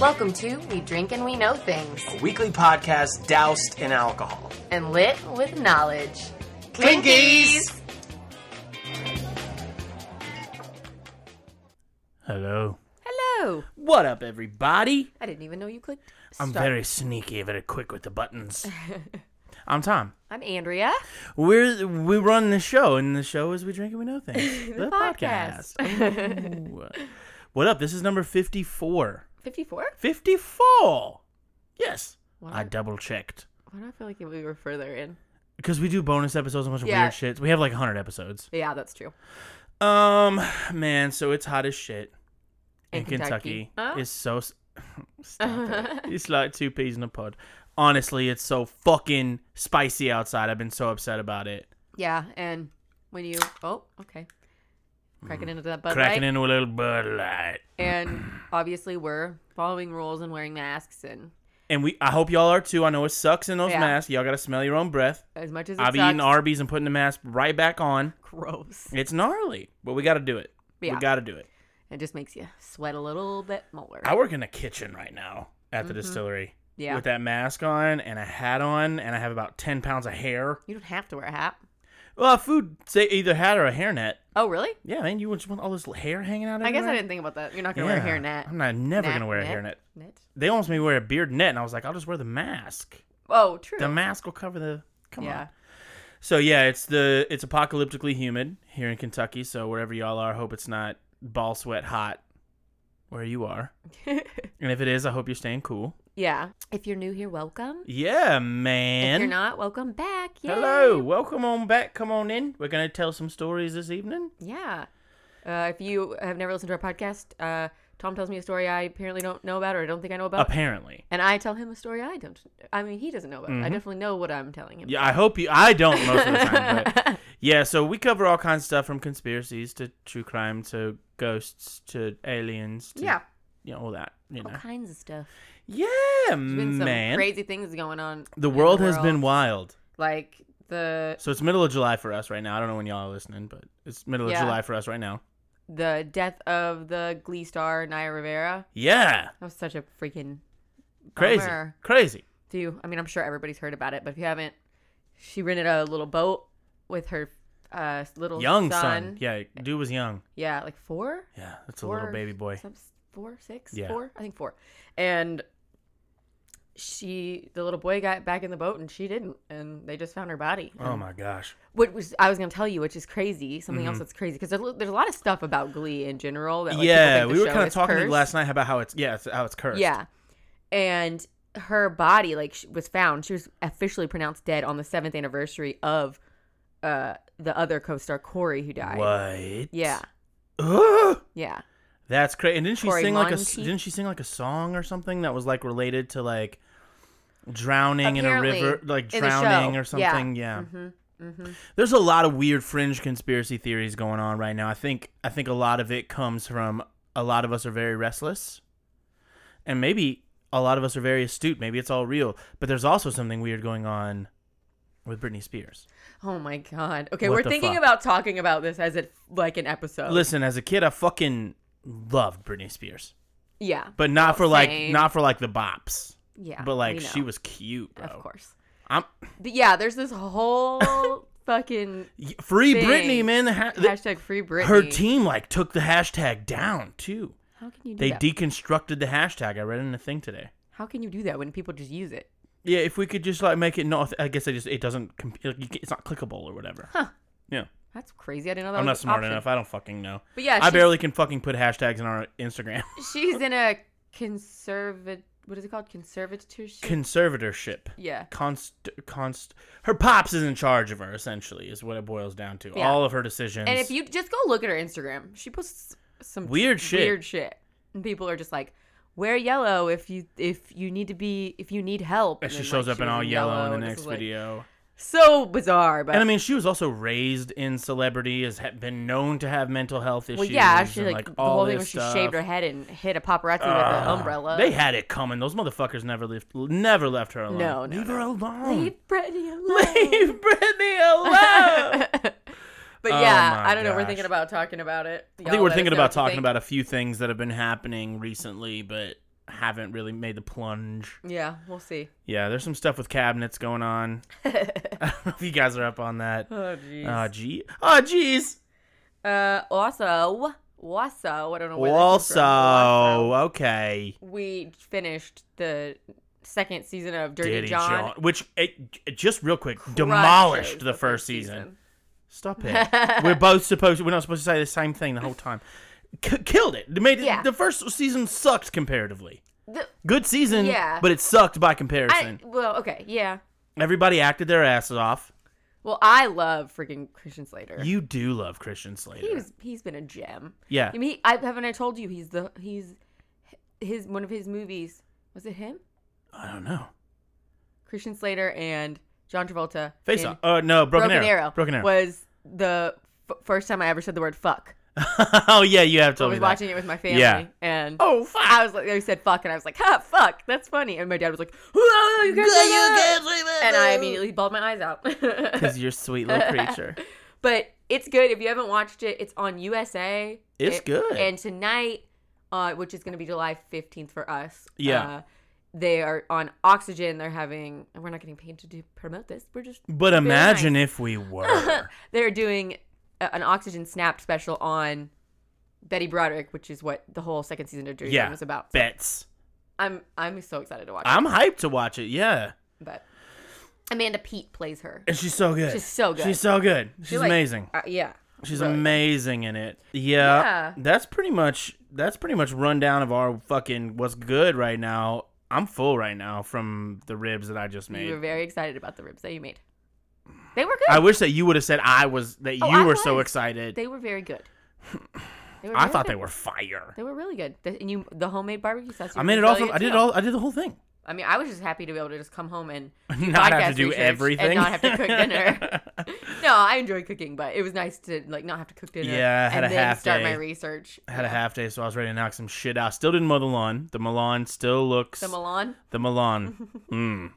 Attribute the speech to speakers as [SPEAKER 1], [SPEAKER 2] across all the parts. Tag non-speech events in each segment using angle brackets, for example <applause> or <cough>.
[SPEAKER 1] Welcome to We Drink and We Know Things
[SPEAKER 2] a weekly podcast doused in alcohol.
[SPEAKER 1] and Lit with Knowledge.
[SPEAKER 2] Clinkies!
[SPEAKER 3] Hello.
[SPEAKER 1] Hello!
[SPEAKER 3] What up, everybody?
[SPEAKER 1] I didn't even know you clicked.
[SPEAKER 3] I'm
[SPEAKER 1] start.
[SPEAKER 3] very sneaky, very quick with the <laughs> buttons. I'm Tom.
[SPEAKER 1] I'm Andrea.
[SPEAKER 3] We're we run the show, and the show is we drink and we know <laughs> things. the,
[SPEAKER 1] podcast. <laughs>
[SPEAKER 3] podcast. <laughs> Ooh. what up? This is number fifty-four.
[SPEAKER 1] 54?
[SPEAKER 3] Fifty-four. Yes,
[SPEAKER 1] Wow.
[SPEAKER 3] I double checked
[SPEAKER 1] Why do I feel like we were further in?
[SPEAKER 3] because we do bonus episodes and a bunch of
[SPEAKER 1] Yeah.
[SPEAKER 3] weird shit. We have like hundred episodes.
[SPEAKER 1] Yeah, that's true.
[SPEAKER 3] Um, man, so it's hot as shit
[SPEAKER 1] In
[SPEAKER 3] in,
[SPEAKER 1] Kentucky. Oh. Huh?
[SPEAKER 3] Kentucky. It's so. s- <laughs>
[SPEAKER 1] <laughs>
[SPEAKER 3] Stop it. It's like two peas in a pod. Honestly, it's so fucking spicy outside. I've been so upset about it.
[SPEAKER 1] Yeah, and when you. Oh, okay. Cracking into that Bud
[SPEAKER 3] Mm. Cracking
[SPEAKER 1] Light.
[SPEAKER 3] into a little Bud Light,
[SPEAKER 1] And obviously, we're following rules and wearing masks. And
[SPEAKER 3] and we. I hope y'all are too. I know it sucks in those
[SPEAKER 1] Yeah.
[SPEAKER 3] masks. Y'all gotta smell your own breath.
[SPEAKER 1] as much as it sucks,
[SPEAKER 3] I've eaten Arby's and putting the mask right back on.
[SPEAKER 1] gross.
[SPEAKER 3] It's gnarly, but we gotta do it.
[SPEAKER 1] Yeah.
[SPEAKER 3] We gotta do it.
[SPEAKER 1] It just makes you sweat a little bit more.
[SPEAKER 3] I work in a kitchen right now at the distillery.
[SPEAKER 1] Mm-hmm. Yeah.
[SPEAKER 3] With that mask on and a hat on, and I have about ten pounds of hair.
[SPEAKER 1] you don't have to wear a hat.
[SPEAKER 3] Well, food say either hat or a hairnet.
[SPEAKER 1] Oh, really?
[SPEAKER 3] Yeah, man, you just want all this hair hanging out.
[SPEAKER 1] I guess I
[SPEAKER 3] everywhere?
[SPEAKER 1] didn't think about that. You're not gonna
[SPEAKER 3] Yeah.
[SPEAKER 1] wear a hairnet.
[SPEAKER 3] I'm not never
[SPEAKER 1] Nat-
[SPEAKER 3] gonna wear a
[SPEAKER 1] net?
[SPEAKER 3] hairnet.
[SPEAKER 1] Net?
[SPEAKER 3] They almost made me wear a beard net, and I was like, I'll just wear the mask.
[SPEAKER 1] Oh, true.
[SPEAKER 3] The mask will cover the. Come
[SPEAKER 1] yeah.
[SPEAKER 3] on. So yeah, it's the it's apocalyptically humid here in Kentucky. So wherever y'all are, hope it's not ball sweat hot where
[SPEAKER 1] <laughs>
[SPEAKER 3] you are. and if it is, I hope you're staying cool.
[SPEAKER 1] yeah. If you're new here, welcome.
[SPEAKER 3] Yeah,
[SPEAKER 1] If you're
[SPEAKER 3] man.
[SPEAKER 1] not, welcome back. Yay.
[SPEAKER 3] Hello, welcome on back. Come on in. We're gonna tell some stories this evening.
[SPEAKER 1] Yeah. Uh, if you have never listened to our podcast, uh, Tom tells me a story I apparently don't know about or I don't think I know about.
[SPEAKER 3] Apparently.
[SPEAKER 1] and I tell him a story I don't. I mean, he doesn't know about. I definitely know what I'm telling him.
[SPEAKER 3] Mm-hmm. Yeah, I hope you. I don't most of the time.
[SPEAKER 1] <laughs>
[SPEAKER 3] But yeah, so we cover all kinds of stuff from conspiracies to true crime to ghosts to aliens. To,
[SPEAKER 1] Yeah.
[SPEAKER 3] you know all that. You
[SPEAKER 1] All
[SPEAKER 3] know.
[SPEAKER 1] kinds of stuff.
[SPEAKER 3] Yeah,
[SPEAKER 1] There's been some
[SPEAKER 3] man.
[SPEAKER 1] crazy things going on.
[SPEAKER 3] the
[SPEAKER 1] in
[SPEAKER 3] world has
[SPEAKER 1] world.
[SPEAKER 3] been wild.
[SPEAKER 1] like the
[SPEAKER 3] So it's middle of July for us right now. I don't know when y'all are listening, but it's middle
[SPEAKER 1] Yeah.
[SPEAKER 3] of July for us right now.
[SPEAKER 1] the death of the Glee star Naya Rivera.
[SPEAKER 3] Yeah,
[SPEAKER 1] That was such a freaking
[SPEAKER 3] crazy,
[SPEAKER 1] Bummer.
[SPEAKER 3] crazy.
[SPEAKER 1] Do you, I mean, I'm sure everybody's heard about it, but if you haven't, she rented a little boat with her uh, little
[SPEAKER 3] Young
[SPEAKER 1] son.
[SPEAKER 3] son. Yeah, dude was young.
[SPEAKER 1] Yeah, like four,
[SPEAKER 3] Yeah, that's a
[SPEAKER 1] four
[SPEAKER 3] little baby boy.
[SPEAKER 1] some- four, six,
[SPEAKER 3] Yeah.
[SPEAKER 1] four, I think four. And she, the little boy, got back in the boat, and she didn't, and they just found her body.
[SPEAKER 3] Oh my gosh.
[SPEAKER 1] What was I was gonna tell you, which is crazy. Something
[SPEAKER 3] Mm-hmm.
[SPEAKER 1] else that's crazy because there's a lot of stuff about Glee in general. That, like, people
[SPEAKER 3] yeah,
[SPEAKER 1] think the
[SPEAKER 3] we were
[SPEAKER 1] show
[SPEAKER 3] kind of
[SPEAKER 1] is
[SPEAKER 3] talking
[SPEAKER 1] cursed.
[SPEAKER 3] last night about how it's yeah, it's, how it's cursed.
[SPEAKER 1] Yeah. And her body, like, sh- was found. She was officially pronounced dead on the seventh anniversary of uh, the other co star, Corey, who died.
[SPEAKER 3] What?
[SPEAKER 1] Yeah.
[SPEAKER 3] <gasps> Ugh!
[SPEAKER 1] Yeah.
[SPEAKER 3] That's crazy. And didn't she
[SPEAKER 1] Cory
[SPEAKER 3] sing like a
[SPEAKER 1] Monteith.
[SPEAKER 3] didn't she sing like a song or something that was like related to like drowning
[SPEAKER 1] Apparently,
[SPEAKER 3] in a river, like
[SPEAKER 1] in the show.
[SPEAKER 3] drowning
[SPEAKER 1] Yeah. Hmm.
[SPEAKER 3] or something? Yeah.
[SPEAKER 1] Mm-hmm.
[SPEAKER 3] There's a lot of weird fringe conspiracy theories going on right now. I think I think a lot of it comes from a lot of us are very restless, and maybe a lot of us are very astute. Maybe it's all real, but there's also something weird going on with Britney Spears.
[SPEAKER 1] Oh my God. Okay,
[SPEAKER 3] What
[SPEAKER 1] we're
[SPEAKER 3] the
[SPEAKER 1] thinking
[SPEAKER 3] fuck?
[SPEAKER 1] about talking about this as it like an episode.
[SPEAKER 3] Listen, as a kid, I fucking loved Britney Spears,
[SPEAKER 1] yeah.
[SPEAKER 3] but not for like
[SPEAKER 1] Oh, same.
[SPEAKER 3] not for like the bops.
[SPEAKER 1] Yeah.
[SPEAKER 3] But like
[SPEAKER 1] we know.
[SPEAKER 3] she was cute, bro.
[SPEAKER 1] Of course.
[SPEAKER 3] I'm
[SPEAKER 1] But yeah, there's this
[SPEAKER 3] <laughs>
[SPEAKER 1] whole fucking
[SPEAKER 3] y- free
[SPEAKER 1] Thing.
[SPEAKER 3] Britney, man. The ha- the-
[SPEAKER 1] hashtag free Britney.
[SPEAKER 3] her team like took the hashtag down too.
[SPEAKER 1] How can you do
[SPEAKER 3] They
[SPEAKER 1] that?
[SPEAKER 3] deconstructed the hashtag. I read in a thing today.
[SPEAKER 1] How can you do that when people just use it?
[SPEAKER 3] Yeah, if we could just like make it not. I guess I just it doesn't. Comp- like, you ca- it's not clickable or whatever. Huh. Yeah,
[SPEAKER 1] That's crazy. I didn't know that
[SPEAKER 3] I'm
[SPEAKER 1] was
[SPEAKER 3] not
[SPEAKER 1] an
[SPEAKER 3] smart
[SPEAKER 1] Oh, option.
[SPEAKER 3] enough. I don't fucking know.
[SPEAKER 1] But yeah,
[SPEAKER 3] I
[SPEAKER 1] she's-
[SPEAKER 3] barely can fucking put hashtags in our Instagram. <laughs>
[SPEAKER 1] She's in a conservat. What is it called? Conservatorship.
[SPEAKER 3] Conservatorship.
[SPEAKER 1] yeah.
[SPEAKER 3] Const, const. Her pops is in charge of her. Essentially, is what it boils down to.
[SPEAKER 1] Yeah.
[SPEAKER 3] All of her decisions.
[SPEAKER 1] And if you just go look at her Instagram, she posts some
[SPEAKER 3] Weird shit.
[SPEAKER 1] Weird shit. And people are just like, "Wear yellow if you if you need to be if you need help."
[SPEAKER 3] And
[SPEAKER 1] And
[SPEAKER 3] she
[SPEAKER 1] then,
[SPEAKER 3] shows
[SPEAKER 1] like,
[SPEAKER 3] up in
[SPEAKER 1] was
[SPEAKER 3] all yellow, in
[SPEAKER 1] and
[SPEAKER 3] the
[SPEAKER 1] this
[SPEAKER 3] next
[SPEAKER 1] is, like,
[SPEAKER 3] video.
[SPEAKER 1] So bizarre, but
[SPEAKER 3] And I mean, she was also raised in celebrity, has ha- been known to have mental health issues.
[SPEAKER 1] well, yeah, she
[SPEAKER 3] and,
[SPEAKER 1] like,
[SPEAKER 3] like,
[SPEAKER 1] the
[SPEAKER 3] all
[SPEAKER 1] whole thing where
[SPEAKER 3] this
[SPEAKER 1] she shaved her head and hit a paparazzi with an umbrella.
[SPEAKER 3] They had it coming. Those motherfuckers never left, never left her alone.
[SPEAKER 1] No, no,
[SPEAKER 3] leave
[SPEAKER 1] no. <laughs>
[SPEAKER 3] <laughs> her alone.
[SPEAKER 1] leave Britney alone. <laughs>
[SPEAKER 3] Leave Britney alone.
[SPEAKER 1] but yeah,
[SPEAKER 3] Oh my
[SPEAKER 1] I don't know. We're
[SPEAKER 3] gosh.
[SPEAKER 1] thinking about talking about it.
[SPEAKER 3] I think we're thinking about talking about a few things that have been happening recently, but haven't really made the plunge.
[SPEAKER 1] Yeah, we'll see.
[SPEAKER 3] Yeah, there's some stuff with cabinets going on. <laughs> I don't know if you guys are up on that.
[SPEAKER 1] Oh jeez.
[SPEAKER 3] Ah, gee. Ah, jeez.
[SPEAKER 1] <laughs> Uh, also, also, I don't know. Where that came
[SPEAKER 3] Also,
[SPEAKER 1] from. also,
[SPEAKER 3] okay.
[SPEAKER 1] we finished the second season of Dirty,
[SPEAKER 3] Diddy
[SPEAKER 1] John.
[SPEAKER 3] John, which it, it just real quick
[SPEAKER 1] Crushes
[SPEAKER 3] demolished the first season. Stop it.
[SPEAKER 1] <laughs>
[SPEAKER 3] we're both supposed. We're not supposed to say the same thing the whole time. K- killed it. It Made
[SPEAKER 1] Yeah.
[SPEAKER 3] the first season sucked comparatively.
[SPEAKER 1] The-
[SPEAKER 3] Good season,
[SPEAKER 1] Yeah.
[SPEAKER 3] but it sucked by
[SPEAKER 1] I,
[SPEAKER 3] comparison.
[SPEAKER 1] well, okay, yeah.
[SPEAKER 3] Everybody acted their asses off.
[SPEAKER 1] Well, I love freaking Christian Slater.
[SPEAKER 3] You do love Christian Slater.
[SPEAKER 1] he was, he's been a gem.
[SPEAKER 3] yeah.
[SPEAKER 1] I mean, he, I haven't I told you he's the he's his one of his movies was it him
[SPEAKER 3] I don't know.
[SPEAKER 1] Christian Slater and John Travolta
[SPEAKER 3] Face
[SPEAKER 1] in
[SPEAKER 3] off. Uh, no, Broken,
[SPEAKER 1] Broken Arrow,
[SPEAKER 3] Broken Arrow.
[SPEAKER 1] was the f- first time I ever said the word fuck.
[SPEAKER 3] <laughs> oh yeah, you have
[SPEAKER 1] I
[SPEAKER 3] told me
[SPEAKER 1] was
[SPEAKER 3] that.
[SPEAKER 1] watching it with my family,
[SPEAKER 3] Yeah.
[SPEAKER 1] and
[SPEAKER 3] Oh fuck.
[SPEAKER 1] I was like, they said fuck, and I was like, ha, fuck, that's funny. And my dad was like, "Whoa, you can't say that!" and I
[SPEAKER 3] <laughs>
[SPEAKER 1] immediately bawled my eyes out. <laughs>
[SPEAKER 3] Because you're a sweet little creature.
[SPEAKER 1] but it's good if you haven't watched it. It's on USA.
[SPEAKER 3] It's
[SPEAKER 1] It-
[SPEAKER 3] good.
[SPEAKER 1] And tonight, uh, which is going to be July fifteenth for us.
[SPEAKER 3] Yeah.
[SPEAKER 1] Uh, they are on Oxygen. They're having. and We're not getting paid to do promote this. We're just.
[SPEAKER 3] But imagine if
[SPEAKER 1] <laughs>
[SPEAKER 3] we were.
[SPEAKER 1] They're doing a, an Oxygen Snapped special on Betty Broderick, which is what the whole second season of Dirty
[SPEAKER 3] Yeah.
[SPEAKER 1] John was about.
[SPEAKER 3] Bets.
[SPEAKER 1] I'm I'm so excited to watch
[SPEAKER 3] I'm hyped to watch it. Yeah.
[SPEAKER 1] it. But Amanda Pete plays her.
[SPEAKER 3] And she's so good.
[SPEAKER 1] She's so good.
[SPEAKER 3] She's so good. She's
[SPEAKER 1] You're like,
[SPEAKER 3] amazing.
[SPEAKER 1] uh, yeah.
[SPEAKER 3] She's
[SPEAKER 1] really.
[SPEAKER 3] amazing in it. Yeah,
[SPEAKER 1] Yeah.
[SPEAKER 3] That's pretty much that's pretty much rundown of our fucking what's good right now. I'm full right now from the ribs that I just
[SPEAKER 1] You were
[SPEAKER 3] made.
[SPEAKER 1] very excited about the ribs that you made. They were good.
[SPEAKER 3] I wish that you would have said I was that
[SPEAKER 1] Oh,
[SPEAKER 3] you
[SPEAKER 1] I
[SPEAKER 3] were so
[SPEAKER 1] was.
[SPEAKER 3] excited.
[SPEAKER 1] They were very
[SPEAKER 3] <sighs>
[SPEAKER 1] good. They were
[SPEAKER 3] I
[SPEAKER 1] very
[SPEAKER 3] thought
[SPEAKER 1] good.
[SPEAKER 3] they were fire.
[SPEAKER 1] They were really good. The, and you, the homemade barbecue sauce. you
[SPEAKER 3] I made
[SPEAKER 1] did
[SPEAKER 3] it all
[SPEAKER 1] really
[SPEAKER 3] from
[SPEAKER 1] good
[SPEAKER 3] I did it
[SPEAKER 1] too.
[SPEAKER 3] all I did the whole thing. <laughs>
[SPEAKER 1] I mean, I was just happy to be able to just come home and do
[SPEAKER 3] Not have to
[SPEAKER 1] podcast
[SPEAKER 3] do
[SPEAKER 1] research
[SPEAKER 3] everything.
[SPEAKER 1] and not have to cook dinner. no, I enjoy cooking, but it was nice to like not have to cook dinner.
[SPEAKER 3] Yeah, I had
[SPEAKER 1] and
[SPEAKER 3] a
[SPEAKER 1] then
[SPEAKER 3] half
[SPEAKER 1] start my
[SPEAKER 3] day.
[SPEAKER 1] research.
[SPEAKER 3] I <laughs> had a half day so I was ready to knock some shit out. Still didn't mow the lawn. The Milan still looks
[SPEAKER 1] The Milan.
[SPEAKER 3] The <laughs> Milan. mm.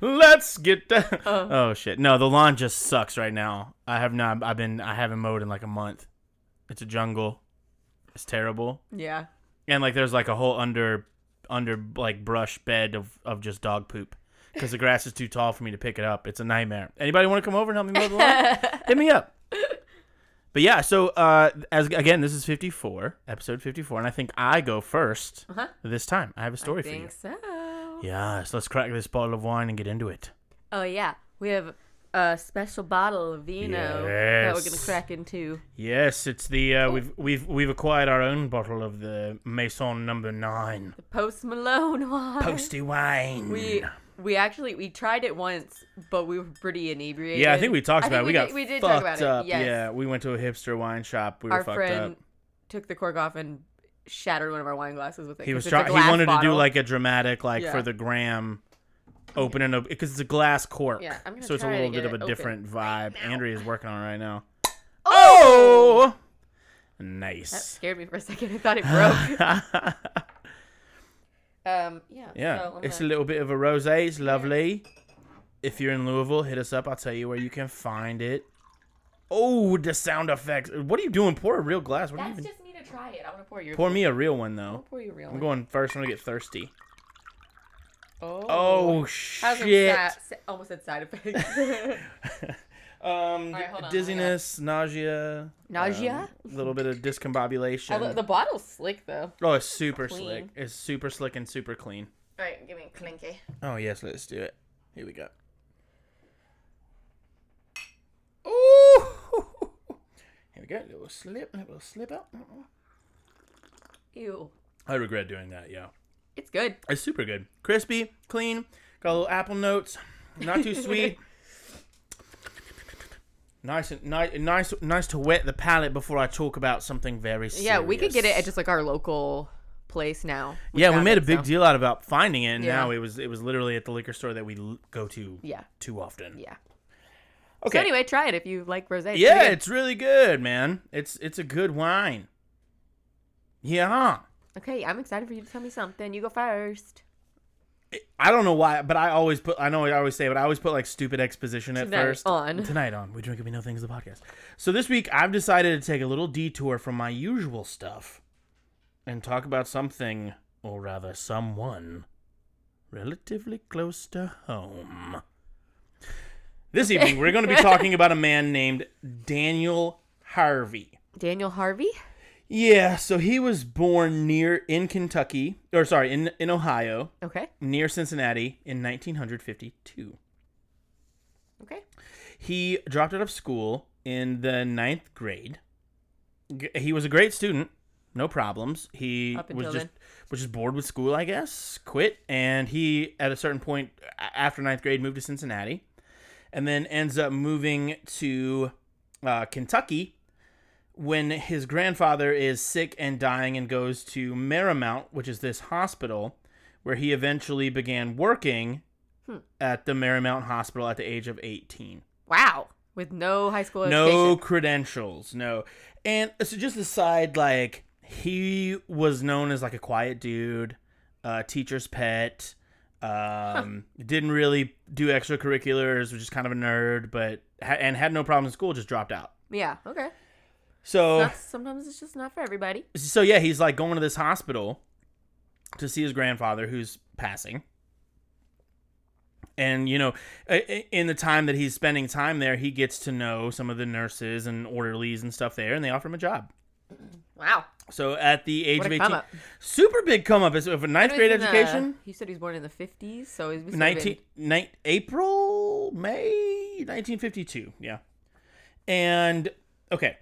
[SPEAKER 3] Let's get down. <laughs> oh shit! No, the lawn just sucks right now. I have not. I've been. I haven't mowed in like a month. It's a jungle. It's terrible.
[SPEAKER 1] Yeah.
[SPEAKER 3] And like, there's like a whole under, under like brush bed of of just dog poop because the grass is too tall for me to pick it up. It's a nightmare. Anybody want to come over and help me mow the <laughs> lawn? Hit me up. But yeah, so uh, as again, this is 54, episode 54, and I think I go 1st this time. Uh-huh. I have a story for you.
[SPEAKER 1] Think so.
[SPEAKER 3] Yes, let's crack this bottle of wine and get into it.
[SPEAKER 1] Oh yeah, we have a special bottle of vino that we're gonna
[SPEAKER 3] Yes.
[SPEAKER 1] crack into.
[SPEAKER 3] Yes, it's the uh, we've we've we've acquired our own bottle of the Maison Number Nine
[SPEAKER 1] Post Malone <laughs> wine.
[SPEAKER 3] Posty Wine.
[SPEAKER 1] We we actually we tried it once, but we were pretty inebriated.
[SPEAKER 3] yeah, I think we talked about it. We got
[SPEAKER 1] did- we did
[SPEAKER 3] fucked
[SPEAKER 1] talk about it.
[SPEAKER 3] up.
[SPEAKER 1] Yes.
[SPEAKER 3] Yeah, we went to a hipster wine shop. We were
[SPEAKER 1] Our
[SPEAKER 3] fucked
[SPEAKER 1] friend
[SPEAKER 3] up.
[SPEAKER 1] took the cork off and shattered one of our wine glasses with it.
[SPEAKER 3] He
[SPEAKER 1] 'cause
[SPEAKER 3] was
[SPEAKER 1] it's a
[SPEAKER 3] trying. He
[SPEAKER 1] glass
[SPEAKER 3] wanted to do
[SPEAKER 1] bottle.
[SPEAKER 3] like a dramatic, like
[SPEAKER 1] Yeah.
[SPEAKER 3] for the gram, open and open because it's a glass cork.
[SPEAKER 1] Yeah, I'm gonna
[SPEAKER 3] so it's a
[SPEAKER 1] try to
[SPEAKER 3] little
[SPEAKER 1] get
[SPEAKER 3] bit of
[SPEAKER 1] it
[SPEAKER 3] a
[SPEAKER 1] open
[SPEAKER 3] different vibe. Andrea's working on it right now.
[SPEAKER 1] Oh!
[SPEAKER 3] Oh,
[SPEAKER 1] That
[SPEAKER 3] nice.
[SPEAKER 1] scared me for a second. I
[SPEAKER 3] <sighs>
[SPEAKER 1] thought it broke.
[SPEAKER 3] <laughs>
[SPEAKER 1] um, yeah.
[SPEAKER 3] Yeah,
[SPEAKER 1] so I'm
[SPEAKER 3] it's a
[SPEAKER 1] gonna-
[SPEAKER 3] little bit of a rosé. It's lovely. If you're in Louisville, hit us up. I'll tell you where you can find it. Oh, the sound effects! What are you doing? Pour a real glass. What are you
[SPEAKER 1] That's
[SPEAKER 3] even?
[SPEAKER 1] just me to try it. I want to pour your.
[SPEAKER 3] Pour me a real one
[SPEAKER 1] I'll
[SPEAKER 3] though.
[SPEAKER 1] pour you a real
[SPEAKER 3] I'm
[SPEAKER 1] one.
[SPEAKER 3] going first. I'm gonna get thirsty.
[SPEAKER 1] Oh.
[SPEAKER 3] Oh
[SPEAKER 1] How's them
[SPEAKER 3] shit!
[SPEAKER 1] sa- sa- almost said side <laughs> effects.
[SPEAKER 3] Um,
[SPEAKER 1] All right, hold on,
[SPEAKER 3] dizziness, nausea,
[SPEAKER 1] Nausea?
[SPEAKER 3] a little bit of
[SPEAKER 1] I lo-
[SPEAKER 3] discombobulation.
[SPEAKER 1] the bottle's slick though.
[SPEAKER 3] oh, it's super
[SPEAKER 1] Clean.
[SPEAKER 3] slick. It's super slick and super clean.
[SPEAKER 1] All right, give me a clinky.
[SPEAKER 3] Oh yes, let's do it. Here we go.
[SPEAKER 1] <laughs>
[SPEAKER 3] Ooh! Here we go. Little slip, little slip up.
[SPEAKER 1] Ew.
[SPEAKER 3] I regret doing that. Yeah,
[SPEAKER 1] It's good.
[SPEAKER 3] it's super good, crispy, clean. Got a little apple notes, not too sweet.
[SPEAKER 1] <laughs>
[SPEAKER 3] Nice and nice, nice, nice to wet the palate before I talk about something very serious.
[SPEAKER 1] Yeah, we could get it at just like our local place now.
[SPEAKER 3] yeah, we
[SPEAKER 1] found it,
[SPEAKER 3] made a big
[SPEAKER 1] so-
[SPEAKER 3] deal out about finding it. And
[SPEAKER 1] Yeah.
[SPEAKER 3] Now it was it was literally at the liquor store that we l- go to
[SPEAKER 1] Yeah.
[SPEAKER 3] too often.
[SPEAKER 1] Yeah.
[SPEAKER 3] Okay.
[SPEAKER 1] So anyway, try it if you like rosé. It's
[SPEAKER 3] Yeah,
[SPEAKER 1] pretty good.
[SPEAKER 3] it's really good, man. It's it's a good wine. Yeah.
[SPEAKER 1] Okay, I'm excited for you to tell me something. You go first.
[SPEAKER 3] I don't know why, but I always put. I know I always say, but I always put like stupid exposition at
[SPEAKER 1] Tonight
[SPEAKER 3] first.
[SPEAKER 1] on.
[SPEAKER 3] tonight on we drink and we know things the podcast. So this week I've decided to take a little detour from my usual stuff, and talk about something, or rather someone, relatively close to home. This evening we're going
[SPEAKER 1] <laughs>
[SPEAKER 3] to be talking about a man named Daniel Harvey.
[SPEAKER 1] Daniel Harvey?
[SPEAKER 3] Yeah, so he was born near in Kentucky, or sorry, in in Ohio,
[SPEAKER 1] Okay.
[SPEAKER 3] near Cincinnati in 1952.
[SPEAKER 1] Okay.
[SPEAKER 3] He dropped out of school in the ninth grade. G- He was a great student, no problems. He
[SPEAKER 1] Up
[SPEAKER 3] was
[SPEAKER 1] until
[SPEAKER 3] just
[SPEAKER 1] then.
[SPEAKER 3] was just bored with school, I guess. Quit, and he at a certain point a- after ninth grade moved to Cincinnati, and then ends up moving to uh, Kentucky when his grandfather is sick and dying and goes to Marymount, which is this hospital, where he eventually began working
[SPEAKER 1] Hmm.
[SPEAKER 3] at the Marymount Hospital at the age of 18.
[SPEAKER 1] Wow. With no high school
[SPEAKER 3] No
[SPEAKER 1] education.
[SPEAKER 3] credentials, no. And uh, so just aside, like, he was known as like a quiet dude, uh, teacher's pet. Um, didn't really do extracurriculars, was just kind of a nerd, but ha- and had no problems in school, just dropped out.
[SPEAKER 1] Yeah. Okay.
[SPEAKER 3] So
[SPEAKER 1] That's, sometimes it's just not for everybody.
[SPEAKER 3] so yeah, he's like going to this hospital to see his grandfather who's passing. And you know, i- i- in the time that he's spending time there, he gets to know some of the nurses and orderlies and stuff there, and they offer him a job.
[SPEAKER 1] Wow.
[SPEAKER 3] So at the age
[SPEAKER 1] What
[SPEAKER 3] of
[SPEAKER 1] a
[SPEAKER 3] eighteen,
[SPEAKER 1] come up.
[SPEAKER 3] super big come up. Is of a ninth grade
[SPEAKER 1] He was in the-
[SPEAKER 3] education,
[SPEAKER 1] he said he was born in the 50s, so he's
[SPEAKER 3] 19, nine- April, May, nineteen fifty-two. Yeah, and okay,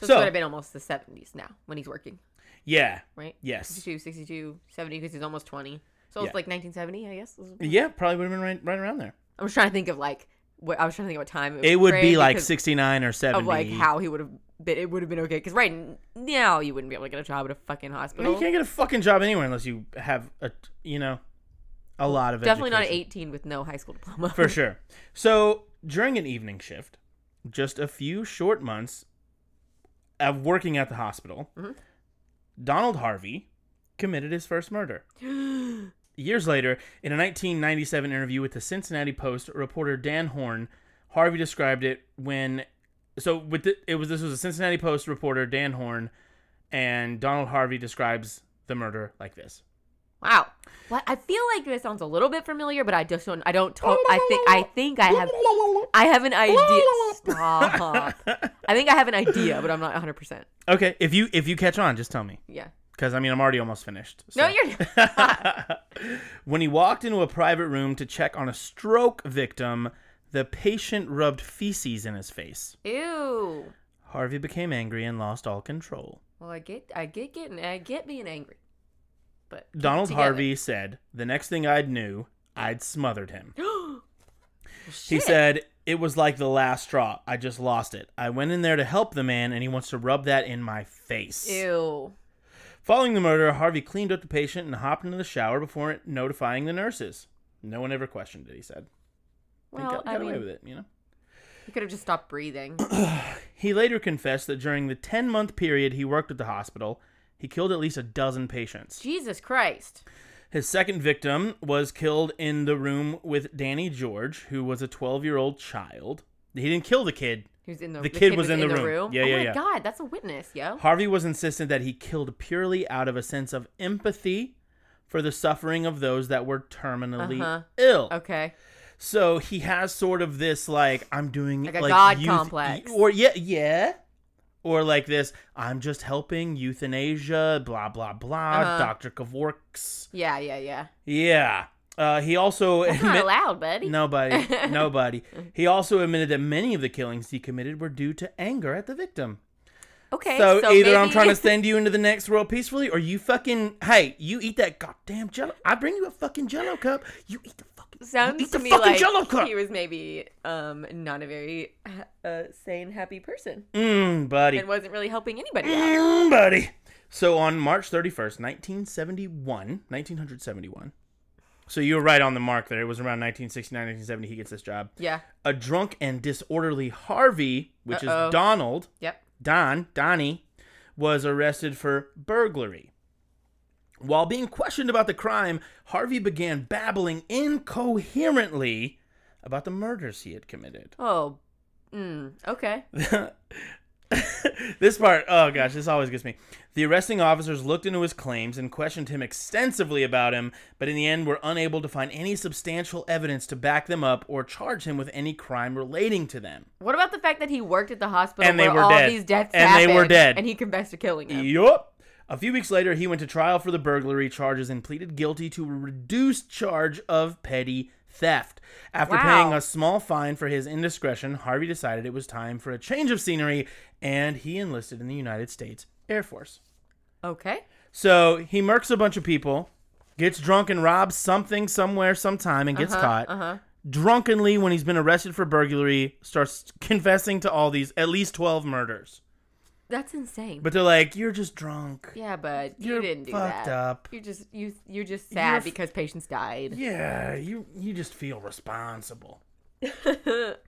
[SPEAKER 1] So,
[SPEAKER 3] So-
[SPEAKER 1] it's would have been almost the 70s now when he's working,
[SPEAKER 3] yeah,
[SPEAKER 1] right?
[SPEAKER 3] yes,
[SPEAKER 1] 62, 62, 70, because he's almost 20. So
[SPEAKER 3] Yeah.
[SPEAKER 1] it's like 1970, I guess.
[SPEAKER 3] yeah, probably would have been right, right around there.
[SPEAKER 1] I'm just trying to think of like, what, I was trying to think of what time it, was
[SPEAKER 3] It would be
[SPEAKER 1] framed
[SPEAKER 3] like
[SPEAKER 1] because
[SPEAKER 3] 69 or 70.
[SPEAKER 1] Of like how he would have been, it would have been okay. Because right n- now you wouldn't be able to get a job at a fucking
[SPEAKER 3] I mean,
[SPEAKER 1] hospital.
[SPEAKER 3] you can't get a fucking job anywhere unless you have a, you know, a lot of
[SPEAKER 1] Definitely not at
[SPEAKER 3] education.
[SPEAKER 1] 18 with no high school diploma.
[SPEAKER 3] For sure. So during an evening shift, just a few short months of working at the hospital, Donald Harvey committed his first murder. Years later, in a 1997 interview with the Cincinnati Post, reporter Dan Horn, Harvey described it when so with the, it was this was a Cincinnati Post reporter Dan Horn and Donald Harvey describes the murder like this.
[SPEAKER 1] <laughs> Wow. What I feel like this sounds a little bit familiar, but I just don't. I don't. To- I think. I think I have. I have an idea. Stop. I think I have an idea, but I'm not 100. percent
[SPEAKER 3] <laughs> Okay, if you if you catch on, just tell me
[SPEAKER 1] Yeah.
[SPEAKER 3] cuz I mean I'm already almost finished.
[SPEAKER 1] No,
[SPEAKER 3] so.
[SPEAKER 1] you're.
[SPEAKER 3] <laughs> when he walked into a private room to check on a stroke victim, the patient rubbed feces in his face.
[SPEAKER 1] Ew.
[SPEAKER 3] Harvey became angry and lost all control.
[SPEAKER 1] Well, I get. I get getting. I get being angry. But keep it
[SPEAKER 3] Donald
[SPEAKER 1] together. <gasps>
[SPEAKER 3] Harvey said, "The next thing I'd knew, I'd smothered him." He
[SPEAKER 1] Oh, Shit.
[SPEAKER 3] said, "It was like the last straw. I just lost it. I went in there to help the man, and he wants to rub that in my face."
[SPEAKER 1] Ew.
[SPEAKER 3] Following the murder, Harvey cleaned up the patient and hopped into the shower before notifying the nurses. No one ever questioned it. He said, He
[SPEAKER 1] Well,
[SPEAKER 3] got,
[SPEAKER 1] I
[SPEAKER 3] got away with
[SPEAKER 1] mean,
[SPEAKER 3] it, you know."
[SPEAKER 1] you could have just stopped breathing. <coughs>
[SPEAKER 3] He later confessed that during the 10 month period he worked at the hospital, he killed at least a dozen patients.
[SPEAKER 1] Jesus Christ.
[SPEAKER 3] His second victim was killed in the room with Danny George, who was a 12 year old child. He didn't kill the kid.
[SPEAKER 1] Who's in the?
[SPEAKER 3] The kid was in the room. Yeah,
[SPEAKER 1] oh
[SPEAKER 3] yeah,
[SPEAKER 1] my
[SPEAKER 3] yeah.
[SPEAKER 1] God, that's a witness, yo.
[SPEAKER 3] Harvey was insistent that he killed purely out of a sense of empathy for the suffering of those that were terminally
[SPEAKER 1] Uh-huh.
[SPEAKER 3] ill.
[SPEAKER 1] Okay.
[SPEAKER 3] So he has sort of this like I'm doing
[SPEAKER 1] Like a god
[SPEAKER 3] euth-
[SPEAKER 1] complex.
[SPEAKER 3] or yeah, yeah, or like this I'm just helping euthanasia, blah blah blah.
[SPEAKER 1] Uh-huh.
[SPEAKER 3] Doctor Kavorks,
[SPEAKER 1] Yeah, yeah, yeah.
[SPEAKER 3] <laughs> yeah. Uh, he also
[SPEAKER 1] That's not allowed, buddy.
[SPEAKER 3] nobody,
[SPEAKER 1] <laughs>
[SPEAKER 3] nobody. He also admitted that many of the killings he committed were due to anger at the victim.
[SPEAKER 1] Okay.
[SPEAKER 3] so, either I'm
[SPEAKER 1] maybe- <laughs>
[SPEAKER 3] trying to send you into the next world peacefully, or you fucking hey, you eat that goddamn jello. I bring you a fucking jello cup. You eat the fucking.
[SPEAKER 1] Sounds
[SPEAKER 3] Eat
[SPEAKER 1] to
[SPEAKER 3] the
[SPEAKER 1] me
[SPEAKER 3] fucking
[SPEAKER 1] like
[SPEAKER 3] Jell-O cup.
[SPEAKER 1] he was maybe um, not a very <laughs> ha- uh, sane, happy person
[SPEAKER 3] Mm, buddy.
[SPEAKER 1] and wasn't really helping anybody out.
[SPEAKER 3] Mm, buddy. So on March 31st, 1971, 1971. So you were right on the mark there. It was around 1969, 1970 he gets this job.
[SPEAKER 1] Yeah.
[SPEAKER 3] A drunk and disorderly Harvey, which
[SPEAKER 1] Uh-oh.
[SPEAKER 3] is Donald,
[SPEAKER 1] Yep.
[SPEAKER 3] Don, Donnie, was arrested for burglary. While being questioned about the crime, Harvey began babbling incoherently about the murders he had committed.
[SPEAKER 1] Oh, mm, okay.
[SPEAKER 3] this part, oh gosh, this always gets me. The arresting officers looked into his claims and questioned him extensively about him, but in the end were unable to find any substantial evidence to back them up or charge him with any crime relating to them.
[SPEAKER 1] What about the fact that he worked at the hospital
[SPEAKER 3] And they
[SPEAKER 1] where
[SPEAKER 3] were
[SPEAKER 1] all
[SPEAKER 3] dead.
[SPEAKER 1] these deaths
[SPEAKER 3] And they
[SPEAKER 1] happened,
[SPEAKER 3] were dead.
[SPEAKER 1] and he confessed to killing them?
[SPEAKER 3] Yup. A few weeks later, he went to trial for the burglary charges and pleaded guilty to a reduced charge of petty theft. After
[SPEAKER 1] Wow.
[SPEAKER 3] paying a small fine for his indiscretion, Harvey decided it was time for a change of scenery and he enlisted in the United States Air Force.
[SPEAKER 1] Okay.
[SPEAKER 3] So he murks a bunch of people, gets drunk and robs something somewhere sometime and gets caught. Drunkenly, when he's been arrested for burglary, starts confessing to all these at least 12 murders.
[SPEAKER 1] That's insane.
[SPEAKER 3] But they're like, You're just drunk.
[SPEAKER 1] yeah, but you
[SPEAKER 3] You're
[SPEAKER 1] didn't do
[SPEAKER 3] fucked
[SPEAKER 1] that.
[SPEAKER 3] up.
[SPEAKER 1] You're just you you're just
[SPEAKER 3] You're
[SPEAKER 1] sad
[SPEAKER 3] f-
[SPEAKER 1] because patients died.
[SPEAKER 3] Yeah, you you just feel responsible.
[SPEAKER 1] <laughs>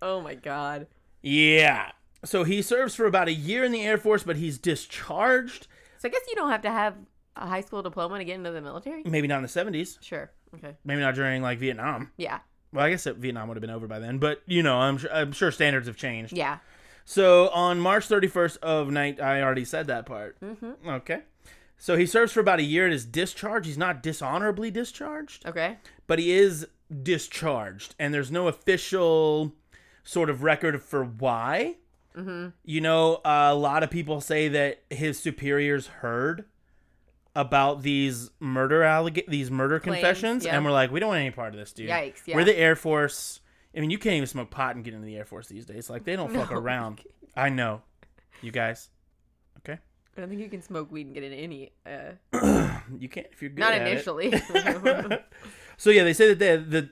[SPEAKER 1] oh my god.
[SPEAKER 3] Yeah. So he serves for about a year in the Air Force, but he's discharged.
[SPEAKER 1] So I guess you don't have to have a high school diploma to get into the military.
[SPEAKER 3] Maybe not in the seventies.
[SPEAKER 1] Sure. Okay.
[SPEAKER 3] Maybe not during like Vietnam.
[SPEAKER 1] Yeah.
[SPEAKER 3] Well, I guess that Vietnam would have been over by then. But you know, I'm sure, I'm sure standards have changed.
[SPEAKER 1] Yeah.
[SPEAKER 3] So on March 31st of night, I already said that part. Mm-hmm. Okay. So he serves for about a year and is discharged. He's not dishonorably discharged.
[SPEAKER 1] Okay.
[SPEAKER 3] but he is discharged, and there's no official sort of record for why.
[SPEAKER 1] Mm-hmm.
[SPEAKER 3] You know, a lot of people say that his superiors heard about these murder alleg- these murder
[SPEAKER 1] Claims,
[SPEAKER 3] confessions,
[SPEAKER 1] yeah.
[SPEAKER 3] and we're like, we don't want any part of this, dude.
[SPEAKER 1] Yikes, yeah.
[SPEAKER 3] We're the Air Force. I mean, you can't even smoke pot and get into the Air Force these days. Like,
[SPEAKER 1] <laughs>
[SPEAKER 3] they don't fuck
[SPEAKER 1] No.
[SPEAKER 3] around. I know, you guys.
[SPEAKER 1] I don't think you can smoke weed and get in any. Uh,
[SPEAKER 3] You can't if you're good.
[SPEAKER 1] not
[SPEAKER 3] at it. <laughs>
[SPEAKER 1] initially. <laughs>
[SPEAKER 3] So yeah, they say that they, that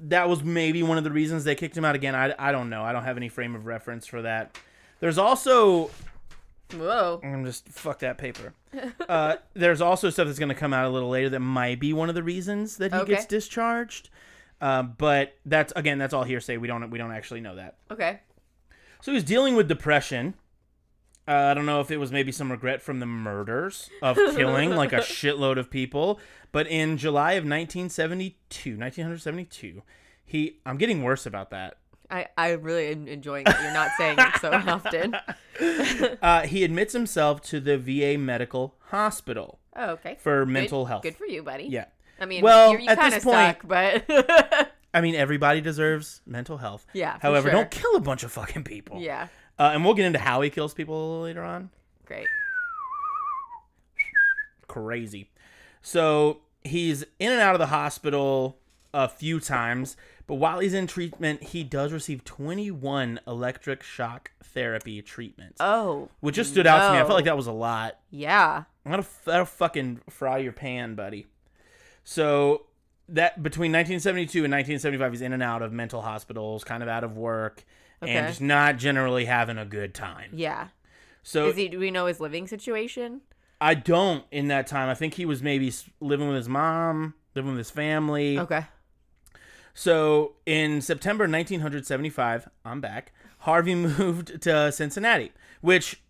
[SPEAKER 3] that was maybe one of the reasons they kicked him out again. I, I don't know. I don't have any frame of reference for that. There's also
[SPEAKER 1] Whoa.
[SPEAKER 3] I'm just fuck that paper. Uh, there's also stuff that's going to come out a little later that might be one of the reasons that he
[SPEAKER 1] Okay.
[SPEAKER 3] gets discharged. Uh, but that's again, that's all hearsay. We don't we don't actually know that.
[SPEAKER 1] Okay.
[SPEAKER 3] So he's dealing with depression. Uh, I don't know if it was maybe some regret from the murders
[SPEAKER 1] <laughs>
[SPEAKER 3] of killing like a shitload of people, but in July of 1972, 1972, he I'm getting worse about that.
[SPEAKER 1] <laughs> I, I really am enjoying it. You're not saying it
[SPEAKER 3] <laughs>
[SPEAKER 1] so often.
[SPEAKER 3] Uh, he admits himself to the VA medical hospital
[SPEAKER 1] Oh, okay.
[SPEAKER 3] for
[SPEAKER 1] Good-
[SPEAKER 3] mental health.
[SPEAKER 1] Good for you, buddy.
[SPEAKER 3] yeah.
[SPEAKER 1] I mean,
[SPEAKER 3] Well,
[SPEAKER 1] you you
[SPEAKER 3] at
[SPEAKER 1] kind of
[SPEAKER 3] this point-
[SPEAKER 1] suck, but <laughs>
[SPEAKER 3] I mean, everybody deserves mental health.
[SPEAKER 1] Yeah, for
[SPEAKER 3] However,
[SPEAKER 1] sure.
[SPEAKER 3] don't kill a bunch of fucking people.
[SPEAKER 1] yeah,
[SPEAKER 3] Uh, and we'll get into how he kills people later on.
[SPEAKER 1] great.
[SPEAKER 3] crazy. So he's in and out of the hospital a few times, but while he's in treatment, he does receive 21 electric shock therapy treatments,
[SPEAKER 1] Oh,
[SPEAKER 3] which just stood out to me. I felt
[SPEAKER 1] no.
[SPEAKER 3] like that was a lot.
[SPEAKER 1] yeah.
[SPEAKER 3] That'll, that'll fucking fry your pan, buddy. So that between 1972 and 1975, he's in and out of mental hospitals, kind of out of work, and
[SPEAKER 1] Okay.
[SPEAKER 3] just not generally having a good time.
[SPEAKER 1] Yeah.
[SPEAKER 3] So
[SPEAKER 1] Is he? Do we know his living situation?
[SPEAKER 3] I don't in that time. I think he was maybe s- living with his mom, living with his family.
[SPEAKER 1] Okay.
[SPEAKER 3] So in September 1975, I'm back. Harvey <laughs> moved to Cincinnati, which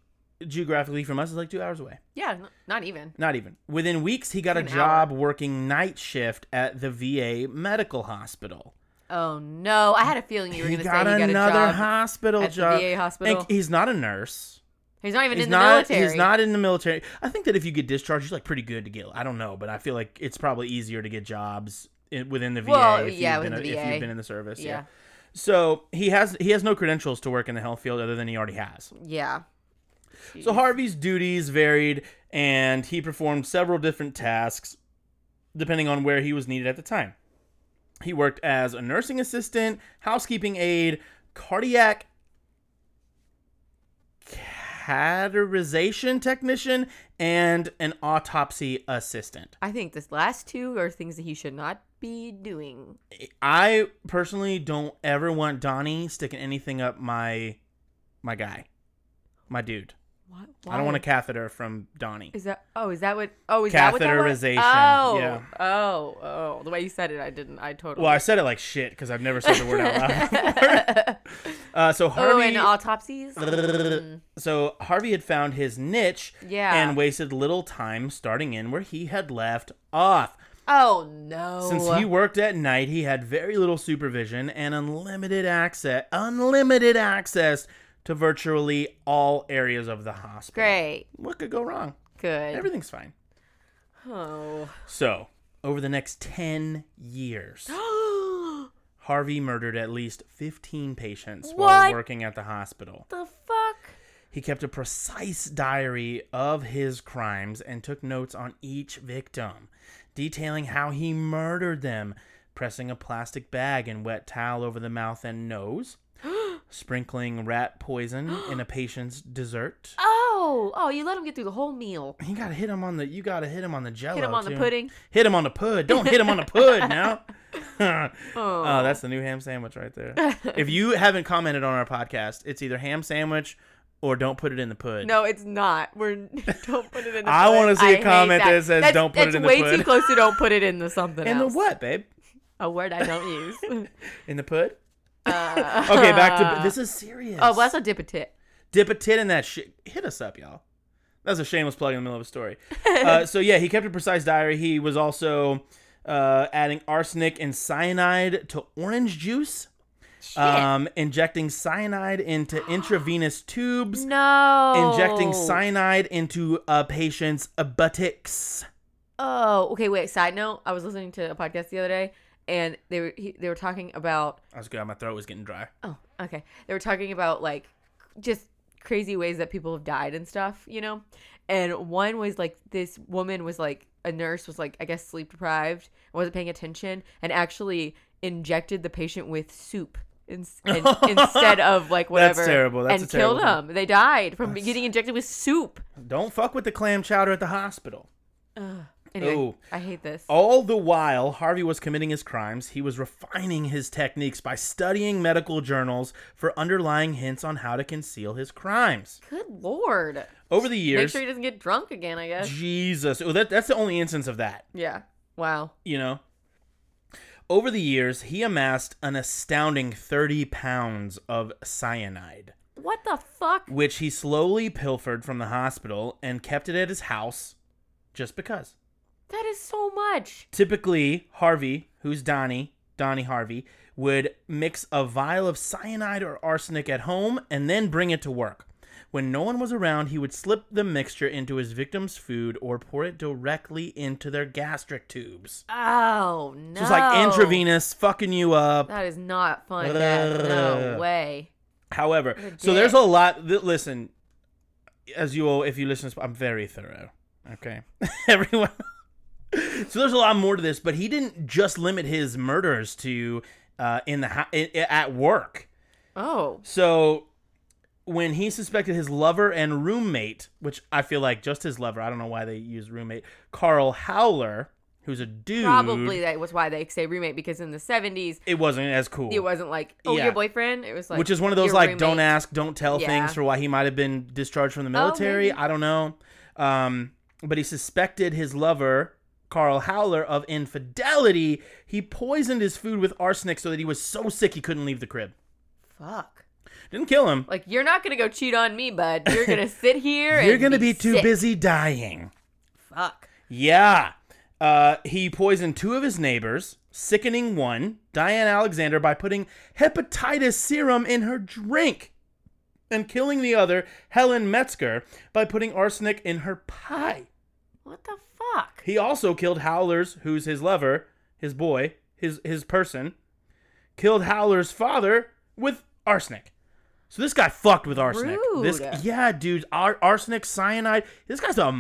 [SPEAKER 3] geographically from us is like two hours away.
[SPEAKER 1] Yeah. n- Not even.
[SPEAKER 3] Not even. Within weeks, he got a
[SPEAKER 1] An hour.
[SPEAKER 3] job working night shift at the VA medical hospital.
[SPEAKER 1] Oh no! I had a feeling you were
[SPEAKER 3] he
[SPEAKER 1] going to say
[SPEAKER 3] got
[SPEAKER 1] he got a
[SPEAKER 3] another
[SPEAKER 1] job.
[SPEAKER 3] hospital
[SPEAKER 1] at the
[SPEAKER 3] job.
[SPEAKER 1] VA hospital.
[SPEAKER 3] And he's not a nurse.
[SPEAKER 1] he's not even
[SPEAKER 3] He's
[SPEAKER 1] in the
[SPEAKER 3] not.
[SPEAKER 1] military.
[SPEAKER 3] He's not in the military. I think that if you get discharged, you're like pretty good to get. I don't know, but I feel like it's probably easier to get jobs in, within the VA
[SPEAKER 1] Well,
[SPEAKER 3] if,
[SPEAKER 1] yeah,
[SPEAKER 3] you've been,
[SPEAKER 1] within the
[SPEAKER 3] if
[SPEAKER 1] VA.
[SPEAKER 3] you've been in the service.
[SPEAKER 1] Yeah.
[SPEAKER 3] So he has he has no credentials to work in the health field other than he already has.
[SPEAKER 1] Yeah.
[SPEAKER 3] So Harvey's duties varied, and he performed several different tasks depending on where he was needed at the time. He worked as a nursing assistant, housekeeping aide, cardiac categorization technician, and an autopsy assistant.
[SPEAKER 1] I think this last two are things that he should not be doing.
[SPEAKER 3] I personally don't ever want Donnie sticking anything up my my guy, my dude.
[SPEAKER 1] What?
[SPEAKER 3] I don't want a catheter from Donnie.
[SPEAKER 1] Is that? Oh, is that what? Oh, is that what that was?
[SPEAKER 3] Catheterization,
[SPEAKER 1] Oh,
[SPEAKER 3] yeah.
[SPEAKER 1] oh, oh. The way you said it, I didn't. I totally.
[SPEAKER 3] Well, I said it like shit because I've never said the word out
[SPEAKER 1] <laughs>
[SPEAKER 3] loud. before. uh, so
[SPEAKER 1] oh,
[SPEAKER 3] Harvey.
[SPEAKER 1] and
[SPEAKER 3] <laughs>
[SPEAKER 1] autopsies. Mm.
[SPEAKER 3] so Harvey had found his niche
[SPEAKER 1] Yeah.
[SPEAKER 3] and wasted little time starting in where he had left off.
[SPEAKER 1] oh no.
[SPEAKER 3] Since he worked at night, he had very little supervision and unlimited access unlimited access to virtually all areas of the hospital.
[SPEAKER 1] great,
[SPEAKER 3] What could go wrong?
[SPEAKER 1] good.
[SPEAKER 3] Everything's fine.
[SPEAKER 1] <gasps> Oh.
[SPEAKER 3] So, over the next 10
[SPEAKER 1] <gasps>
[SPEAKER 3] years, Harvey murdered at least 15 patients while
[SPEAKER 1] What?
[SPEAKER 3] working at the hospital.
[SPEAKER 1] the fuck?
[SPEAKER 3] He kept a precise diary of his crimes and took notes on each victim, detailing how he murdered them, pressing a plastic bag and wet towel over the mouth and
[SPEAKER 1] <gasps>
[SPEAKER 3] nose, sprinkling rat poison in a patient's dessert.
[SPEAKER 1] Oh, oh, you let him get through the whole meal.
[SPEAKER 3] You gotta hit him on the. You gotta hit him on the jello.
[SPEAKER 1] Hit him on the
[SPEAKER 3] too.
[SPEAKER 1] pudding.
[SPEAKER 3] Hit him on the pud. Don't hit him on the
[SPEAKER 1] <laughs>
[SPEAKER 3] pud now. <laughs> oh. that's the new ham sandwich right there. if you haven't commented on our podcast, it's either ham sandwich or don't put it in the pud.
[SPEAKER 1] No, it's not. We're <laughs> don't put it in. The
[SPEAKER 3] I
[SPEAKER 1] pudding.
[SPEAKER 3] wanna see
[SPEAKER 1] I
[SPEAKER 3] a
[SPEAKER 1] hate
[SPEAKER 3] comment that says,
[SPEAKER 1] That's-
[SPEAKER 3] "Don't put it
[SPEAKER 1] that's
[SPEAKER 3] in the
[SPEAKER 1] way too
[SPEAKER 3] pudding."
[SPEAKER 1] close to don't put it in the something
[SPEAKER 3] <laughs> In the
[SPEAKER 1] else.
[SPEAKER 3] what, babe?
[SPEAKER 1] A word I don't
[SPEAKER 3] <laughs>
[SPEAKER 1] use. <laughs> Uh,
[SPEAKER 3] In the pud. okay, back to this is serious.
[SPEAKER 1] oh, well, that's a dip a tit.
[SPEAKER 3] dip a tit in that shit. Hit us up, y'all. That was a shameless plug in the middle of a story.
[SPEAKER 1] <laughs>
[SPEAKER 3] uh, so yeah, he kept a precise diary. He was also uh, adding arsenic and cyanide to orange juice. Um, injecting
[SPEAKER 1] <gasps>
[SPEAKER 3] cyanide into intravenous tubes.
[SPEAKER 1] No.
[SPEAKER 3] Injecting cyanide into a patient's uh, buttocks.
[SPEAKER 1] Oh, okay. Wait. Side note: I was listening to a podcast the other day, and they were he, they were talking about
[SPEAKER 3] I was good. My throat was getting dry.
[SPEAKER 1] oh okay they were talking about like just crazy ways that people have died and stuff, you know. And one was like this woman was like a nurse was like I guess sleep deprived, wasn't paying attention, and actually injected the patient with soup. In, in,
[SPEAKER 3] <laughs>
[SPEAKER 1] instead of like whatever,
[SPEAKER 3] terrible. That's
[SPEAKER 1] and
[SPEAKER 3] a terrible
[SPEAKER 1] killed them. They died from getting injected with soup.
[SPEAKER 3] Don't fuck with the clam chowder at the hospital.
[SPEAKER 1] Anyway,
[SPEAKER 3] Ooh. Oh.
[SPEAKER 1] I hate this.
[SPEAKER 3] All the while Harvey was committing his crimes, he was refining his techniques by studying medical journals for underlying hints on how to conceal his crimes.
[SPEAKER 1] Good lord!
[SPEAKER 3] Over the
[SPEAKER 1] Make
[SPEAKER 3] years,
[SPEAKER 1] sure he doesn't get drunk again. I guess.
[SPEAKER 3] Jesus, oh, that, that's the only instance of that,
[SPEAKER 1] Yeah. Wow.
[SPEAKER 3] you know. Over the years, he amassed an astounding 30 pounds of cyanide,
[SPEAKER 1] What the fuck?
[SPEAKER 3] which he slowly pilfered from the hospital and kept it at his house just because.
[SPEAKER 1] That is so much.
[SPEAKER 3] Typically, Harvey, who's Donnie, Donnie Harvey, would mix a vial of cyanide or arsenic at home and then bring it to work. When no one was around, he would slip the mixture into his victim's food or pour it directly into their gastric tubes.
[SPEAKER 1] Oh no.
[SPEAKER 3] So it's like intravenous, fucking you up.
[SPEAKER 1] That is not fun. Dad. No
[SPEAKER 3] Ugh.
[SPEAKER 1] way.
[SPEAKER 3] However,
[SPEAKER 1] You're a
[SPEAKER 3] so there's a
[SPEAKER 1] dick.
[SPEAKER 3] lot. Th- listen, as you all, if you listen, I'm very thorough. Okay, <laughs> everyone. so there's a lot more to this, but he didn't just limit his murders to uh, in the ho- i- i- at work.
[SPEAKER 1] Oh.
[SPEAKER 3] So when he suspected his lover and roommate, which I feel like just his lover, I don't know why they use roommate, Carl Howler, who's a dude.
[SPEAKER 1] Probably that was why they say roommate because in the seventies
[SPEAKER 3] it wasn't as cool.
[SPEAKER 1] it wasn't like oh
[SPEAKER 3] Yeah.
[SPEAKER 1] your boyfriend. It was like
[SPEAKER 3] which is one of those
[SPEAKER 1] your
[SPEAKER 3] like
[SPEAKER 1] roommate.
[SPEAKER 3] don't ask, don't tell
[SPEAKER 1] Yeah. Oh,
[SPEAKER 3] things for why he might have been discharged from the military.
[SPEAKER 1] maybe.
[SPEAKER 3] I don't know. Um, but he suspected his lover, Carl Howler, of infidelity. He poisoned his food with arsenic so that he was so sick he couldn't leave the crib.
[SPEAKER 1] Fuck.
[SPEAKER 3] Didn't kill him.
[SPEAKER 1] Like you're not gonna go cheat on me, bud. You're
[SPEAKER 3] <laughs>
[SPEAKER 1] gonna sit here.
[SPEAKER 3] You're
[SPEAKER 1] and
[SPEAKER 3] gonna be, too
[SPEAKER 1] sick.
[SPEAKER 3] busy dying.
[SPEAKER 1] Fuck.
[SPEAKER 3] Yeah. Uh, he poisoned two of his neighbors, sickening one, Diane Alexander, by putting hepatitis serum in her drink and killing the other, Helen Metzger, by putting arsenic in her pie.
[SPEAKER 1] What the fuck?
[SPEAKER 3] He also killed Howlers, who's his lover, his boy, his his person, killed Howler's father with arsenic. So this guy fucked with arsenic. This
[SPEAKER 1] Rude.
[SPEAKER 3] yeah, dude, ar- arsenic, cyanide. This guy's a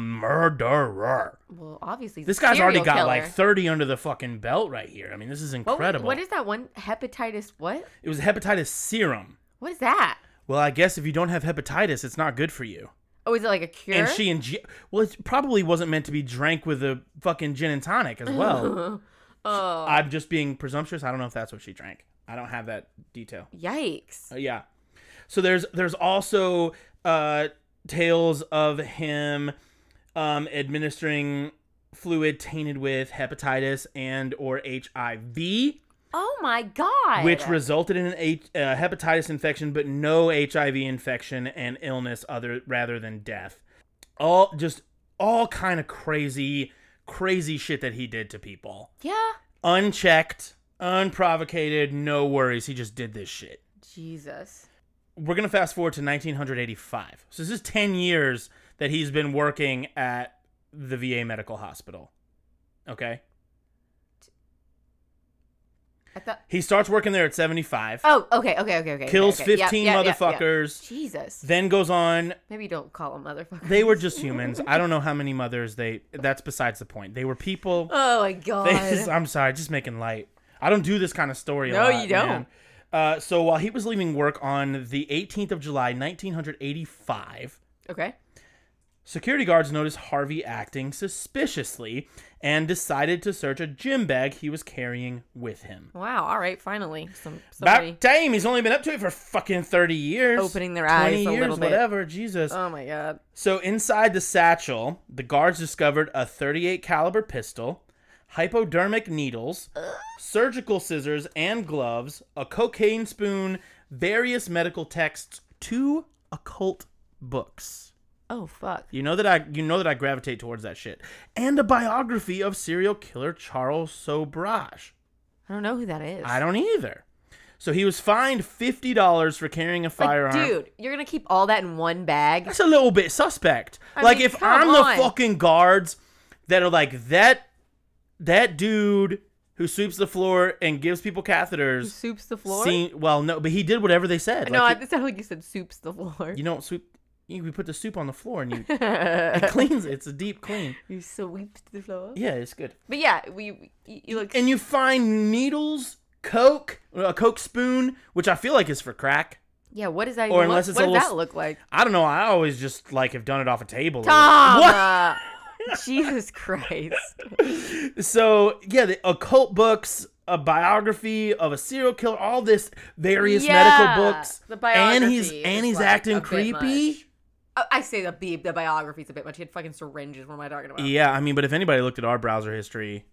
[SPEAKER 3] murderer.
[SPEAKER 1] Well, obviously
[SPEAKER 3] This guy's already got like
[SPEAKER 1] third
[SPEAKER 3] 30 under the fucking belt right here. I mean, this is incredible.
[SPEAKER 1] what is that one hepatitis? What?
[SPEAKER 3] it was hepatitis serum.
[SPEAKER 1] What is that?
[SPEAKER 3] Well, I guess if you don't have hepatitis, it's not good for you.
[SPEAKER 1] Oh, is it like a cure?
[SPEAKER 3] And she and well, it probably wasn't meant to be drank with a fucking gin and tonic
[SPEAKER 1] <laughs>
[SPEAKER 3] as well.
[SPEAKER 1] Oh,
[SPEAKER 3] <laughs> I'm just being presumptuous. I don't know if that's what she drank. I don't have that detail.
[SPEAKER 1] Yikes.
[SPEAKER 3] Uh, yeah. So there's there's also uh tales of him um, administering fluid tainted with hepatitis and or HIV,
[SPEAKER 1] Oh my god.
[SPEAKER 3] which resulted in an H- uh, hepatitis infection, but no HIV infection and illness other rather than death. All just all kind of crazy, crazy shit that he did to people,
[SPEAKER 1] Yeah.
[SPEAKER 3] unchecked, unprovocated, no worries. He just did this shit.
[SPEAKER 1] Jesus.
[SPEAKER 3] we're going to fast forward to 1985. So this is 10 years that he's been working at the VA medical hospital. Okay.
[SPEAKER 1] I thought
[SPEAKER 3] He starts working there at 75,
[SPEAKER 1] Oh, okay, okay, okay, okay.
[SPEAKER 3] kills
[SPEAKER 1] okay, okay. Yeah,
[SPEAKER 3] 15
[SPEAKER 1] yeah, yeah, yeah.
[SPEAKER 3] motherfuckers,
[SPEAKER 1] Jesus.
[SPEAKER 3] then goes on.
[SPEAKER 1] Maybe don't call them motherfuckers.
[SPEAKER 3] They were just humans. I don't know how many mothers they, that's besides the point. They were people.
[SPEAKER 1] <laughs> Oh my god.
[SPEAKER 3] They- <laughs> I'm sorry, just making light. I don't do this kind of story. a
[SPEAKER 1] No,
[SPEAKER 3] lot,
[SPEAKER 1] you don't.
[SPEAKER 3] man. Uh, so while he was leaving work on the 18th of July, 1985,
[SPEAKER 1] okay.
[SPEAKER 3] Security guards noticed Harvey acting suspiciously and decided to search a gym bag he was carrying with him.
[SPEAKER 1] Wow. All right. Finally, some somebody.
[SPEAKER 3] About time he's only been up to it for fucking 30 years.
[SPEAKER 1] Opening their eyes a
[SPEAKER 3] years,
[SPEAKER 1] little bit.
[SPEAKER 3] whatever, Jesus.
[SPEAKER 1] Oh my god.
[SPEAKER 3] so inside the satchel, the guards discovered a 38 caliber pistol, hypodermic needles, surgical scissors and gloves, a cocaine spoon, various medical texts, two occult books.
[SPEAKER 1] Oh fuck.
[SPEAKER 3] You know that I you know that I gravitate towards that shit. And a biography of serial killer Charles Sobrage.
[SPEAKER 1] I don't know who that is.
[SPEAKER 3] I don't either. So he was fined fifty dollars for carrying a
[SPEAKER 1] Like,
[SPEAKER 3] firearm.
[SPEAKER 1] dude, you're gonna keep all that in one bag?
[SPEAKER 3] That's a little bit suspect.
[SPEAKER 1] I
[SPEAKER 3] like
[SPEAKER 1] mean,
[SPEAKER 3] if
[SPEAKER 1] come
[SPEAKER 3] I'm
[SPEAKER 1] on.
[SPEAKER 3] the fucking guards that are like that that dude who sweeps the floor and gives people catheters
[SPEAKER 1] Soups the floor.
[SPEAKER 3] seen- well no, but he did whatever they said.
[SPEAKER 1] no, <laughs>
[SPEAKER 3] Like,
[SPEAKER 1] I, it sounded like you said soups the floor.
[SPEAKER 3] you don't sweep you we put the soup on the floor
[SPEAKER 1] <laughs>
[SPEAKER 3] and you it cleans it. It's a deep clean.
[SPEAKER 1] You sweeped the floor.
[SPEAKER 3] Yeah, it's good.
[SPEAKER 1] But yeah, we you, you look.
[SPEAKER 3] and you find needles, coke, a coke spoon, which I feel like is for crack.
[SPEAKER 1] yeah, what does that?
[SPEAKER 3] Or
[SPEAKER 1] Or
[SPEAKER 3] unless
[SPEAKER 1] look,
[SPEAKER 3] it's
[SPEAKER 1] what
[SPEAKER 3] a
[SPEAKER 1] does that
[SPEAKER 3] little
[SPEAKER 1] look like?
[SPEAKER 3] I don't know. I always just like have done it off a table. or-
[SPEAKER 1] Tom.
[SPEAKER 3] What?
[SPEAKER 1] uh, <laughs> Jesus Christ.
[SPEAKER 3] So yeah, the occult books, a biography of a serial killer, all this various
[SPEAKER 1] Yeah,
[SPEAKER 3] medical books,
[SPEAKER 1] the
[SPEAKER 3] and he's
[SPEAKER 1] biography
[SPEAKER 3] and
[SPEAKER 1] is,
[SPEAKER 3] he's
[SPEAKER 1] like, a
[SPEAKER 3] acting
[SPEAKER 1] bit
[SPEAKER 3] creepy.
[SPEAKER 1] much. I, I say the beep. The biography's a bit much. He had fucking syringes. What am I talking about?
[SPEAKER 3] Yeah, I mean, but if anybody looked at our browser history,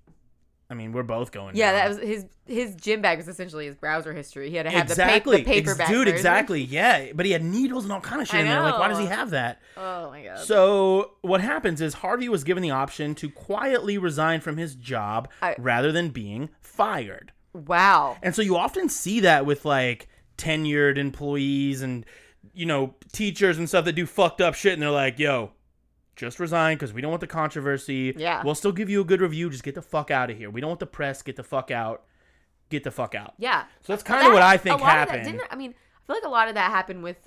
[SPEAKER 3] I mean, we're both going.
[SPEAKER 1] Yeah,
[SPEAKER 3] down.
[SPEAKER 1] that was his his gym bag was essentially his browser history. He had to have
[SPEAKER 3] exactly
[SPEAKER 1] the, pa- the paper
[SPEAKER 3] Ex-
[SPEAKER 1] bag.
[SPEAKER 3] dude.
[SPEAKER 1] version.
[SPEAKER 3] Exactly, yeah. But he had needles and all kind of shit
[SPEAKER 1] I
[SPEAKER 3] in there. Like, why
[SPEAKER 1] know.
[SPEAKER 3] does he have that?
[SPEAKER 1] Oh my god.
[SPEAKER 3] So what happens is Harvey was given the option to quietly resign from his job
[SPEAKER 1] I-
[SPEAKER 3] rather than being fired.
[SPEAKER 1] wow.
[SPEAKER 3] And so you often see that with like tenured employees and you know teachers and stuff that do fucked up shit and they're like, "Yo, just resign cuz we don't want the controversy.
[SPEAKER 1] Yeah.
[SPEAKER 3] We'll still give you a good review, just get the fuck out of here. We don't want the press, get the fuck out. Get the fuck out."
[SPEAKER 1] Yeah.
[SPEAKER 3] So that's kind of what I think
[SPEAKER 1] a lot of that-
[SPEAKER 3] happened.
[SPEAKER 1] didn't, I mean, I feel like a lot of that happened with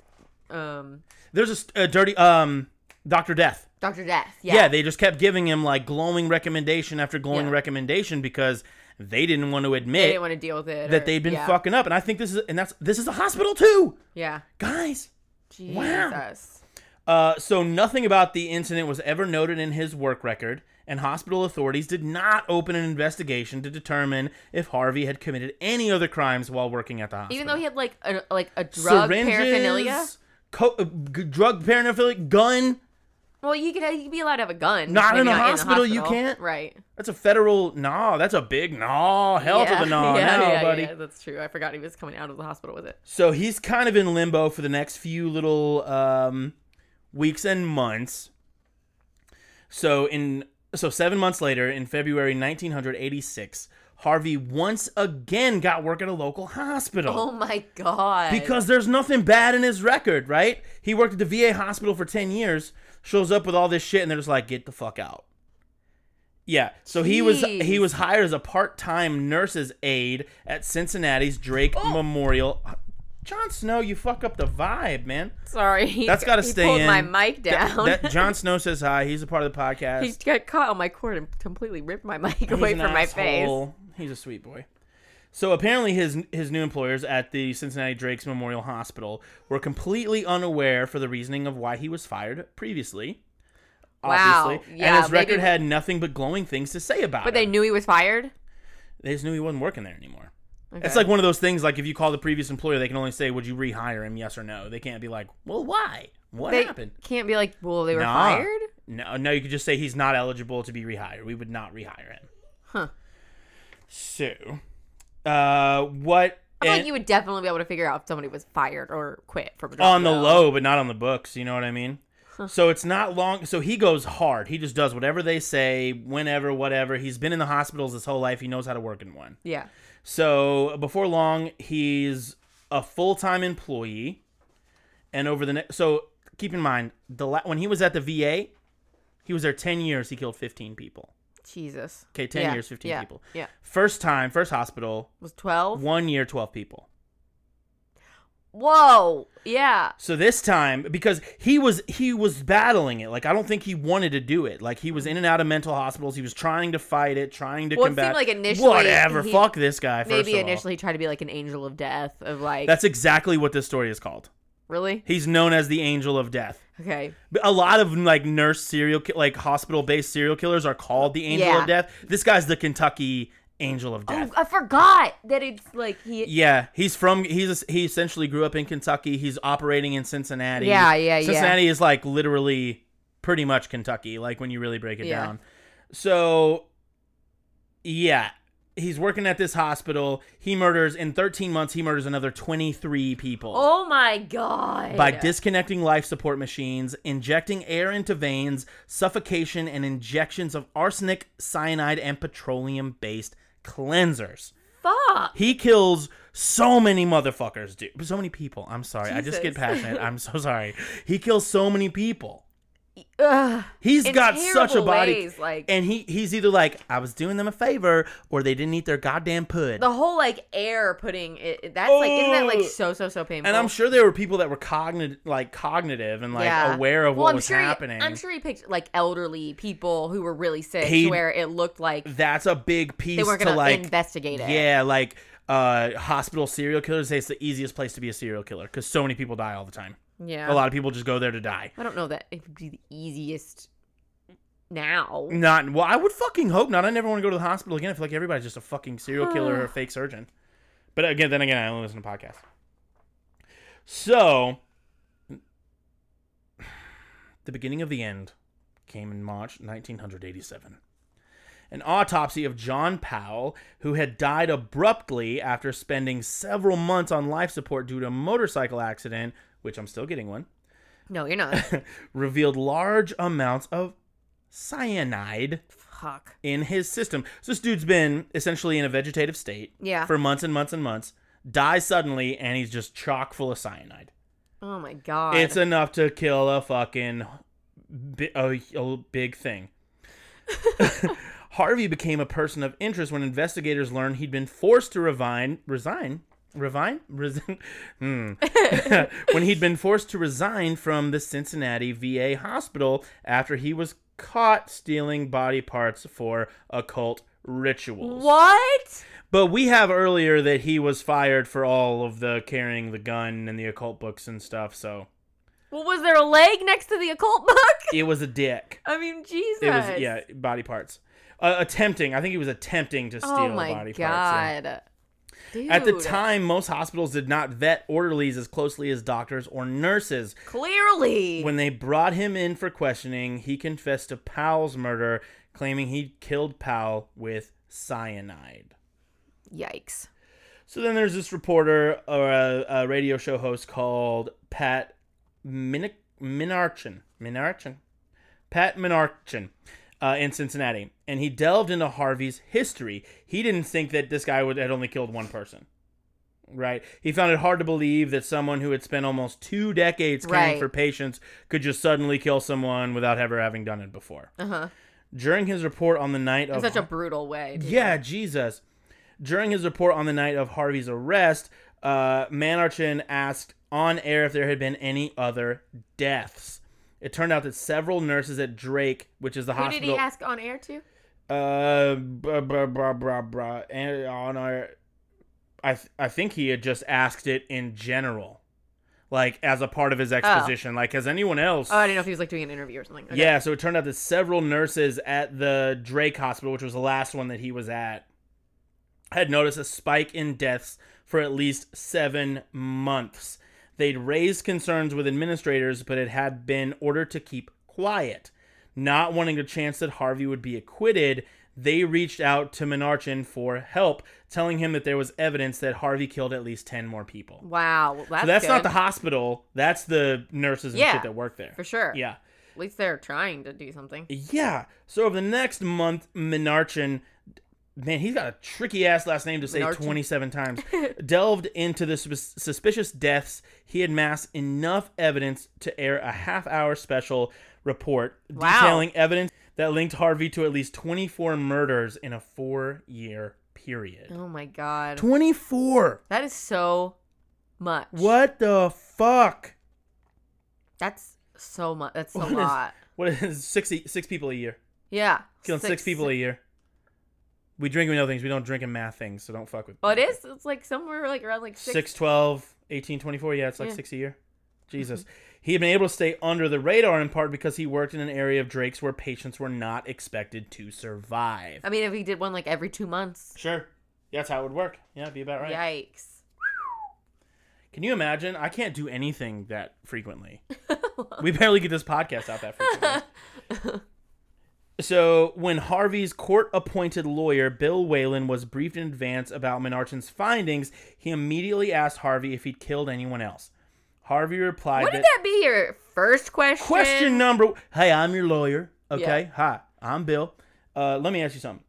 [SPEAKER 1] um,
[SPEAKER 3] There's a, st- a dirty um Dr. Death
[SPEAKER 1] Doctor Death. Yeah.
[SPEAKER 3] Yeah. they just kept giving him like glowing recommendation after glowing
[SPEAKER 1] Yeah.
[SPEAKER 3] recommendation because they didn't want to
[SPEAKER 1] they
[SPEAKER 3] admit
[SPEAKER 1] didn't want to deal with it.
[SPEAKER 3] that
[SPEAKER 1] or-
[SPEAKER 3] they'd been
[SPEAKER 1] yeah.
[SPEAKER 3] fucking up. And I think this is and that's this is a hospital too,
[SPEAKER 1] Yeah.
[SPEAKER 3] guys.
[SPEAKER 1] Jesus.
[SPEAKER 3] Uh, so nothing about the incident was ever noted in his work record, and hospital authorities did not open an investigation to determine if Harvey had committed any other crimes while working at the hospital.
[SPEAKER 1] Even though he had like a like a drug paraphernalia.
[SPEAKER 3] co- uh, g- drug paraphernalia, gun.
[SPEAKER 1] Well, you could you could be allowed to have a gun.
[SPEAKER 3] Not
[SPEAKER 1] maybe
[SPEAKER 3] in a
[SPEAKER 1] the
[SPEAKER 3] hospital, you
[SPEAKER 1] hospital.
[SPEAKER 3] can't.
[SPEAKER 1] Right.
[SPEAKER 3] That's a federal nah. That's a big nah. Hell
[SPEAKER 1] yeah.
[SPEAKER 3] to the
[SPEAKER 1] <laughs>
[SPEAKER 3] nah
[SPEAKER 1] yeah,
[SPEAKER 3] now,
[SPEAKER 1] yeah,
[SPEAKER 3] buddy.
[SPEAKER 1] Yeah, that's true. I forgot he was coming out of the hospital with it.
[SPEAKER 3] So he's kind of in limbo for the next few little um, weeks and months. So in so seven months later, in February 1986, Harvey once again got work at a local hospital.
[SPEAKER 1] Oh my god.
[SPEAKER 3] Because there's nothing bad in his record, right? He worked at the VA hospital for 10 years, shows up with all this shit and they're just like, "Get the fuck out." Yeah. So he was
[SPEAKER 1] Jeez.
[SPEAKER 3] he was hired as a part-time nurse's aide at Cincinnati's Drake
[SPEAKER 1] Oh.
[SPEAKER 3] Memorial. Jon Snow, you fuck up the vibe, man.
[SPEAKER 1] sorry, <laughs> he,
[SPEAKER 3] That's got to
[SPEAKER 1] he
[SPEAKER 3] stay
[SPEAKER 1] pulled
[SPEAKER 3] in.
[SPEAKER 1] my mic down.
[SPEAKER 3] That, that Jon Snow says hi. He's a part of the
[SPEAKER 1] <laughs>
[SPEAKER 3] podcast.
[SPEAKER 1] he got caught on my cord and completely ripped my <laughs> mic away
[SPEAKER 3] He's an
[SPEAKER 1] from my face.
[SPEAKER 3] asshole. He's a sweet boy. So apparently, his his new employers at the Cincinnati Drake's Memorial Hospital were completely unaware for the reasoning of why he was fired previously.
[SPEAKER 1] Wow.
[SPEAKER 3] Obviously,
[SPEAKER 1] Yeah,
[SPEAKER 3] and his
[SPEAKER 1] they
[SPEAKER 3] record
[SPEAKER 1] didn't-
[SPEAKER 3] had nothing but glowing things to say about
[SPEAKER 1] But
[SPEAKER 3] him.
[SPEAKER 1] they knew he was fired.
[SPEAKER 3] They just knew he wasn't working there anymore.
[SPEAKER 1] Okay.
[SPEAKER 3] It's like one of those things. Like if you call the previous employer, they can only say, "Would you rehire him? Yes or no." They can't be like, "Well, why?" What
[SPEAKER 1] They
[SPEAKER 3] happened?
[SPEAKER 1] can't be like, well, they were
[SPEAKER 3] Nah.
[SPEAKER 1] fired.
[SPEAKER 3] No, no, you could just say he's not eligible to be rehired. We would not rehire him.
[SPEAKER 1] Huh.
[SPEAKER 3] So, uh, what
[SPEAKER 1] I feel
[SPEAKER 3] and-
[SPEAKER 1] like you would definitely be able to figure out if somebody was fired or quit from a job.
[SPEAKER 3] on the
[SPEAKER 1] though.
[SPEAKER 3] low, but not on the books. You know what I mean? So it's not long. So he goes hard. He just does whatever they say, whenever, whatever. He's been in the hospitals his whole life. He knows how to work in one.
[SPEAKER 1] Yeah.
[SPEAKER 3] So before long, he's a full time employee, and over the next, so keep in mind the la- when he was at the VA, he was there ten years. He killed fifteen people.
[SPEAKER 1] Jesus.
[SPEAKER 3] Okay, ten
[SPEAKER 1] Yeah.
[SPEAKER 3] years, fifteen
[SPEAKER 1] Yeah.
[SPEAKER 3] people.
[SPEAKER 1] Yeah.
[SPEAKER 3] First time, first hospital,
[SPEAKER 1] Was twelve.
[SPEAKER 3] one year, twelve people.
[SPEAKER 1] Whoa. Yeah.
[SPEAKER 3] So this time, because he was he was battling it. Like I don't think he wanted to do it. Like he was in and out of mental hospitals. He was trying to fight it, trying to
[SPEAKER 1] Well, it
[SPEAKER 3] combat.
[SPEAKER 1] seemed like initially
[SPEAKER 3] whatever.
[SPEAKER 1] he-
[SPEAKER 3] fuck this guy. First
[SPEAKER 1] Maybe
[SPEAKER 3] of all.
[SPEAKER 1] initially try to be like an angel of death of like
[SPEAKER 3] That's exactly what this story is called.
[SPEAKER 1] really
[SPEAKER 3] He's known as the Angel of Death.
[SPEAKER 1] okay.
[SPEAKER 3] But A lot of like nurse serial, ki- like hospital-based serial killers are called the Angel
[SPEAKER 1] Yeah.
[SPEAKER 3] of Death. This guy's the Kentucky Angel of Death.
[SPEAKER 1] Oh, I forgot that it's like he.
[SPEAKER 3] Yeah, he's from he's he essentially grew up in Kentucky. He's operating in Cincinnati.
[SPEAKER 1] Yeah, yeah, yeah.
[SPEAKER 3] Cincinnati is like literally pretty much Kentucky, like when you really break it
[SPEAKER 1] Yeah.
[SPEAKER 3] down. So yeah, he's working at this hospital. He murders in 13 months he murders another 23 people.
[SPEAKER 1] Oh my god.
[SPEAKER 3] By disconnecting life support machines, injecting air into veins, suffocation, and injections of arsenic, cyanide, and petroleum based cleansers.
[SPEAKER 1] fuck.
[SPEAKER 3] He kills so many motherfuckers, dude. So many people. I'm sorry. I just get
[SPEAKER 1] Jesus.
[SPEAKER 3] passionate. I'm so sorry. He kills so many people.
[SPEAKER 1] Ugh.
[SPEAKER 3] He's
[SPEAKER 1] In
[SPEAKER 3] got such a
[SPEAKER 1] terrible
[SPEAKER 3] body.
[SPEAKER 1] ways, like-
[SPEAKER 3] and he he's either like, I was doing them a favor or they didn't eat their goddamn pud.
[SPEAKER 1] The whole like air putting it. That's like isn't that like so so so painful?
[SPEAKER 3] Oh. and I'm sure there were people that were cognitive like cognitive and like
[SPEAKER 1] Yeah.
[SPEAKER 3] aware of
[SPEAKER 1] Well,
[SPEAKER 3] what
[SPEAKER 1] I'm
[SPEAKER 3] was
[SPEAKER 1] sure he-
[SPEAKER 3] happening.
[SPEAKER 1] I'm sure he picked like elderly people who were really sick,
[SPEAKER 3] He-
[SPEAKER 1] to where it looked like
[SPEAKER 3] That's a big piece
[SPEAKER 1] they weren't
[SPEAKER 3] to
[SPEAKER 1] gonna
[SPEAKER 3] like
[SPEAKER 1] investigate it.
[SPEAKER 3] Yeah, like uh hospital serial killers say it's the easiest place to be a serial killer cuz so many people die all the time.
[SPEAKER 1] yeah.
[SPEAKER 3] A lot of people just go there to die.
[SPEAKER 1] I don't know that it would be the easiest now.
[SPEAKER 3] Not well. I would fucking hope not. I never want to go to the hospital again. I feel like everybody's just a fucking serial killer or a fake surgeon. But again, then again, I only listen to podcasts. So, the beginning of the end came in March 1987. An autopsy of John Powell, who had died abruptly after spending several months on life support due to a motorcycle accident, which I'm still getting one,
[SPEAKER 1] No, you're
[SPEAKER 3] <laughs>
[SPEAKER 1] not.
[SPEAKER 3] revealed large amounts of cyanide
[SPEAKER 1] Fuck.
[SPEAKER 3] in his system. So this dude's been essentially in a vegetative state
[SPEAKER 1] Yeah.
[SPEAKER 3] for months and months and months, dies suddenly, and he's just chock full of cyanide.
[SPEAKER 1] Oh my god.
[SPEAKER 3] It's enough to kill a fucking bi- a, a big thing. Harvey became a person of interest when investigators learned he'd been forced to resign. Resign? Resign? Resign? <laughs> Hmm. when he'd been forced to resign from the Cincinnati VA hospital after he was caught stealing body parts for occult
[SPEAKER 1] Mm.
[SPEAKER 3] rituals.
[SPEAKER 1] what?
[SPEAKER 3] But we have earlier that he was fired for all of the carrying the gun and the occult books and stuff, so
[SPEAKER 1] Well, was there a leg next to the occult book? <laughs>
[SPEAKER 3] it was a dick.
[SPEAKER 1] I mean, Jesus.
[SPEAKER 3] It was yeah, body parts. Uh, attempting, I think he was attempting to steal
[SPEAKER 1] Oh my
[SPEAKER 3] body parts. yeah.
[SPEAKER 1] god. Dude.
[SPEAKER 3] At the time, most hospitals did not vet orderlies as closely as doctors or nurses.
[SPEAKER 1] clearly.
[SPEAKER 3] When they brought him in for questioning, he confessed to Powell's murder, claiming he'd killed Powell with cyanide.
[SPEAKER 1] Yikes.
[SPEAKER 3] So then there's this reporter or a, a radio show host called Pat Min- Minarchin. Minarchin? Pat Minarchin uh, in Cincinnati. And he delved into Harvey's history. He didn't think that this guy would, had only killed one person. Right. He found it hard to believe that someone who had spent almost two decades caring
[SPEAKER 1] Right.
[SPEAKER 3] for patients could just suddenly kill someone without ever having done it before.
[SPEAKER 1] Uh huh.
[SPEAKER 3] During his report on the night
[SPEAKER 1] In
[SPEAKER 3] of
[SPEAKER 1] such a brutal way. dude.
[SPEAKER 3] yeah, Jesus. During his report on the night of Harvey's arrest, uh, Manarchin asked on air if there had been any other deaths. It turned out that several nurses at Drake, which is the
[SPEAKER 1] Who did
[SPEAKER 3] hospital,
[SPEAKER 1] he ask on air to?
[SPEAKER 3] uh, blah, blah, blah, blah, blah, and on our, I th- I think he had just asked it in general, like as a part of his exposition. Like, has anyone else?
[SPEAKER 1] Oh, I didn't know if he was like doing an interview or something. Okay.
[SPEAKER 3] Yeah, so it turned out that several nurses at the Drake Hospital, which was the last one that he was at, had noticed a spike in deaths for at least seven months. They'd raised concerns with administrators, but it had been ordered to keep quiet. Not wanting a chance that Harvey would be acquitted, they reached out to Menarchin for help, telling him that there was evidence that Harvey killed at least 10 more people.
[SPEAKER 1] Wow, well, that's
[SPEAKER 3] So that's not
[SPEAKER 1] good.
[SPEAKER 3] the hospital. That's the nurses and
[SPEAKER 1] Yeah,
[SPEAKER 3] shit that work there.
[SPEAKER 1] for sure.
[SPEAKER 3] Yeah.
[SPEAKER 1] At least they're trying to do something.
[SPEAKER 3] Yeah. So over the next month, Menarchin, man, he's got a tricky ass last name to say
[SPEAKER 1] Menarchin. <laughs>
[SPEAKER 3] 27 times, delved into the sus- suspicious deaths. He had amassed enough evidence to air a half hour special report
[SPEAKER 1] Wow.
[SPEAKER 3] detailing evidence that linked Harvey to at least 24 murders in a four year period.
[SPEAKER 1] Oh my god,
[SPEAKER 3] 24!
[SPEAKER 1] that is so much.
[SPEAKER 3] What the fuck?
[SPEAKER 1] That's so much. That's a
[SPEAKER 3] <laughs> What is-
[SPEAKER 1] lot.
[SPEAKER 3] What is six, e- six people a year?
[SPEAKER 1] Yeah,
[SPEAKER 3] Killing six, people a year. We drink and we know things. We don't drink and math things, so don't fuck with
[SPEAKER 1] But Oh, it is. It's like somewhere like around like six.
[SPEAKER 3] Six, 12, 18, 24. Yeah, it's like
[SPEAKER 1] Yeah. Mm-hmm.
[SPEAKER 3] six a year. Jesus. He had been able to stay under the radar in part because he worked in an area of Drake's where patients were not expected to survive.
[SPEAKER 1] I mean, if he did one like every two months,
[SPEAKER 3] Sure. That's how it would work. Yeah, it'd be about right.
[SPEAKER 1] yikes.
[SPEAKER 3] Can you imagine? I can't do anything that
[SPEAKER 1] <laughs>
[SPEAKER 3] frequently. we barely get this podcast out that frequently.
[SPEAKER 1] <laughs>
[SPEAKER 3] so, when Harvey's court appointed lawyer, Bill Whalen, was briefed in advance about Menarchin's findings, he immediately asked Harvey if he'd killed anyone else. Harvey replied
[SPEAKER 1] Wouldn't
[SPEAKER 3] that,
[SPEAKER 1] that be your first question?
[SPEAKER 3] question number Hey, I'm your lawyer. Okay.
[SPEAKER 1] Yeah.
[SPEAKER 3] Hi, I'm Bill. Uh, let me ask you something.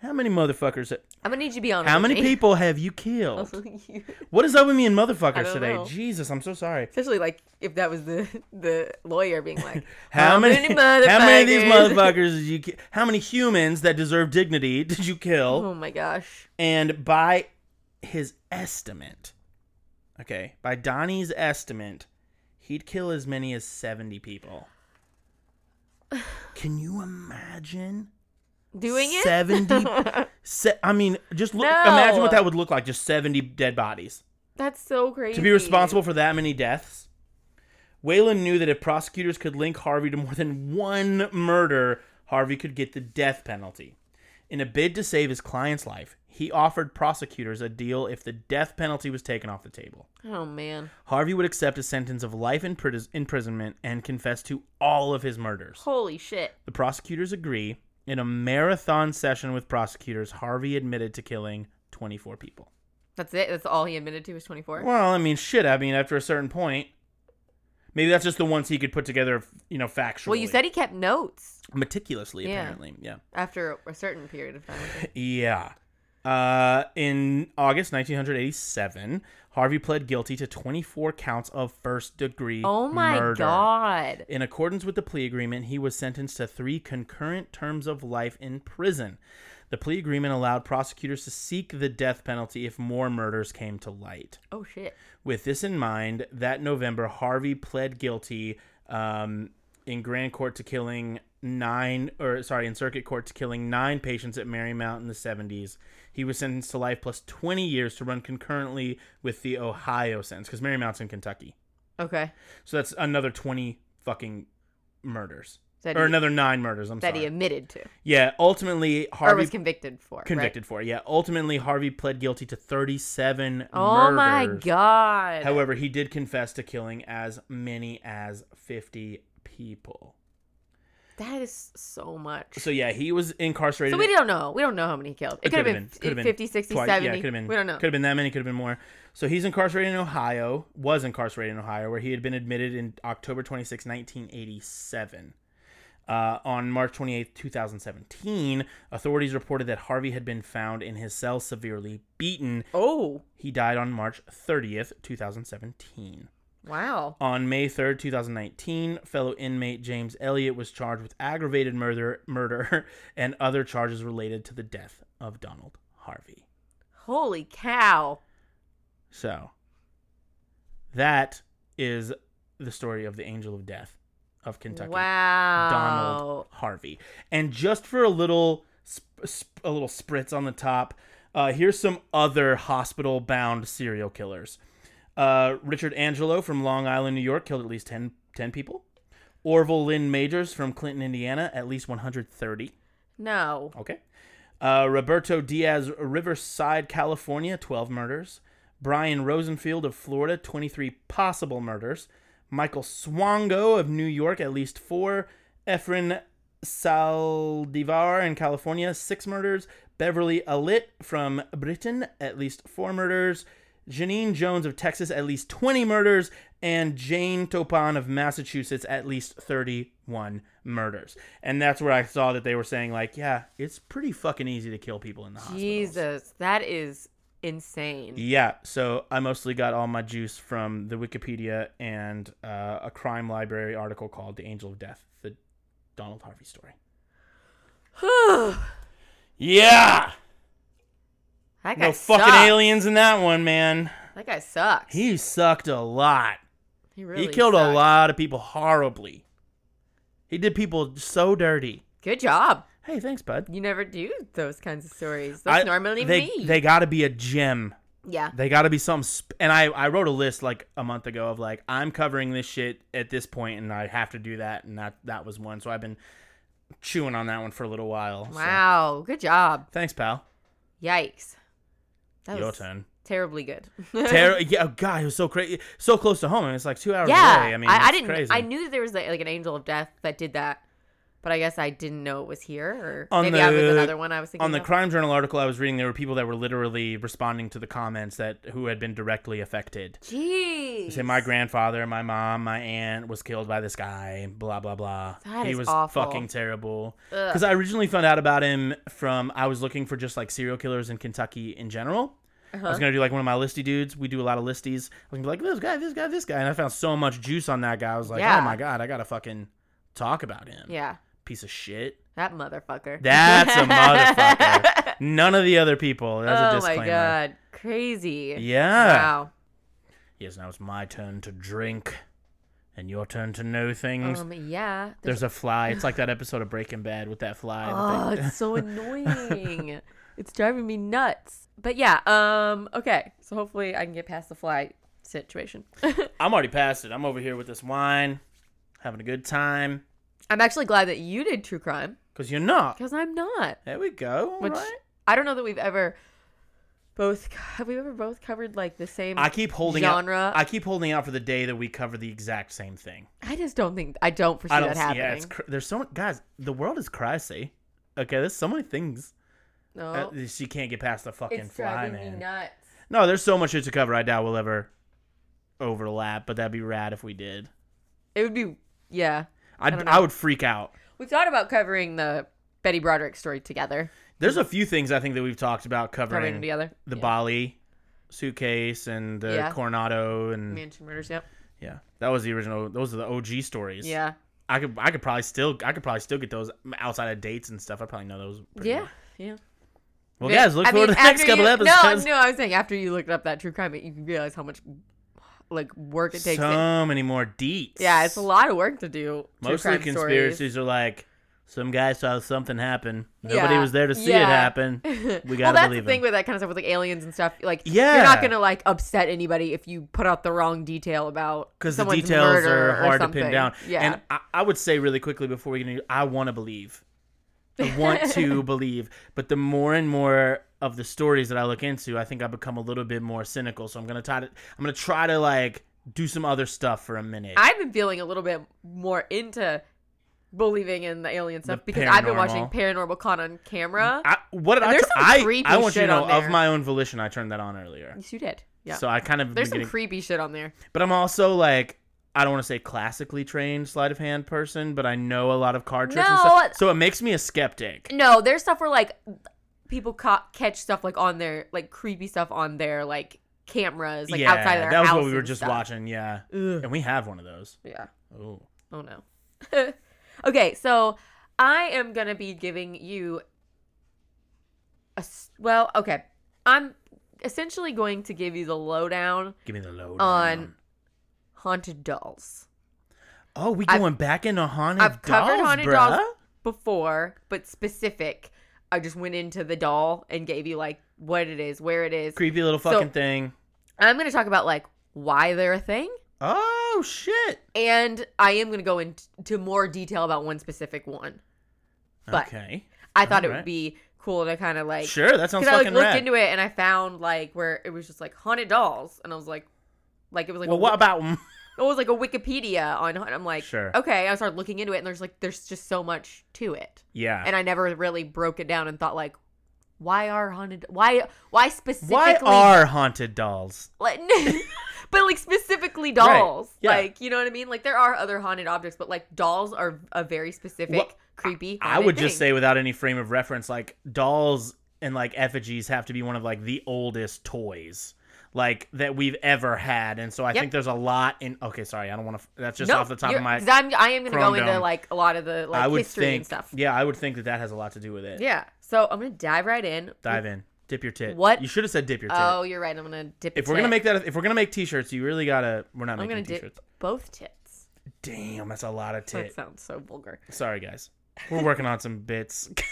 [SPEAKER 3] How many motherfuckers?
[SPEAKER 1] I'm gonna need you to be honest.
[SPEAKER 3] How
[SPEAKER 1] with
[SPEAKER 3] many
[SPEAKER 1] me.
[SPEAKER 3] people have
[SPEAKER 1] <laughs>
[SPEAKER 3] you killed?
[SPEAKER 1] You-
[SPEAKER 3] What is up with me and
[SPEAKER 1] I
[SPEAKER 3] motherfuckers
[SPEAKER 1] don't
[SPEAKER 3] today?
[SPEAKER 1] know.
[SPEAKER 3] Jesus, I'm so sorry.
[SPEAKER 1] Especially like if that was the the lawyer being
[SPEAKER 3] <laughs>
[SPEAKER 1] like,
[SPEAKER 3] How, many,
[SPEAKER 1] motherfuckers?
[SPEAKER 3] <laughs> how many of these motherfuckers did you ki- how many humans that deserve dignity <laughs> did you kill?
[SPEAKER 1] Oh my gosh.
[SPEAKER 3] And by his estimate, okay, by Donnie's estimate, he'd kill as many as 70 people. Can you imagine
[SPEAKER 1] Doing it.
[SPEAKER 3] 70 se- I mean, just look
[SPEAKER 1] No.
[SPEAKER 3] imagine what that would look like just 70 dead bodies.
[SPEAKER 1] That's so crazy.
[SPEAKER 3] To be responsible for that many deaths, Whalen knew that if prosecutors could link Harvey to more than one murder, Harvey could get the death penalty. In a bid to save his client's life, he offered prosecutors a deal if the death penalty was taken off the table.
[SPEAKER 1] Oh man.
[SPEAKER 3] Harvey would accept a sentence of life in pris- imprisonment and confess to all of his murders.
[SPEAKER 1] Holy shit.
[SPEAKER 3] The prosecutors agree. In a marathon session with prosecutors, Harvey admitted to killing 24 people.
[SPEAKER 1] That's it. That's all he admitted to was 24.
[SPEAKER 3] Well, I mean, shit. I mean, after a certain point, maybe that's just the ones he could put together, you know, factually.
[SPEAKER 1] Well, you said he kept notes
[SPEAKER 3] meticulously,
[SPEAKER 1] Yeah.
[SPEAKER 3] apparently. Yeah.
[SPEAKER 1] after a certain period of time. I think.
[SPEAKER 3] Yeah. Uh, in August 1987, Harvey pled guilty to 24 counts of first degree
[SPEAKER 1] Oh my
[SPEAKER 3] murder.
[SPEAKER 1] god.
[SPEAKER 3] In accordance with the plea agreement, he was sentenced to three concurrent terms of life in prison. The plea agreement allowed prosecutors to seek the death penalty if more murders came to light.
[SPEAKER 1] Oh shit.
[SPEAKER 3] With this in mind, that November, Harvey pled guilty um, in grand court to killing nine, or sorry, in circuit court to killing nine patients at Marymount in the 70s. He was sentenced to life plus 20 years to run concurrently with the Ohio sentence, because Marymount's in Kentucky.
[SPEAKER 1] Okay.
[SPEAKER 3] So that's another 20 fucking murders.
[SPEAKER 1] That
[SPEAKER 3] or
[SPEAKER 1] he-
[SPEAKER 3] another nine murders, I'm
[SPEAKER 1] That
[SPEAKER 3] sorry.
[SPEAKER 1] he admitted to
[SPEAKER 3] yeah, ultimately,
[SPEAKER 1] or
[SPEAKER 3] Harvey
[SPEAKER 1] was convicted for. right?
[SPEAKER 3] convicted for. Yeah, ultimately, Harvey pled guilty to 37
[SPEAKER 1] Oh
[SPEAKER 3] murders.
[SPEAKER 1] my god.
[SPEAKER 3] However, he did confess to killing as many as 50 people.
[SPEAKER 1] that is so much.
[SPEAKER 3] So yeah, he was incarcerated.
[SPEAKER 1] So we don't know. We don't know how many he killed. It, could have been,
[SPEAKER 3] could have
[SPEAKER 1] 50, 60,
[SPEAKER 3] twice-
[SPEAKER 1] 70.
[SPEAKER 3] Yeah, could have been.
[SPEAKER 1] we don't know.
[SPEAKER 3] Could have been that many. Could have been more. So he's incarcerated in Ohio. Was incarcerated in Ohio, where he had been admitted in October 26, 1987. Uh, on March 28, 2017, authorities reported that Harvey had been found in his cell severely beaten.
[SPEAKER 1] oh,
[SPEAKER 3] He died on March 30th, 2017.
[SPEAKER 1] wow.
[SPEAKER 3] On May 3rd, 2019, fellow inmate James Elliott was charged with aggravated murder, murder <laughs> and other charges related to the death of Donald Harvey.
[SPEAKER 1] Holy cow.
[SPEAKER 3] So, that is the story of the Angel of Death of Kentucky,
[SPEAKER 1] Wow.
[SPEAKER 3] Donald Harvey. And just for a little sp- sp- a little spritz on the top, uh, here's some other hospital-bound serial killers. Uh, Richard Angelo from Long Island, New York, killed at least 10, 10 people. Orville Lynn Majors from Clinton, Indiana, at least 130.
[SPEAKER 1] No.
[SPEAKER 3] Okay. Uh, Roberto Diaz, Riverside, California, 12 murders. Brian Rosenfield of Florida, 23 possible murders. Michael Swango of New York, at least four. Efren Saldivar in California, six murders. Beverly Alit from Britain, at least four murders. Janine Jones of Texas, at least 20 murders. And Jane Topon of Massachusetts, at least 31 murders. And that's where I saw that they were saying, like, yeah, it's pretty fucking easy to kill people in the hospital.
[SPEAKER 1] Jesus, that is insane. <sighs>
[SPEAKER 3] Yeah, so I mostly got all my juice from the Wikipedia and uh, a crime library article called "The Angel of Death: The Donald Harvey Story." Yeah,
[SPEAKER 1] that guy
[SPEAKER 3] no fucking
[SPEAKER 1] sucked.
[SPEAKER 3] aliens in that one, man.
[SPEAKER 1] That guy sucks.
[SPEAKER 3] He sucked a lot.
[SPEAKER 1] He really
[SPEAKER 3] he killed a
[SPEAKER 1] sucked.
[SPEAKER 3] lot of people horribly. He did people so dirty.
[SPEAKER 1] Good job.
[SPEAKER 3] Hey, thanks, bud.
[SPEAKER 1] You never do those kinds of stories. That's
[SPEAKER 3] I-
[SPEAKER 1] normally
[SPEAKER 3] they,
[SPEAKER 1] me.
[SPEAKER 3] They got to be a gem.
[SPEAKER 1] yeah.
[SPEAKER 3] They got to be something. Sp- and I, I wrote a list like a month ago of like I'm covering this shit at this point, and I have to do that, and that that was one. So I've been chewing on that one for a little while. so-
[SPEAKER 1] Wow. Good job.
[SPEAKER 3] Thanks, pal.
[SPEAKER 1] Yikes. That
[SPEAKER 3] Your
[SPEAKER 1] was <laughs>
[SPEAKER 3] turn.
[SPEAKER 1] terribly good. <laughs>
[SPEAKER 3] Ter- yeah, oh, God, it was so crazy, so close to home. and It's like two hours
[SPEAKER 1] yeah.
[SPEAKER 3] away. I mean,
[SPEAKER 1] I,
[SPEAKER 3] it's
[SPEAKER 1] didn't.
[SPEAKER 3] Crazy.
[SPEAKER 1] I knew that there was like, like an angel of death that did that, but I guess I didn't know it was here. Or
[SPEAKER 3] On
[SPEAKER 1] maybe I was
[SPEAKER 3] the-
[SPEAKER 1] another one I was thinking
[SPEAKER 3] on the
[SPEAKER 1] of.
[SPEAKER 3] crime journal article I was reading, there were people that were literally responding to the comments that who had been directly affected.
[SPEAKER 1] Jeez.
[SPEAKER 3] Say my grandfather, my mom, my aunt was killed by this guy. Blah blah blah.
[SPEAKER 1] That
[SPEAKER 3] he
[SPEAKER 1] is
[SPEAKER 3] was
[SPEAKER 1] awful.
[SPEAKER 3] fucking terrible. Because I originally found out about him from I was looking for just like serial killers in Kentucky in general. I was gonna do like one of my listy dudes. We do a lot of listies. I was gonna be like this guy, this guy, this guy, and I found so much juice on that guy. I was like,
[SPEAKER 1] Yeah.
[SPEAKER 3] oh my god, I gotta fucking talk about him.
[SPEAKER 1] yeah.
[SPEAKER 3] piece of shit.
[SPEAKER 1] That motherfucker.
[SPEAKER 3] That's
[SPEAKER 1] <laughs>
[SPEAKER 3] a motherfucker. None of the other people. That's a
[SPEAKER 1] oh
[SPEAKER 3] disclaimer.
[SPEAKER 1] my god. Crazy.
[SPEAKER 3] Yeah.
[SPEAKER 1] Wow.
[SPEAKER 3] Yes, now it's my turn to drink, and your turn to know things.
[SPEAKER 1] Um. Yeah.
[SPEAKER 3] There's a fly. It's like that episode of Breaking Bad with that fly.
[SPEAKER 1] Oh,
[SPEAKER 3] that they-
[SPEAKER 1] it's
[SPEAKER 3] <laughs>
[SPEAKER 1] so annoying. It's driving me nuts. But yeah, um, okay. So hopefully I can get past the fly situation. <laughs>
[SPEAKER 3] I'm already past it. I'm over here with this wine, having a good time.
[SPEAKER 1] I'm actually glad that you did true crime
[SPEAKER 3] Cause you're not.
[SPEAKER 1] because I'm not.
[SPEAKER 3] There we go. all
[SPEAKER 1] Which
[SPEAKER 3] right.
[SPEAKER 1] I don't know that we've ever both have we ever both covered like the same.
[SPEAKER 3] I keep holding
[SPEAKER 1] genre.
[SPEAKER 3] Out, I keep holding out for the day that we cover the exact same thing.
[SPEAKER 1] I just don't think I don't foresee
[SPEAKER 3] I don't.
[SPEAKER 1] that
[SPEAKER 3] see-
[SPEAKER 1] happening.
[SPEAKER 3] yeah, it's cr- there's so many, guys. The world is crazy. Okay, there's so many things.
[SPEAKER 1] no,
[SPEAKER 3] Uh, she can't get past the fucking
[SPEAKER 1] Oh. it's
[SPEAKER 3] fly,
[SPEAKER 1] driving
[SPEAKER 3] man.
[SPEAKER 1] me nuts.
[SPEAKER 3] No, there's so much shit to cover. I doubt we'll ever overlap, but that'd be rad if we did.
[SPEAKER 1] It would be yeah.
[SPEAKER 3] I'd,
[SPEAKER 1] don't know.
[SPEAKER 3] I, would freak out.
[SPEAKER 1] We thought about covering the Betty Broderick story together,
[SPEAKER 3] There's a few things I think that we've talked about covering
[SPEAKER 1] covering them together.
[SPEAKER 3] the
[SPEAKER 1] Yeah.
[SPEAKER 3] Bali suitcase and the
[SPEAKER 1] Yeah.
[SPEAKER 3] Coronado and
[SPEAKER 1] mansion murders. Yep.
[SPEAKER 3] yeah, that was the original. Those are the OG stories.
[SPEAKER 1] Yeah.
[SPEAKER 3] I could I could probably still I could probably still get those outside of dates and stuff. I probably know those. pretty
[SPEAKER 1] Yeah.
[SPEAKER 3] well.
[SPEAKER 1] Yeah.
[SPEAKER 3] Well,
[SPEAKER 1] Yeah,
[SPEAKER 3] guys, look
[SPEAKER 1] I mean,
[SPEAKER 3] forward to the next
[SPEAKER 1] after
[SPEAKER 3] couple
[SPEAKER 1] you-
[SPEAKER 3] episodes.
[SPEAKER 1] No, no, I was saying after you looked up that true crime, you realize how much like work it takes. to-
[SPEAKER 3] so many more deets.
[SPEAKER 1] yeah, it's a lot of work to do. true
[SPEAKER 3] Mostly
[SPEAKER 1] crime
[SPEAKER 3] conspiracies
[SPEAKER 1] stories.
[SPEAKER 3] are like some guy saw something happen. Nobody
[SPEAKER 1] Yeah.
[SPEAKER 3] was there to see
[SPEAKER 1] Yeah. <laughs>
[SPEAKER 3] it happen. We
[SPEAKER 1] well,
[SPEAKER 3] gotta
[SPEAKER 1] that's the
[SPEAKER 3] believe
[SPEAKER 1] thing
[SPEAKER 3] it.
[SPEAKER 1] with that kind of stuff with like aliens and stuff. Like, you're not
[SPEAKER 3] Yeah.
[SPEAKER 1] gonna like upset anybody if you put out the wrong detail about
[SPEAKER 3] Because the
[SPEAKER 1] someone's
[SPEAKER 3] details
[SPEAKER 1] murder
[SPEAKER 3] are
[SPEAKER 1] or
[SPEAKER 3] hard to
[SPEAKER 1] something.
[SPEAKER 3] pin down.
[SPEAKER 1] Yeah,
[SPEAKER 3] And I, I would say really quickly before we get into I want to believe. I
[SPEAKER 1] <laughs>
[SPEAKER 3] want to believe. But the more and more of the stories that I look into, I think I become a little bit more cynical. So I'm gonna try to I'm gonna try to like do some other stuff for a minute.
[SPEAKER 1] I've been feeling a little bit more into believing in the alien stuff because I've been watching Paranormal Caught on Camera.
[SPEAKER 3] I- what did I,
[SPEAKER 1] there's
[SPEAKER 3] tur-
[SPEAKER 1] some
[SPEAKER 3] I,
[SPEAKER 1] creepy
[SPEAKER 3] I want you
[SPEAKER 1] shit
[SPEAKER 3] to know
[SPEAKER 1] on
[SPEAKER 3] of
[SPEAKER 1] there.
[SPEAKER 3] my own volition I turned that on earlier.
[SPEAKER 1] yes, you did. Yeah,
[SPEAKER 3] So I kind of
[SPEAKER 1] there's
[SPEAKER 3] been
[SPEAKER 1] some
[SPEAKER 3] getting-
[SPEAKER 1] creepy shit on there.
[SPEAKER 3] But I'm also like, I don't want to say classically trained sleight of hand person, but I know a lot of card tricks and
[SPEAKER 1] No. uh
[SPEAKER 3] stuff. So it makes me a skeptic.
[SPEAKER 1] No, there's stuff where like people ca- catch stuff like on their like creepy stuff on their like cameras like
[SPEAKER 3] yeah,
[SPEAKER 1] outside of their
[SPEAKER 3] that was
[SPEAKER 1] house
[SPEAKER 3] what we were
[SPEAKER 1] and
[SPEAKER 3] just
[SPEAKER 1] stuff.
[SPEAKER 3] watching. Yeah, and we have one of those.
[SPEAKER 1] Yeah.
[SPEAKER 3] Oh,
[SPEAKER 1] Oh no. <laughs> okay, so I am gonna be giving you a s- well. Okay, I'm essentially going to give you the lowdown
[SPEAKER 3] give me the load
[SPEAKER 1] on haunted dolls.
[SPEAKER 3] Oh, we
[SPEAKER 1] I've-
[SPEAKER 3] going back into haunted
[SPEAKER 1] I've covered
[SPEAKER 3] dolls,
[SPEAKER 1] haunted
[SPEAKER 3] bruh?
[SPEAKER 1] dolls before, but specific. I just went into the doll and gave you like what it is, where it is,
[SPEAKER 3] Creepy little fucking thing.
[SPEAKER 1] I'm going to talk about like why they're a thing,
[SPEAKER 3] Oh shit.
[SPEAKER 1] and I am going to go into more detail about one specific one. But
[SPEAKER 3] okay.
[SPEAKER 1] I thought it
[SPEAKER 3] Alright.
[SPEAKER 1] would be cool to kind of like
[SPEAKER 3] Sure, that sounds
[SPEAKER 1] Because I like
[SPEAKER 3] fucking
[SPEAKER 1] looked
[SPEAKER 3] rad.
[SPEAKER 1] into it and I found like where it was just like haunted dolls, and I was like, like it was like
[SPEAKER 3] well,
[SPEAKER 1] a,
[SPEAKER 3] what
[SPEAKER 1] wik-
[SPEAKER 3] about <laughs> mm,
[SPEAKER 1] it was like a Wikipedia on. haun- I'm like,
[SPEAKER 3] Sure.
[SPEAKER 1] okay. I started looking into it, and there's like there's just so much to it,
[SPEAKER 3] yeah?
[SPEAKER 1] and I never really broke it down and thought like, why are haunted? Why why specifically?
[SPEAKER 3] Why are haunted dolls?
[SPEAKER 1] Like, <laughs> but like specifically dolls,
[SPEAKER 3] yeah.
[SPEAKER 1] like you know what I mean. Like there are other haunted objects, but like dolls are a very specific,
[SPEAKER 3] Well,
[SPEAKER 1] creepy.
[SPEAKER 3] I
[SPEAKER 1] haunted
[SPEAKER 3] would just
[SPEAKER 1] thing.
[SPEAKER 3] say, without any frame of reference, like dolls and like effigies have to be one of like the oldest toys like that we've ever had, and so I
[SPEAKER 1] Yep.
[SPEAKER 3] think there's a lot in. Okay, sorry, I don't want to. That's just
[SPEAKER 1] No,
[SPEAKER 3] off the top
[SPEAKER 1] you're-
[SPEAKER 3] of my.
[SPEAKER 1] 'cause I'm, I am gonna go
[SPEAKER 3] chrome
[SPEAKER 1] into
[SPEAKER 3] dome.
[SPEAKER 1] like a lot of the like
[SPEAKER 3] I would
[SPEAKER 1] history
[SPEAKER 3] think.
[SPEAKER 1] and stuff.
[SPEAKER 3] Yeah, I would think that that has a lot to do with it.
[SPEAKER 1] Yeah. So I'm gonna dive right in.
[SPEAKER 3] Dive in, dip your tit.
[SPEAKER 1] What-
[SPEAKER 3] you should have said dip your tit.
[SPEAKER 1] Oh, you're right. I'm gonna dip.
[SPEAKER 3] if
[SPEAKER 1] a
[SPEAKER 3] we're gonna
[SPEAKER 1] tit.
[SPEAKER 3] make that, if we're gonna make t-shirts, you really gotta. We're not
[SPEAKER 1] I'm gonna
[SPEAKER 3] making
[SPEAKER 1] dip
[SPEAKER 3] t-shirts.
[SPEAKER 1] both tits.
[SPEAKER 3] Damn, that's a lot of
[SPEAKER 1] That
[SPEAKER 3] tit.
[SPEAKER 1] sounds so vulgar.
[SPEAKER 3] Sorry, guys. We're working on some bits. <laughs>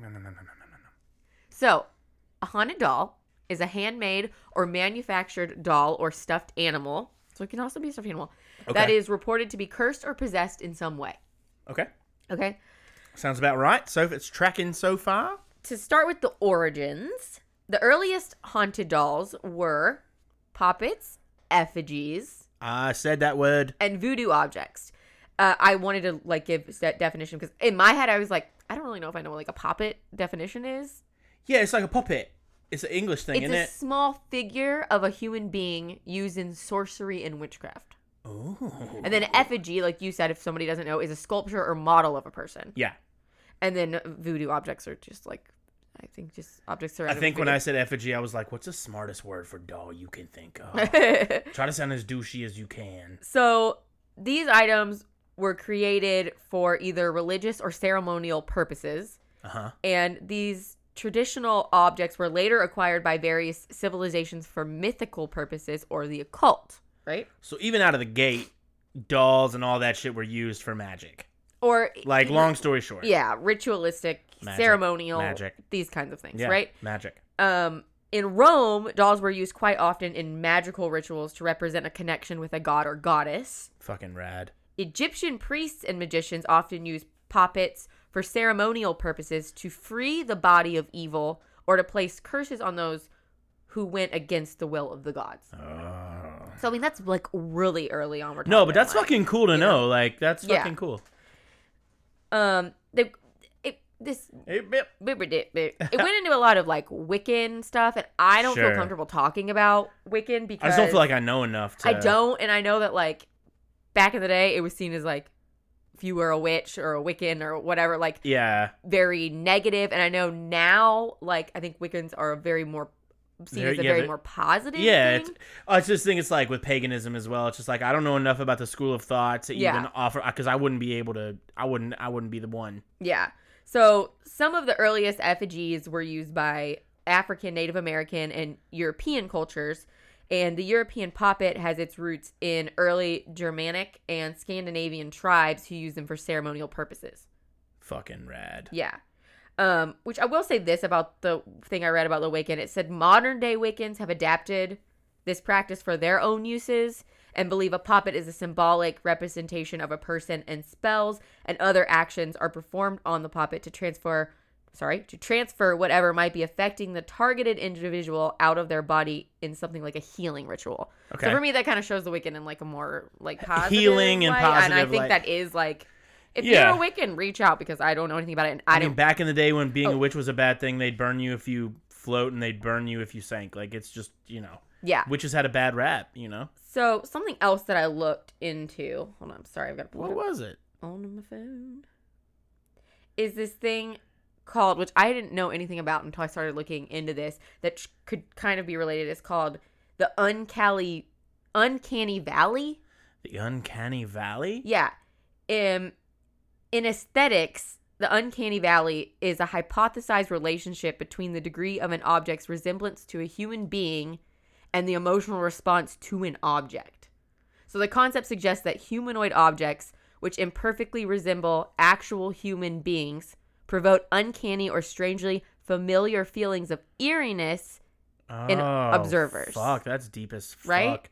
[SPEAKER 3] no, no, no, no, no, no, no.
[SPEAKER 1] So, a haunted doll is a handmade or manufactured doll or stuffed animal. So it can also be a stuffed animal that
[SPEAKER 3] Okay.
[SPEAKER 1] is reported to be cursed or possessed in some way.
[SPEAKER 3] Okay.
[SPEAKER 1] Okay.
[SPEAKER 3] Sounds about right. So if it's tracking so far.
[SPEAKER 1] to start with the origins, the earliest haunted dolls were poppets, effigies,
[SPEAKER 3] I said that word.
[SPEAKER 1] and voodoo objects. Uh, I wanted to like give that definition because in my head I was like, I don't really know if I know what like a poppet definition is.
[SPEAKER 3] Yeah, it's like a puppet. It's an English thing,
[SPEAKER 1] it's
[SPEAKER 3] isn't
[SPEAKER 1] a
[SPEAKER 3] it?
[SPEAKER 1] small figure of a human being used in sorcery and witchcraft.
[SPEAKER 3] Oh.
[SPEAKER 1] And then effigy, like you said, if somebody doesn't know, is a sculpture or model of a person.
[SPEAKER 3] Yeah.
[SPEAKER 1] And then voodoo objects are just like, I think just objects are.
[SPEAKER 3] I think when I said effigy, I was like, what's the smartest word for doll you can
[SPEAKER 1] <laughs>
[SPEAKER 3] think of?
[SPEAKER 1] I.
[SPEAKER 3] Try to sound as douchey as you can.
[SPEAKER 1] So these items were created for either religious or ceremonial purposes,
[SPEAKER 3] Uh huh.
[SPEAKER 1] and these traditional objects were later acquired by various civilizations for mythical purposes or the occult, right?
[SPEAKER 3] So even out of the gate, dolls and all that shit were used for magic.
[SPEAKER 1] Or
[SPEAKER 3] Like,
[SPEAKER 1] either-
[SPEAKER 3] long story short.
[SPEAKER 1] yeah, ritualistic,
[SPEAKER 3] Magic.
[SPEAKER 1] ceremonial,
[SPEAKER 3] Magic.
[SPEAKER 1] these kinds of things,
[SPEAKER 3] Yeah,
[SPEAKER 1] right?
[SPEAKER 3] Magic.
[SPEAKER 1] Um, in Rome, dolls were used quite often in magical rituals to represent a connection with a god or goddess.
[SPEAKER 3] Fucking rad.
[SPEAKER 1] Egyptian priests and magicians often used poppets for ceremonial purposes to free the body of evil or to place curses on those who went against the will of the gods.
[SPEAKER 3] Oh.
[SPEAKER 1] So I mean that's like really early on. We're
[SPEAKER 3] No,
[SPEAKER 1] talking
[SPEAKER 3] but that's
[SPEAKER 1] like-
[SPEAKER 3] fucking cool to know. Like that's
[SPEAKER 1] Yeah.
[SPEAKER 3] fucking cool.
[SPEAKER 1] um they it, this
[SPEAKER 3] Hey, bip.
[SPEAKER 1] it went into a lot of like Wiccan stuff, and I don't
[SPEAKER 3] Sure.
[SPEAKER 1] feel comfortable talking about Wiccan because
[SPEAKER 3] I just don't feel like I know enough to.
[SPEAKER 1] I don't, and I know that like back in the day it was seen as like if you were a witch or a Wiccan or whatever, like
[SPEAKER 3] Yeah,
[SPEAKER 1] very negative and i know now like i think wiccans are a very more seen
[SPEAKER 3] They're-
[SPEAKER 1] as a
[SPEAKER 3] yeah,
[SPEAKER 1] very
[SPEAKER 3] they're-
[SPEAKER 1] more positive
[SPEAKER 3] yeah.
[SPEAKER 1] thing.
[SPEAKER 3] It's, I just think it's like with paganism as well. It's just like I don't know enough about the school of thought to
[SPEAKER 1] Yeah.
[SPEAKER 3] even offer because I wouldn't be able to. I wouldn't. I wouldn't be the one.
[SPEAKER 1] yeah so some of the earliest effigies were used by african native american and european cultures and the european poppet has its roots in early germanic and scandinavian tribes who used them for ceremonial purposes
[SPEAKER 3] Fucking rad.
[SPEAKER 1] Yeah. Um, which I will say this about the thing I read about the Wiccan. It said modern day Wiccans have adapted this practice for their own uses and believe a poppet is a symbolic representation of a person and spells and other actions are performed on the poppet to transfer sorry, to transfer whatever might be affecting the targeted individual out of their body in something like a healing ritual.
[SPEAKER 3] Okay.
[SPEAKER 1] So for me that kind of shows the Wiccan in like a more like positive
[SPEAKER 3] Healing and
[SPEAKER 1] light, And I
[SPEAKER 3] positive
[SPEAKER 1] think
[SPEAKER 3] light.
[SPEAKER 1] that is like if
[SPEAKER 3] Yeah.
[SPEAKER 1] you're a Wiccan, reach out because I don't know anything about it and I,
[SPEAKER 3] I mean,
[SPEAKER 1] don't Oh.
[SPEAKER 3] back in the day when being a witch was a bad thing, they'd burn you if you float and they'd burn you if you sank. Like it's just you know,
[SPEAKER 1] Yeah.
[SPEAKER 3] witches had a bad rap. You know,
[SPEAKER 1] So something else that I looked into. Hold on, I'm sorry, I've got to pull
[SPEAKER 3] what
[SPEAKER 1] it up
[SPEAKER 3] was it?
[SPEAKER 1] on my phone. Is this thing called, which I didn't know anything about until I started looking into this, that sh- could kind of be related. It's called the uncanny, uncanny valley.
[SPEAKER 3] The uncanny valley.
[SPEAKER 1] Yeah. Um, in aesthetics, the uncanny valley is a hypothesized relationship between the degree of an object's resemblance to a human being and the emotional response to an object. So the concept suggests that humanoid objects, which imperfectly resemble actual human beings, provoke uncanny or strangely familiar feelings of eeriness. in
[SPEAKER 3] Oh,
[SPEAKER 1] observers.
[SPEAKER 3] Fuck, that's deep as fuck.
[SPEAKER 1] Right?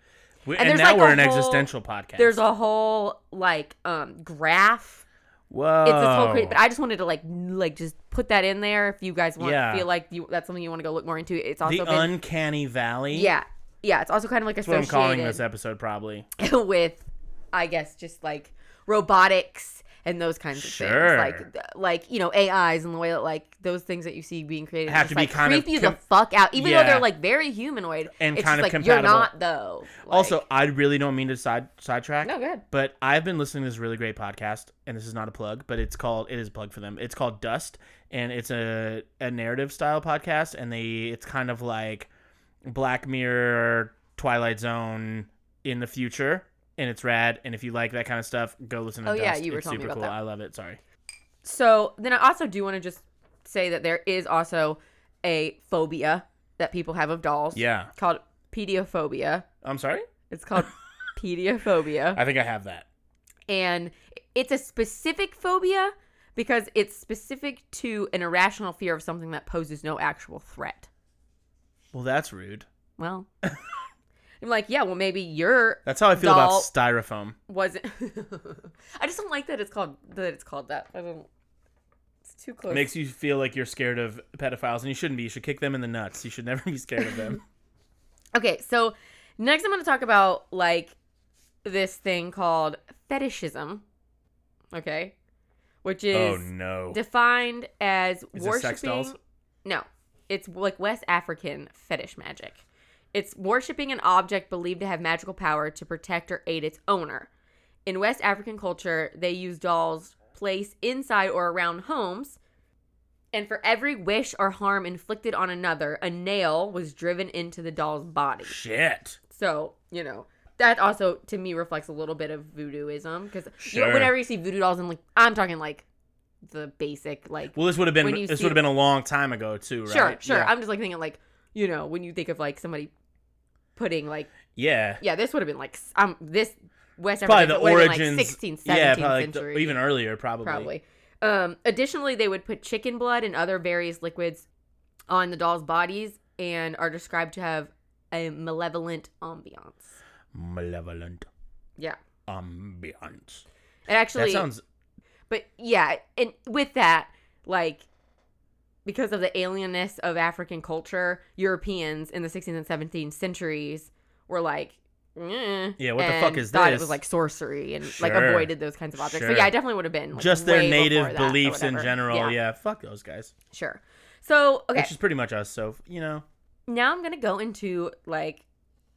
[SPEAKER 3] We,
[SPEAKER 1] And
[SPEAKER 3] and
[SPEAKER 1] there's
[SPEAKER 3] now
[SPEAKER 1] like
[SPEAKER 3] we're
[SPEAKER 1] a
[SPEAKER 3] an
[SPEAKER 1] whole-
[SPEAKER 3] existential podcast.
[SPEAKER 1] There's a whole like um graph
[SPEAKER 3] Whoa.
[SPEAKER 1] It's this whole crazy,
[SPEAKER 3] Oh.
[SPEAKER 1] but I just wanted to like n- like just put that in there if you guys want
[SPEAKER 3] Yeah.
[SPEAKER 1] feel like you that's something you want to go look more into. It's also
[SPEAKER 3] the
[SPEAKER 1] been,
[SPEAKER 3] uncanny valley.
[SPEAKER 1] yeah yeah it's also kind of like
[SPEAKER 3] That's what I'm
[SPEAKER 1] associated
[SPEAKER 3] calling this episode, probably.
[SPEAKER 1] <laughs> with I guess just like robotics and those kinds of
[SPEAKER 3] Sure.
[SPEAKER 1] things like th- like you know AIs and the way that like those things that you see being created just,
[SPEAKER 3] Have to be
[SPEAKER 1] like,
[SPEAKER 3] kind of
[SPEAKER 1] creep you
[SPEAKER 3] com-
[SPEAKER 1] the fuck out even
[SPEAKER 3] Yeah.
[SPEAKER 1] though they're like very humanoid
[SPEAKER 3] And
[SPEAKER 1] it's
[SPEAKER 3] kind
[SPEAKER 1] just,
[SPEAKER 3] of
[SPEAKER 1] like,
[SPEAKER 3] compatible.
[SPEAKER 1] you're not though Like-
[SPEAKER 3] also, I really don't mean to side sidetrack.
[SPEAKER 1] No, go ahead.
[SPEAKER 3] But I've been listening to this really great podcast, and this is not a plug, but it's called it is a plug for them. It's called Dust, and it's a, a narrative style podcast, and they it's kind of like Black Mirror, Twilight Zone in the future, and it's rad. And if you like that kind of stuff, go listen to
[SPEAKER 1] Oh,
[SPEAKER 3] Dust.
[SPEAKER 1] yeah, you were
[SPEAKER 3] it's
[SPEAKER 1] telling me
[SPEAKER 3] super
[SPEAKER 1] about
[SPEAKER 3] cool.
[SPEAKER 1] that.
[SPEAKER 3] I love it. Sorry.
[SPEAKER 1] So then I also do want to just say that there is also a phobia that people have of dolls.
[SPEAKER 3] Yeah.
[SPEAKER 1] Called pediophobia.
[SPEAKER 3] I'm sorry.
[SPEAKER 1] It's
[SPEAKER 3] <laughs>
[SPEAKER 1] called pediophobia.
[SPEAKER 3] I think I have that.
[SPEAKER 1] And it's a specific phobia because it's specific to an irrational fear of something that poses no actual threat.
[SPEAKER 3] Well, that's rude.
[SPEAKER 1] Well,
[SPEAKER 3] <laughs>
[SPEAKER 1] I'm like, yeah, well, maybe you're
[SPEAKER 3] That's how I feel about
[SPEAKER 1] Doll.
[SPEAKER 3] styrofoam.
[SPEAKER 1] wasn't. <laughs> I just don't like that it's called that it's called that. I don't. It's too close.
[SPEAKER 3] makes you feel like you're scared of pedophiles, and you shouldn't be. You should kick them in the nuts. You should never be scared of <laughs> them.
[SPEAKER 1] Okay, so next I'm going to talk about like this thing called fetishism. Okay? Which is
[SPEAKER 3] Oh, no!
[SPEAKER 1] defined as
[SPEAKER 3] Is
[SPEAKER 1] worshiping
[SPEAKER 3] this sex dolls?
[SPEAKER 1] No. It's like West African fetish magic. It's worshiping an object believed to have magical power to protect or aid its owner. In West African culture, they use dolls placed inside or around homes. And for every wish or harm inflicted on another, a nail was driven into the doll's body.
[SPEAKER 3] Shit!
[SPEAKER 1] So, you know, that also to me reflects a little bit of voodooism because
[SPEAKER 3] Sure.
[SPEAKER 1] whenever you see voodoo dolls, and like I'm talking like the basic like
[SPEAKER 3] Well, this would have
[SPEAKER 1] When
[SPEAKER 3] been
[SPEAKER 1] you
[SPEAKER 3] this
[SPEAKER 1] see-
[SPEAKER 3] would have been a long time ago too, right?
[SPEAKER 1] sure, sure.
[SPEAKER 3] Yeah.
[SPEAKER 1] I'm just like thinking like you know when you think of like somebody putting like
[SPEAKER 3] yeah.
[SPEAKER 1] yeah this would have been like s- um this West
[SPEAKER 3] Probably
[SPEAKER 1] African
[SPEAKER 3] the
[SPEAKER 1] would have
[SPEAKER 3] origins.
[SPEAKER 1] been, like 16th, 17th
[SPEAKER 3] yeah, probably like the-
[SPEAKER 1] century
[SPEAKER 3] even earlier, probably.
[SPEAKER 1] probably. Um, additionally, they would put chicken blood and other various liquids on the dolls' bodies and are described to have a malevolent ambiance.
[SPEAKER 3] Malevolent
[SPEAKER 1] Yeah,
[SPEAKER 3] ambiance.
[SPEAKER 1] it actually
[SPEAKER 3] that sounds
[SPEAKER 1] But yeah, and with that, like because of the alienness of African culture, Europeans in the 16th and 17th centuries were like, eh,
[SPEAKER 3] Yeah, what the fuck
[SPEAKER 1] and
[SPEAKER 3] is
[SPEAKER 1] thought
[SPEAKER 3] this?
[SPEAKER 1] It was like sorcery and like
[SPEAKER 3] Sure.
[SPEAKER 1] avoided those kinds of objects.
[SPEAKER 3] Sure.
[SPEAKER 1] So yeah, I definitely would have been like,
[SPEAKER 3] just their
[SPEAKER 1] way
[SPEAKER 3] native
[SPEAKER 1] before that or
[SPEAKER 3] beliefs in
[SPEAKER 1] whatever.
[SPEAKER 3] general. Yeah. fuck those guys.
[SPEAKER 1] sure. So okay,
[SPEAKER 3] Which is pretty much us. So you know.
[SPEAKER 1] now I'm gonna go into like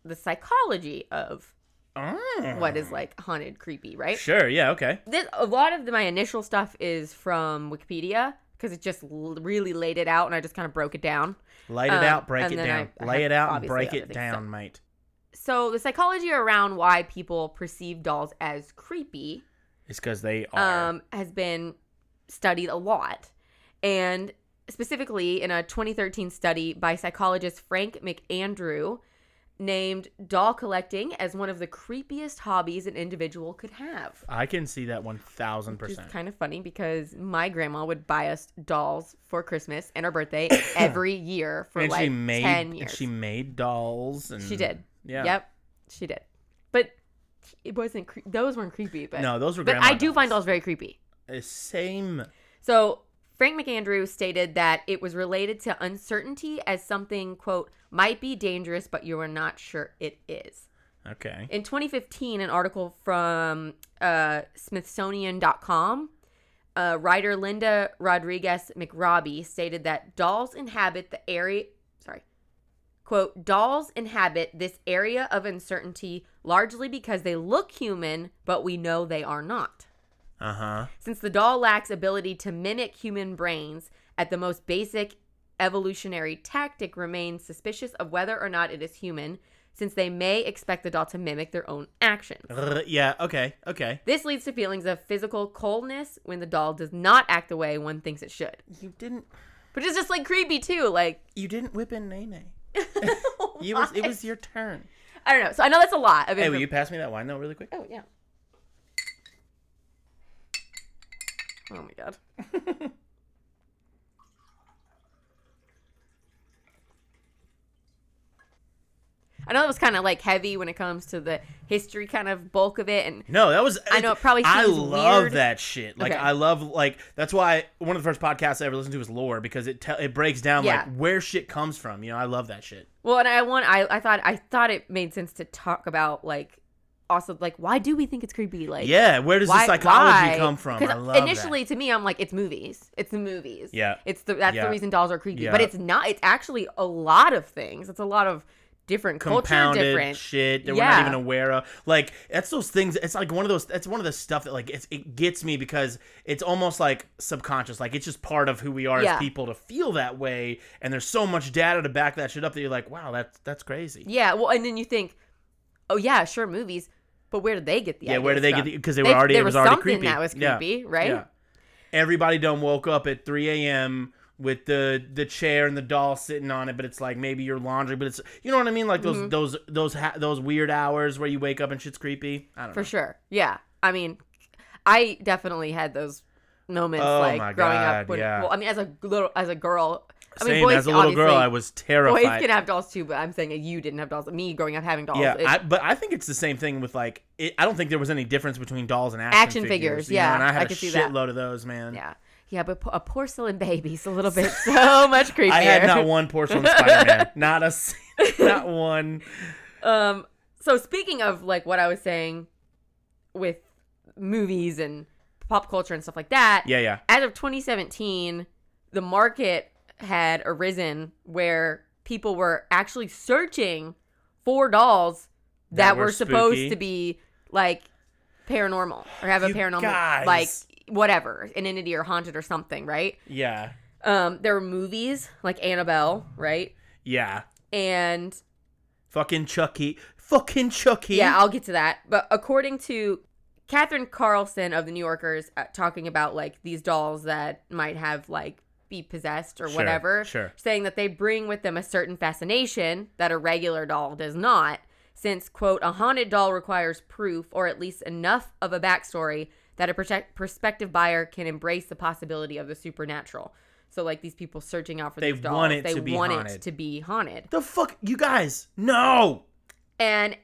[SPEAKER 1] the psychology of
[SPEAKER 3] Oh.
[SPEAKER 1] what is like haunted, creepy, right?
[SPEAKER 3] Sure. Yeah. Okay.
[SPEAKER 1] this a lot of the, my initial stuff is from Wikipedia because it just l- really laid it out and I just kind of broke it down.
[SPEAKER 3] Light it
[SPEAKER 1] Um,
[SPEAKER 3] out, break
[SPEAKER 1] and
[SPEAKER 3] it
[SPEAKER 1] then
[SPEAKER 3] down.
[SPEAKER 1] I- I
[SPEAKER 3] Lay
[SPEAKER 1] have
[SPEAKER 3] it out and
[SPEAKER 1] obviously
[SPEAKER 3] break
[SPEAKER 1] other
[SPEAKER 3] it
[SPEAKER 1] things.
[SPEAKER 3] down,
[SPEAKER 1] So-
[SPEAKER 3] mate.
[SPEAKER 1] So the psychology around why people perceive dolls as creepy
[SPEAKER 3] It's because they are.
[SPEAKER 1] um, has been studied a lot, and specifically in a 2013 study by psychologist Frank McAndrew named doll collecting as one of the creepiest hobbies an individual could have.
[SPEAKER 3] I can see that one thousand
[SPEAKER 1] Which is
[SPEAKER 3] percent.
[SPEAKER 1] kind of funny because my grandma would buy us dolls for Christmas and our
[SPEAKER 3] <coughs>
[SPEAKER 1] birthday every year for
[SPEAKER 3] and
[SPEAKER 1] like
[SPEAKER 3] she made
[SPEAKER 1] ten
[SPEAKER 3] and
[SPEAKER 1] years.
[SPEAKER 3] she made dolls and
[SPEAKER 1] She did.
[SPEAKER 3] Yeah.
[SPEAKER 1] Yep, she did. But it wasn't. Cre- those weren't creepy. But
[SPEAKER 3] No, those were
[SPEAKER 1] But
[SPEAKER 3] grandma
[SPEAKER 1] I do find
[SPEAKER 3] dolls.
[SPEAKER 1] dolls very creepy.
[SPEAKER 3] Uh, Same.
[SPEAKER 1] So Frank McAndrew stated that it was related to uncertainty as something quote might be dangerous, but you are not sure it is.
[SPEAKER 3] Okay.
[SPEAKER 1] In 2015, an article from uh, Smithsonian.com, uh, writer Linda Rodriguez McRobbie stated that dolls inhabit the area. Sorry, quote: Dolls inhabit this area of uncertainty largely because they look human, but we know they are not.
[SPEAKER 3] Uh huh.
[SPEAKER 1] Since the doll lacks ability to mimic human brains at the most basic evolutionary tactic remains suspicious of whether or not it is human, since they may expect the doll to mimic their own actions.
[SPEAKER 3] Yeah. Okay. Okay.
[SPEAKER 1] This leads to feelings of physical coldness when the doll does not act the way one thinks it should.
[SPEAKER 3] You didn't.
[SPEAKER 1] Which is just like creepy too, like <laughs>
[SPEAKER 3] You didn't whip in Nene. You was. It was your
[SPEAKER 1] <laughs>
[SPEAKER 3] turn.
[SPEAKER 1] I don't know. So I know that's a lot of
[SPEAKER 3] Hey,
[SPEAKER 1] information.
[SPEAKER 3] will you pass me that wine though, really quick?
[SPEAKER 1] Oh yeah. Oh my god. <laughs> I know it was kind of like heavy when it comes to the history kind of bulk of it, and
[SPEAKER 3] No, that was.
[SPEAKER 1] I know, it probably
[SPEAKER 3] I
[SPEAKER 1] seems
[SPEAKER 3] love
[SPEAKER 1] weird.
[SPEAKER 3] that shit. Like
[SPEAKER 1] Okay.
[SPEAKER 3] I love like that's why one of the first podcasts I ever listened to was Lore because it te- it breaks down
[SPEAKER 1] Yeah.
[SPEAKER 3] like where shit comes from. You know, I love that shit.
[SPEAKER 1] well, and I want I I thought I thought it made sense to talk about like also like why do we think it's creepy like
[SPEAKER 3] yeah, where does the psychology
[SPEAKER 1] why?
[SPEAKER 3] come from?
[SPEAKER 1] 'Cause
[SPEAKER 3] I love
[SPEAKER 1] initially, to me, I'm like, it's movies. It's the movies.
[SPEAKER 3] Yeah.
[SPEAKER 1] It's the that's
[SPEAKER 3] Yeah.
[SPEAKER 1] the reason dolls are creepy.
[SPEAKER 3] Yeah.
[SPEAKER 1] But it's not. It's actually a lot of things. It's a lot of different
[SPEAKER 3] that.
[SPEAKER 1] culture,
[SPEAKER 3] compounded
[SPEAKER 1] different.
[SPEAKER 3] shit that we're not
[SPEAKER 1] Yeah.
[SPEAKER 3] even aware of. Like that's those things. It's like one of those. That's one of the stuff that like it's, it gets me because it's almost like subconscious. Like it's just part of who we are
[SPEAKER 1] Yeah.
[SPEAKER 3] as people to feel that way. And there's so much data to back that shit up that you're like, wow, that's that's crazy.
[SPEAKER 1] Yeah. Well, and then you think, oh yeah, sure, movies. But where did they get the
[SPEAKER 3] Yeah,
[SPEAKER 1] ideas
[SPEAKER 3] where did they get
[SPEAKER 1] from?
[SPEAKER 3] the- 'cause they were already-
[SPEAKER 1] there
[SPEAKER 3] it was
[SPEAKER 1] was,
[SPEAKER 3] already
[SPEAKER 1] something
[SPEAKER 3] creepy.
[SPEAKER 1] that was
[SPEAKER 3] Yeah.
[SPEAKER 1] creepy, right?
[SPEAKER 3] Yeah. Everybody done woke up at 3 a.m. with the the chair and the doll sitting on it, but it's like maybe your laundry, but it's you know what I mean, like those
[SPEAKER 1] Mm-hmm.
[SPEAKER 3] those those ha- those weird hours where you wake up and shit's creepy. I don't
[SPEAKER 1] For
[SPEAKER 3] know.
[SPEAKER 1] sure. Yeah. I mean, I definitely had those moments
[SPEAKER 3] Oh
[SPEAKER 1] like
[SPEAKER 3] my
[SPEAKER 1] growing
[SPEAKER 3] God,
[SPEAKER 1] up. When,
[SPEAKER 3] yeah.
[SPEAKER 1] Well, I mean, as a little as a girl. I mean,
[SPEAKER 3] Same
[SPEAKER 1] boys
[SPEAKER 3] as a little girl,
[SPEAKER 1] obviously-
[SPEAKER 3] I was
[SPEAKER 1] Boys
[SPEAKER 3] terrified.
[SPEAKER 1] can have dolls too, but I'm saying that you didn't have dolls. Me growing up having dolls.
[SPEAKER 3] yeah,
[SPEAKER 1] it-
[SPEAKER 3] I, but I think it's the same thing with like it, I don't think there was any difference between dolls and action,
[SPEAKER 1] Action figures,
[SPEAKER 3] you know,
[SPEAKER 1] yeah,
[SPEAKER 3] and I had
[SPEAKER 1] I
[SPEAKER 3] a
[SPEAKER 1] could see that.
[SPEAKER 3] shitload of those, man.
[SPEAKER 1] yeah, yeah. But po- a porcelain baby's a little bit <laughs> so much creepier.
[SPEAKER 3] <laughs> I had not one
[SPEAKER 1] <laughs>
[SPEAKER 3] porcelain Spider Man, not a, s- not one.
[SPEAKER 1] Um. So speaking of like what I was saying, with movies and pop culture and stuff like that.
[SPEAKER 3] Yeah, yeah.
[SPEAKER 1] As of 2017, the market had arisen where people were actually searching for dolls that,
[SPEAKER 3] That were
[SPEAKER 1] were, supposed
[SPEAKER 3] spooky.
[SPEAKER 1] to be like paranormal or have a
[SPEAKER 3] You
[SPEAKER 1] paranormal
[SPEAKER 3] guys.
[SPEAKER 1] like whatever an entity or haunted or something right
[SPEAKER 3] Yeah.
[SPEAKER 1] um there were movies like annabelle right
[SPEAKER 3] Yeah.
[SPEAKER 1] and
[SPEAKER 3] Fucking Chucky. Fucking Chucky.
[SPEAKER 1] yeah i'll get to that but according to Katherine Carlson of the New Yorkers uh, talking about like these dolls that might have like be possessed or
[SPEAKER 3] Sure,
[SPEAKER 1] whatever,
[SPEAKER 3] sure.
[SPEAKER 1] saying that they bring with them a certain fascination that a regular doll does not, since quote a haunted doll requires proof or at least enough of a backstory that a protect- prospective buyer can embrace the possibility of the supernatural. So like these people searching out for
[SPEAKER 3] They
[SPEAKER 1] these dolls,
[SPEAKER 3] want it
[SPEAKER 1] they
[SPEAKER 3] to be
[SPEAKER 1] want
[SPEAKER 3] haunted.
[SPEAKER 1] it to be haunted,
[SPEAKER 3] The fuck, you guys? No.
[SPEAKER 1] and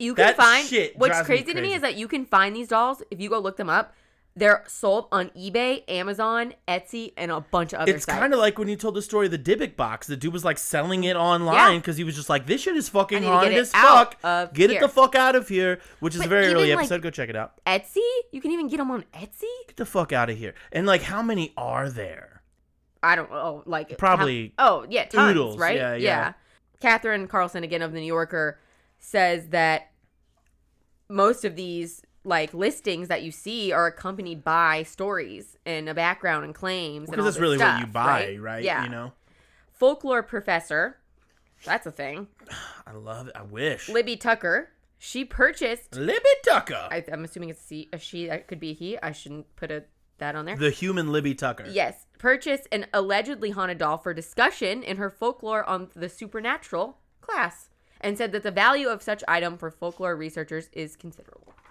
[SPEAKER 1] you can
[SPEAKER 3] That
[SPEAKER 1] find
[SPEAKER 3] shit
[SPEAKER 1] what's
[SPEAKER 3] drives me
[SPEAKER 1] crazy, to me
[SPEAKER 3] crazy.
[SPEAKER 1] is that you can find these dolls if you go look them up. They're sold on eBay, Amazon, Etsy, and a bunch of other
[SPEAKER 3] it's
[SPEAKER 1] sites.
[SPEAKER 3] kind of like when you told the story of the Dybbuk box. The dude was like selling it online
[SPEAKER 1] Yeah.
[SPEAKER 3] because he was just like, "This shit is fucking
[SPEAKER 1] need to get
[SPEAKER 3] haunted
[SPEAKER 1] it
[SPEAKER 3] as
[SPEAKER 1] out
[SPEAKER 3] fuck.
[SPEAKER 1] of
[SPEAKER 3] Get it
[SPEAKER 1] here."
[SPEAKER 3] the fuck out of here." Which is a
[SPEAKER 1] But
[SPEAKER 3] very early
[SPEAKER 1] even, like-
[SPEAKER 3] episode. Go check it out.
[SPEAKER 1] Etsy? You can even get them on Etsy?
[SPEAKER 3] Get the fuck out of here. And like, how many are there?
[SPEAKER 1] I don't know. Like
[SPEAKER 3] Probably
[SPEAKER 1] oh yeah, tons,
[SPEAKER 3] oodles.
[SPEAKER 1] right?
[SPEAKER 3] Yeah,
[SPEAKER 1] Yeah,
[SPEAKER 3] yeah.
[SPEAKER 1] Catherine Carlson again of the New Yorker says that most of these like listings that you see are accompanied by stories and a background and claims. and
[SPEAKER 3] Because
[SPEAKER 1] all
[SPEAKER 3] that's
[SPEAKER 1] this
[SPEAKER 3] really
[SPEAKER 1] stuff,
[SPEAKER 3] what you buy, right?
[SPEAKER 1] Yeah.
[SPEAKER 3] You know.
[SPEAKER 1] Folklore professor, that's a thing.
[SPEAKER 3] I love it. I wish.
[SPEAKER 1] Libby Tucker, she purchased.
[SPEAKER 3] Libby Tucker,
[SPEAKER 1] I, I'm assuming it's a she. A she that could be he. I shouldn't put a that on there.
[SPEAKER 3] the human Libby Tucker.
[SPEAKER 1] Yes, purchased an allegedly haunted doll for discussion in her folklore on the supernatural class and said that the value of such item for folklore researchers is considerable. <laughs>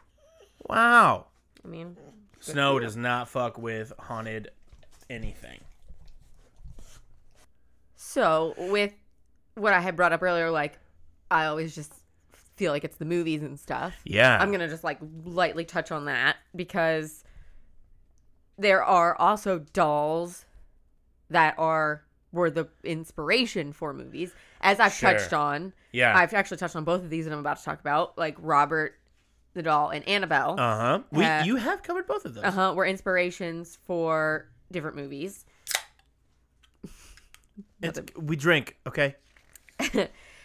[SPEAKER 3] Wow.
[SPEAKER 1] I mean,
[SPEAKER 3] Snow does not fuck with haunted anything.
[SPEAKER 1] so with what I had brought up earlier, like, I always just feel like it's the movies and stuff.
[SPEAKER 3] Yeah.
[SPEAKER 1] I'm going to just like lightly touch on that because there are also dolls that are were the inspiration for movies as I've
[SPEAKER 3] Sure.
[SPEAKER 1] touched on.
[SPEAKER 3] Yeah.
[SPEAKER 1] I've actually touched on both of these that I'm about to talk about, like Robert the doll and Annabelle. Uh
[SPEAKER 3] Uh huh. We
[SPEAKER 1] Uh,
[SPEAKER 3] you have covered both of those.
[SPEAKER 1] huh. Were inspirations for different movies.
[SPEAKER 3] It's, we drink, okay?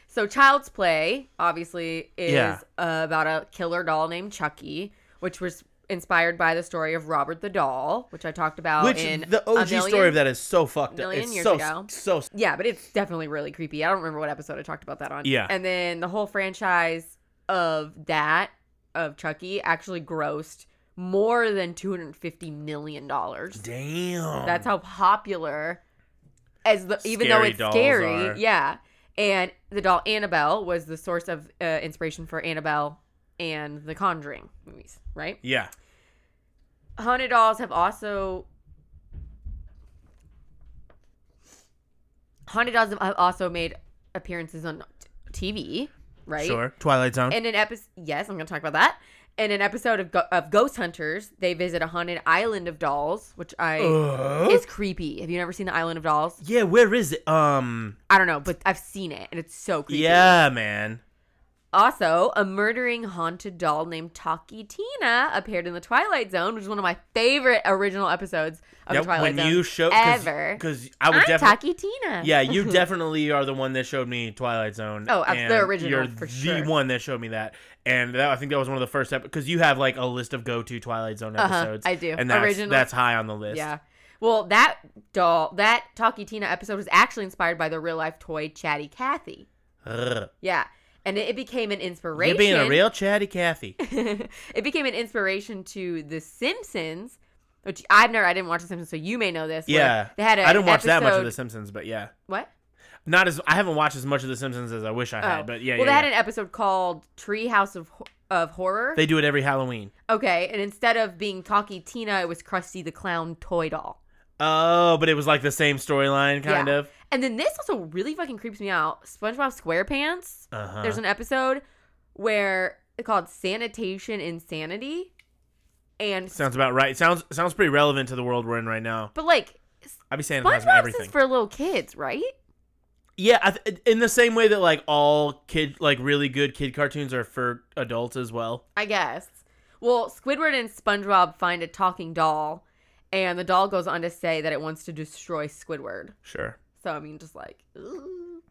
[SPEAKER 1] So Child's Play obviously is
[SPEAKER 3] Yeah.
[SPEAKER 1] uh, about a killer doll named Chucky, which was inspired by the story of Robert the doll, which I talked about
[SPEAKER 3] Which
[SPEAKER 1] Oh, in
[SPEAKER 3] the
[SPEAKER 1] a
[SPEAKER 3] OG story
[SPEAKER 1] million-
[SPEAKER 3] of that is so fucked up.
[SPEAKER 1] million
[SPEAKER 3] It's
[SPEAKER 1] years
[SPEAKER 3] so
[SPEAKER 1] ago.
[SPEAKER 3] so
[SPEAKER 1] Yeah, but it's definitely really creepy. I don't remember what episode I talked about that on.
[SPEAKER 3] Yeah.
[SPEAKER 1] And then the whole franchise of that of Chucky actually grossed more than 250 million dollars.
[SPEAKER 3] damn.
[SPEAKER 1] That's how popular as the even though
[SPEAKER 3] Scary
[SPEAKER 1] it's
[SPEAKER 3] dolls
[SPEAKER 1] scary,
[SPEAKER 3] are.
[SPEAKER 1] yeah. And the doll Annabelle was the source of uh, inspiration for Annabelle and the Conjuring movies, right?
[SPEAKER 3] yeah.
[SPEAKER 1] Haunted dolls have also haunted dolls have also made appearances on t- TV. right?
[SPEAKER 3] Sure. Twilight Zone.
[SPEAKER 1] In an episode, yes, I'm going to talk about that. In an episode of, Go- of Ghost Hunters, they visit a haunted island of dolls, which I
[SPEAKER 3] Uh?
[SPEAKER 1] is creepy. Have you never seen the Island of Dolls?
[SPEAKER 3] yeah, where is it? Um.
[SPEAKER 1] I don't know, but I've seen it and it's so creepy.
[SPEAKER 3] Yeah, man.
[SPEAKER 1] Also, a murdering haunted doll named Talkie Tina appeared in the Twilight Zone, which is one of my favorite original episodes of
[SPEAKER 3] That-
[SPEAKER 1] the Twilight
[SPEAKER 3] when
[SPEAKER 1] Zone
[SPEAKER 3] you show
[SPEAKER 1] ever.
[SPEAKER 3] because I would
[SPEAKER 1] I'm
[SPEAKER 3] definitely.
[SPEAKER 1] Taki Tina.
[SPEAKER 3] Yeah, you
[SPEAKER 1] <laughs>
[SPEAKER 3] definitely are the one that showed me Twilight Zone.
[SPEAKER 1] Oh, abs-
[SPEAKER 3] and
[SPEAKER 1] the original,
[SPEAKER 3] You're
[SPEAKER 1] for
[SPEAKER 3] the
[SPEAKER 1] sure.
[SPEAKER 3] one that showed me that, and that, I think that was one of the first episodes because you have like a list of go-to Twilight Zone
[SPEAKER 1] Uh-huh,
[SPEAKER 3] episodes.
[SPEAKER 1] I do.
[SPEAKER 3] and that's
[SPEAKER 1] Original.
[SPEAKER 3] that's high on the list.
[SPEAKER 1] Yeah. Well, that doll, that Talkie Tina episode was actually inspired by the real life toy Chatty Cathy.
[SPEAKER 3] Ugh.
[SPEAKER 1] Yeah. And it, it became an inspiration.
[SPEAKER 3] You're being a real
[SPEAKER 1] <laughs>
[SPEAKER 3] chatty Cathy.
[SPEAKER 1] it became an inspiration to The Simpsons, which I've never, I didn't watch The Simpsons, so you may know this. where
[SPEAKER 3] Yeah,
[SPEAKER 1] They had a,
[SPEAKER 3] I didn't watch that much of
[SPEAKER 1] episode-
[SPEAKER 3] The Simpsons, but yeah,
[SPEAKER 1] What?
[SPEAKER 3] not as I haven't watched as much of The Simpsons as I wish I had, but yeah,
[SPEAKER 1] Oh. well, they
[SPEAKER 3] yeah,
[SPEAKER 1] had
[SPEAKER 3] yeah.
[SPEAKER 1] an episode called Treehouse of Ho- of Horror.
[SPEAKER 3] they do it every Halloween.
[SPEAKER 1] okay, and instead of being Talkie Tina, it was Krusty the Clown toy doll.
[SPEAKER 3] Oh, but it was like the same storyline, kind
[SPEAKER 1] Yeah.
[SPEAKER 3] of.
[SPEAKER 1] And then this also really fucking creeps me out. SpongeBob SquarePants.
[SPEAKER 3] Uh-huh.
[SPEAKER 1] There's an episode where it's called Sanitation Insanity, and
[SPEAKER 3] Sounds about right. Sounds sounds pretty relevant to the world we're in right now.
[SPEAKER 1] but like
[SPEAKER 3] I'd be saying
[SPEAKER 1] SpongeBob's
[SPEAKER 3] everything.
[SPEAKER 1] is for little kids, right?
[SPEAKER 3] yeah, I th- in the same way that like all kid, like really good kid cartoons are for adults as well.
[SPEAKER 1] I guess. Well, Squidward and SpongeBob find a talking doll, and the doll goes on to say that it wants to destroy Squidward.
[SPEAKER 3] Sure.
[SPEAKER 1] So I mean, just like ooh.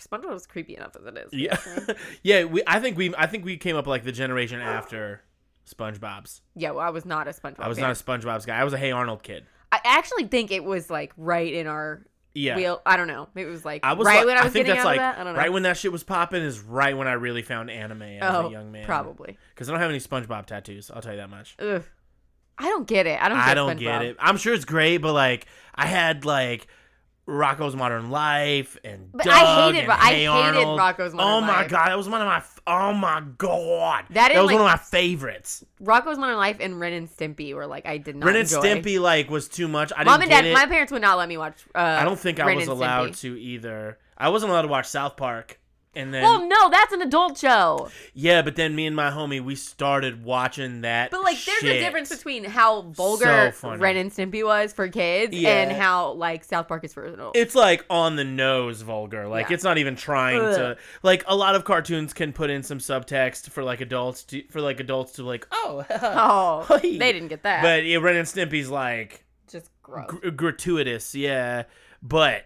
[SPEAKER 1] SpongeBob was creepy enough as it is.
[SPEAKER 3] Yeah, <laughs> yeah. We I think we I think we came up like the generation after SpongeBob's.
[SPEAKER 1] Yeah, well, I was not a SpongeBob.
[SPEAKER 3] I was
[SPEAKER 1] fan.
[SPEAKER 3] not a SpongeBob's guy. I was a Hey Arnold kid.
[SPEAKER 1] I actually think it was like right in our
[SPEAKER 3] Yeah.
[SPEAKER 1] wheel. I don't know. Maybe it was like
[SPEAKER 3] I was
[SPEAKER 1] right
[SPEAKER 3] like-
[SPEAKER 1] when I was
[SPEAKER 3] think
[SPEAKER 1] getting
[SPEAKER 3] that's
[SPEAKER 1] out
[SPEAKER 3] like
[SPEAKER 1] of that. I don't know.
[SPEAKER 3] right when that shit was popping is right when I really found anime as
[SPEAKER 1] oh,
[SPEAKER 3] a young man.
[SPEAKER 1] probably.
[SPEAKER 3] because I don't have any SpongeBob tattoos. I'll tell you that much.
[SPEAKER 1] Ugh. I don't get it. I don't. Get
[SPEAKER 3] I don't get
[SPEAKER 1] SpongeBob.
[SPEAKER 3] it. I'm sure it's great, but like I had like Rocco's Modern Life and
[SPEAKER 1] But
[SPEAKER 3] Doug
[SPEAKER 1] I hated
[SPEAKER 3] and
[SPEAKER 1] Ro- I
[SPEAKER 3] Hey
[SPEAKER 1] hated
[SPEAKER 3] Arnold.
[SPEAKER 1] Rocco's Modern
[SPEAKER 3] Oh my
[SPEAKER 1] Life.
[SPEAKER 3] god, that was one of my f- oh my god
[SPEAKER 1] That
[SPEAKER 3] that
[SPEAKER 1] and,
[SPEAKER 3] was one
[SPEAKER 1] like-
[SPEAKER 3] of my favorites.
[SPEAKER 1] Rocco's Modern Life and Ren and Stimpy were like I did not.
[SPEAKER 3] Ren and
[SPEAKER 1] enjoy.
[SPEAKER 3] Stimpy like was too much. I
[SPEAKER 1] Mom and
[SPEAKER 3] didn't
[SPEAKER 1] Dad.
[SPEAKER 3] get
[SPEAKER 1] My
[SPEAKER 3] it.
[SPEAKER 1] parents would not let me watch. Uh,
[SPEAKER 3] I don't think I
[SPEAKER 1] Ren
[SPEAKER 3] was
[SPEAKER 1] and
[SPEAKER 3] allowed
[SPEAKER 1] Stimpy.
[SPEAKER 3] to either. I wasn't allowed to watch South Park. And then
[SPEAKER 1] Well, no, that's an adult show.
[SPEAKER 3] yeah, but then me and my homie we started watching that.
[SPEAKER 1] But like, there's a
[SPEAKER 3] shit.
[SPEAKER 1] difference between how
[SPEAKER 3] So
[SPEAKER 1] vulgar
[SPEAKER 3] funny.
[SPEAKER 1] Ren and Stimpy was for kids
[SPEAKER 3] Yeah.
[SPEAKER 1] and how like South Park is for adults.
[SPEAKER 3] it's like on the nose vulgar. Like
[SPEAKER 1] Yeah.
[SPEAKER 3] it's not even trying to
[SPEAKER 1] Ugh.
[SPEAKER 3] like a lot of cartoons can put in some subtext for like adults to for like adults to like oh,
[SPEAKER 1] <laughs> oh,
[SPEAKER 3] hey.
[SPEAKER 1] they didn't get that.
[SPEAKER 3] But yeah, Ren and Stimpy's like
[SPEAKER 1] just gross.
[SPEAKER 3] gr- gratuitous, yeah. But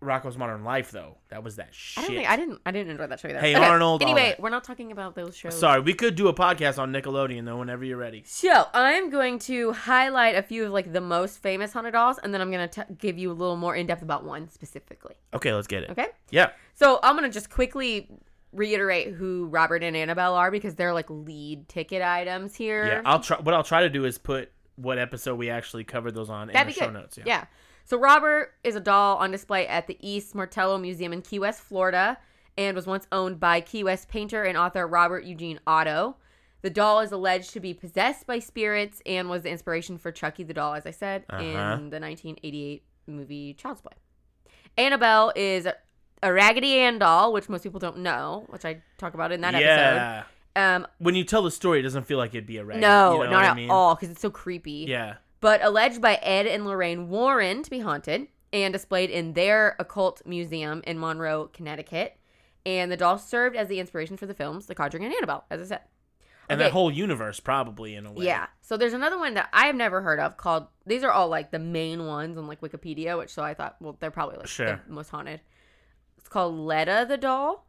[SPEAKER 3] Rocco's Modern Life though that was that shit.
[SPEAKER 1] I don't think I didn't. I didn't enjoy that show either.
[SPEAKER 3] Hey, Arnold, all
[SPEAKER 1] Anyway,
[SPEAKER 3] that.
[SPEAKER 1] we're not talking about those shows.
[SPEAKER 3] Sorry, we could do a podcast on Nickelodeon though whenever you're ready.
[SPEAKER 1] So I'm going to highlight a few of like the most famous haunted dolls, and then I'm gonna t- give you a little more in depth about one specifically.
[SPEAKER 3] Okay, let's get it.
[SPEAKER 1] Okay.
[SPEAKER 3] Yeah.
[SPEAKER 1] So I'm gonna just quickly reiterate who Robert and Annabelle are because they're like lead ticket items here.
[SPEAKER 3] Yeah, I'll try. What I'll try to do is put what episode we actually covered those on in
[SPEAKER 1] That'd
[SPEAKER 3] the
[SPEAKER 1] be
[SPEAKER 3] show
[SPEAKER 1] good.
[SPEAKER 3] notes. Yeah.
[SPEAKER 1] So Robert is a doll on display at the East Martello Museum in Key West, Florida, and was once owned by Key West painter and author Robert Eugene Otto. The doll is alleged to be possessed by spirits and was the inspiration for Chucky the doll, as I said,
[SPEAKER 3] Uh-huh.
[SPEAKER 1] in the 1988 movie Child's Play. Annabelle is a, a Raggedy Ann doll, which most people don't know, which I talk about in that
[SPEAKER 3] yeah.
[SPEAKER 1] episode. Um,
[SPEAKER 3] When you tell the story, it doesn't feel like it'd be a raggedy.
[SPEAKER 1] no,
[SPEAKER 3] you know
[SPEAKER 1] not
[SPEAKER 3] what I
[SPEAKER 1] at
[SPEAKER 3] mean?
[SPEAKER 1] all, because it's so creepy.
[SPEAKER 3] Yeah.
[SPEAKER 1] but alleged by Ed and Lorraine Warren to be haunted and displayed in their occult museum in Monroe, Connecticut. And the doll served as the inspiration for the films The Conjuring and Annabelle, as I said.
[SPEAKER 3] And
[SPEAKER 1] Okay.
[SPEAKER 3] that whole universe, probably in a way.
[SPEAKER 1] Yeah. So there's another one that I've never heard of called, these are all like the main ones on like Wikipedia, which so I thought, well, they're probably like
[SPEAKER 3] Sure.
[SPEAKER 1] the most haunted. It's called Letta the Doll.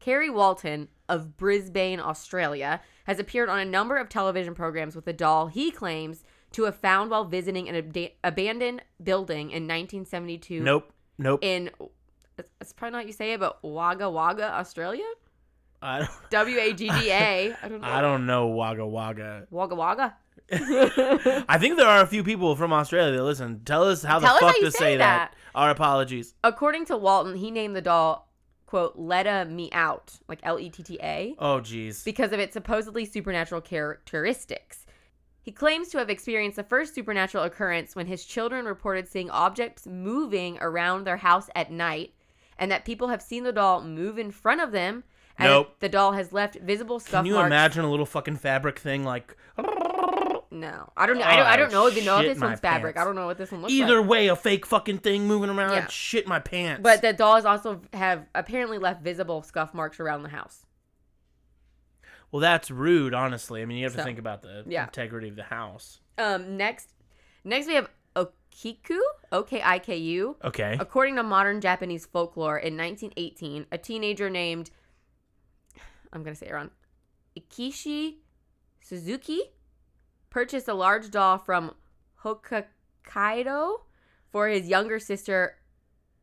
[SPEAKER 1] Carrie Walton of Brisbane, Australia, has appeared on a number of television programs with a doll he claims to have found while visiting an abda- abandoned building in 1972
[SPEAKER 3] Nope. Nope.
[SPEAKER 1] in that's- that's probably not how you say it, but Wagga Wagga, Australia,
[SPEAKER 3] I don't.
[SPEAKER 1] W A G G A. I don't know.
[SPEAKER 3] I don't know Wagga Wagga.
[SPEAKER 1] Wagga Wagga.
[SPEAKER 3] <laughs> I think there are a few people from Australia that listen. Tell us how
[SPEAKER 1] Tell
[SPEAKER 3] the
[SPEAKER 1] us
[SPEAKER 3] fuck
[SPEAKER 1] how you
[SPEAKER 3] to
[SPEAKER 1] say
[SPEAKER 3] say that. Our apologies.
[SPEAKER 1] According to Walton, he named the doll quote Letta me out, like L E T T A.
[SPEAKER 3] Oh jeez.
[SPEAKER 1] because of its supposedly supernatural characteristics. He claims to have experienced the first supernatural occurrence when his children reported seeing objects moving around their house at night, and that people have seen the doll move in front of them And
[SPEAKER 3] Nope.
[SPEAKER 1] The doll has left visible scuff
[SPEAKER 3] Can you
[SPEAKER 1] marks.
[SPEAKER 3] imagine a little fucking fabric thing like?
[SPEAKER 1] No, I don't. know. I don't. I
[SPEAKER 3] Oh,
[SPEAKER 1] don't know even know if
[SPEAKER 3] shit,
[SPEAKER 1] this
[SPEAKER 3] my
[SPEAKER 1] one's fabric. I
[SPEAKER 3] pants.
[SPEAKER 1] don't know what this one looks like.
[SPEAKER 3] Either way, a fake fucking thing moving around.
[SPEAKER 1] Yeah.
[SPEAKER 3] Shit my pants.
[SPEAKER 1] But the dolls also have apparently left visible scuff marks around the house.
[SPEAKER 3] well, that's rude. Honestly, I mean, you have to
[SPEAKER 1] So,
[SPEAKER 3] think about the
[SPEAKER 1] yeah.
[SPEAKER 3] integrity of the house.
[SPEAKER 1] Um, next, next we have Okiku, O K I K U.
[SPEAKER 3] Okay.
[SPEAKER 1] According to modern Japanese folklore, in 1918, a teenager named I'm gonna say it wrong, Ikishi Suzuki purchased a large doll from Hokkaido for his younger sister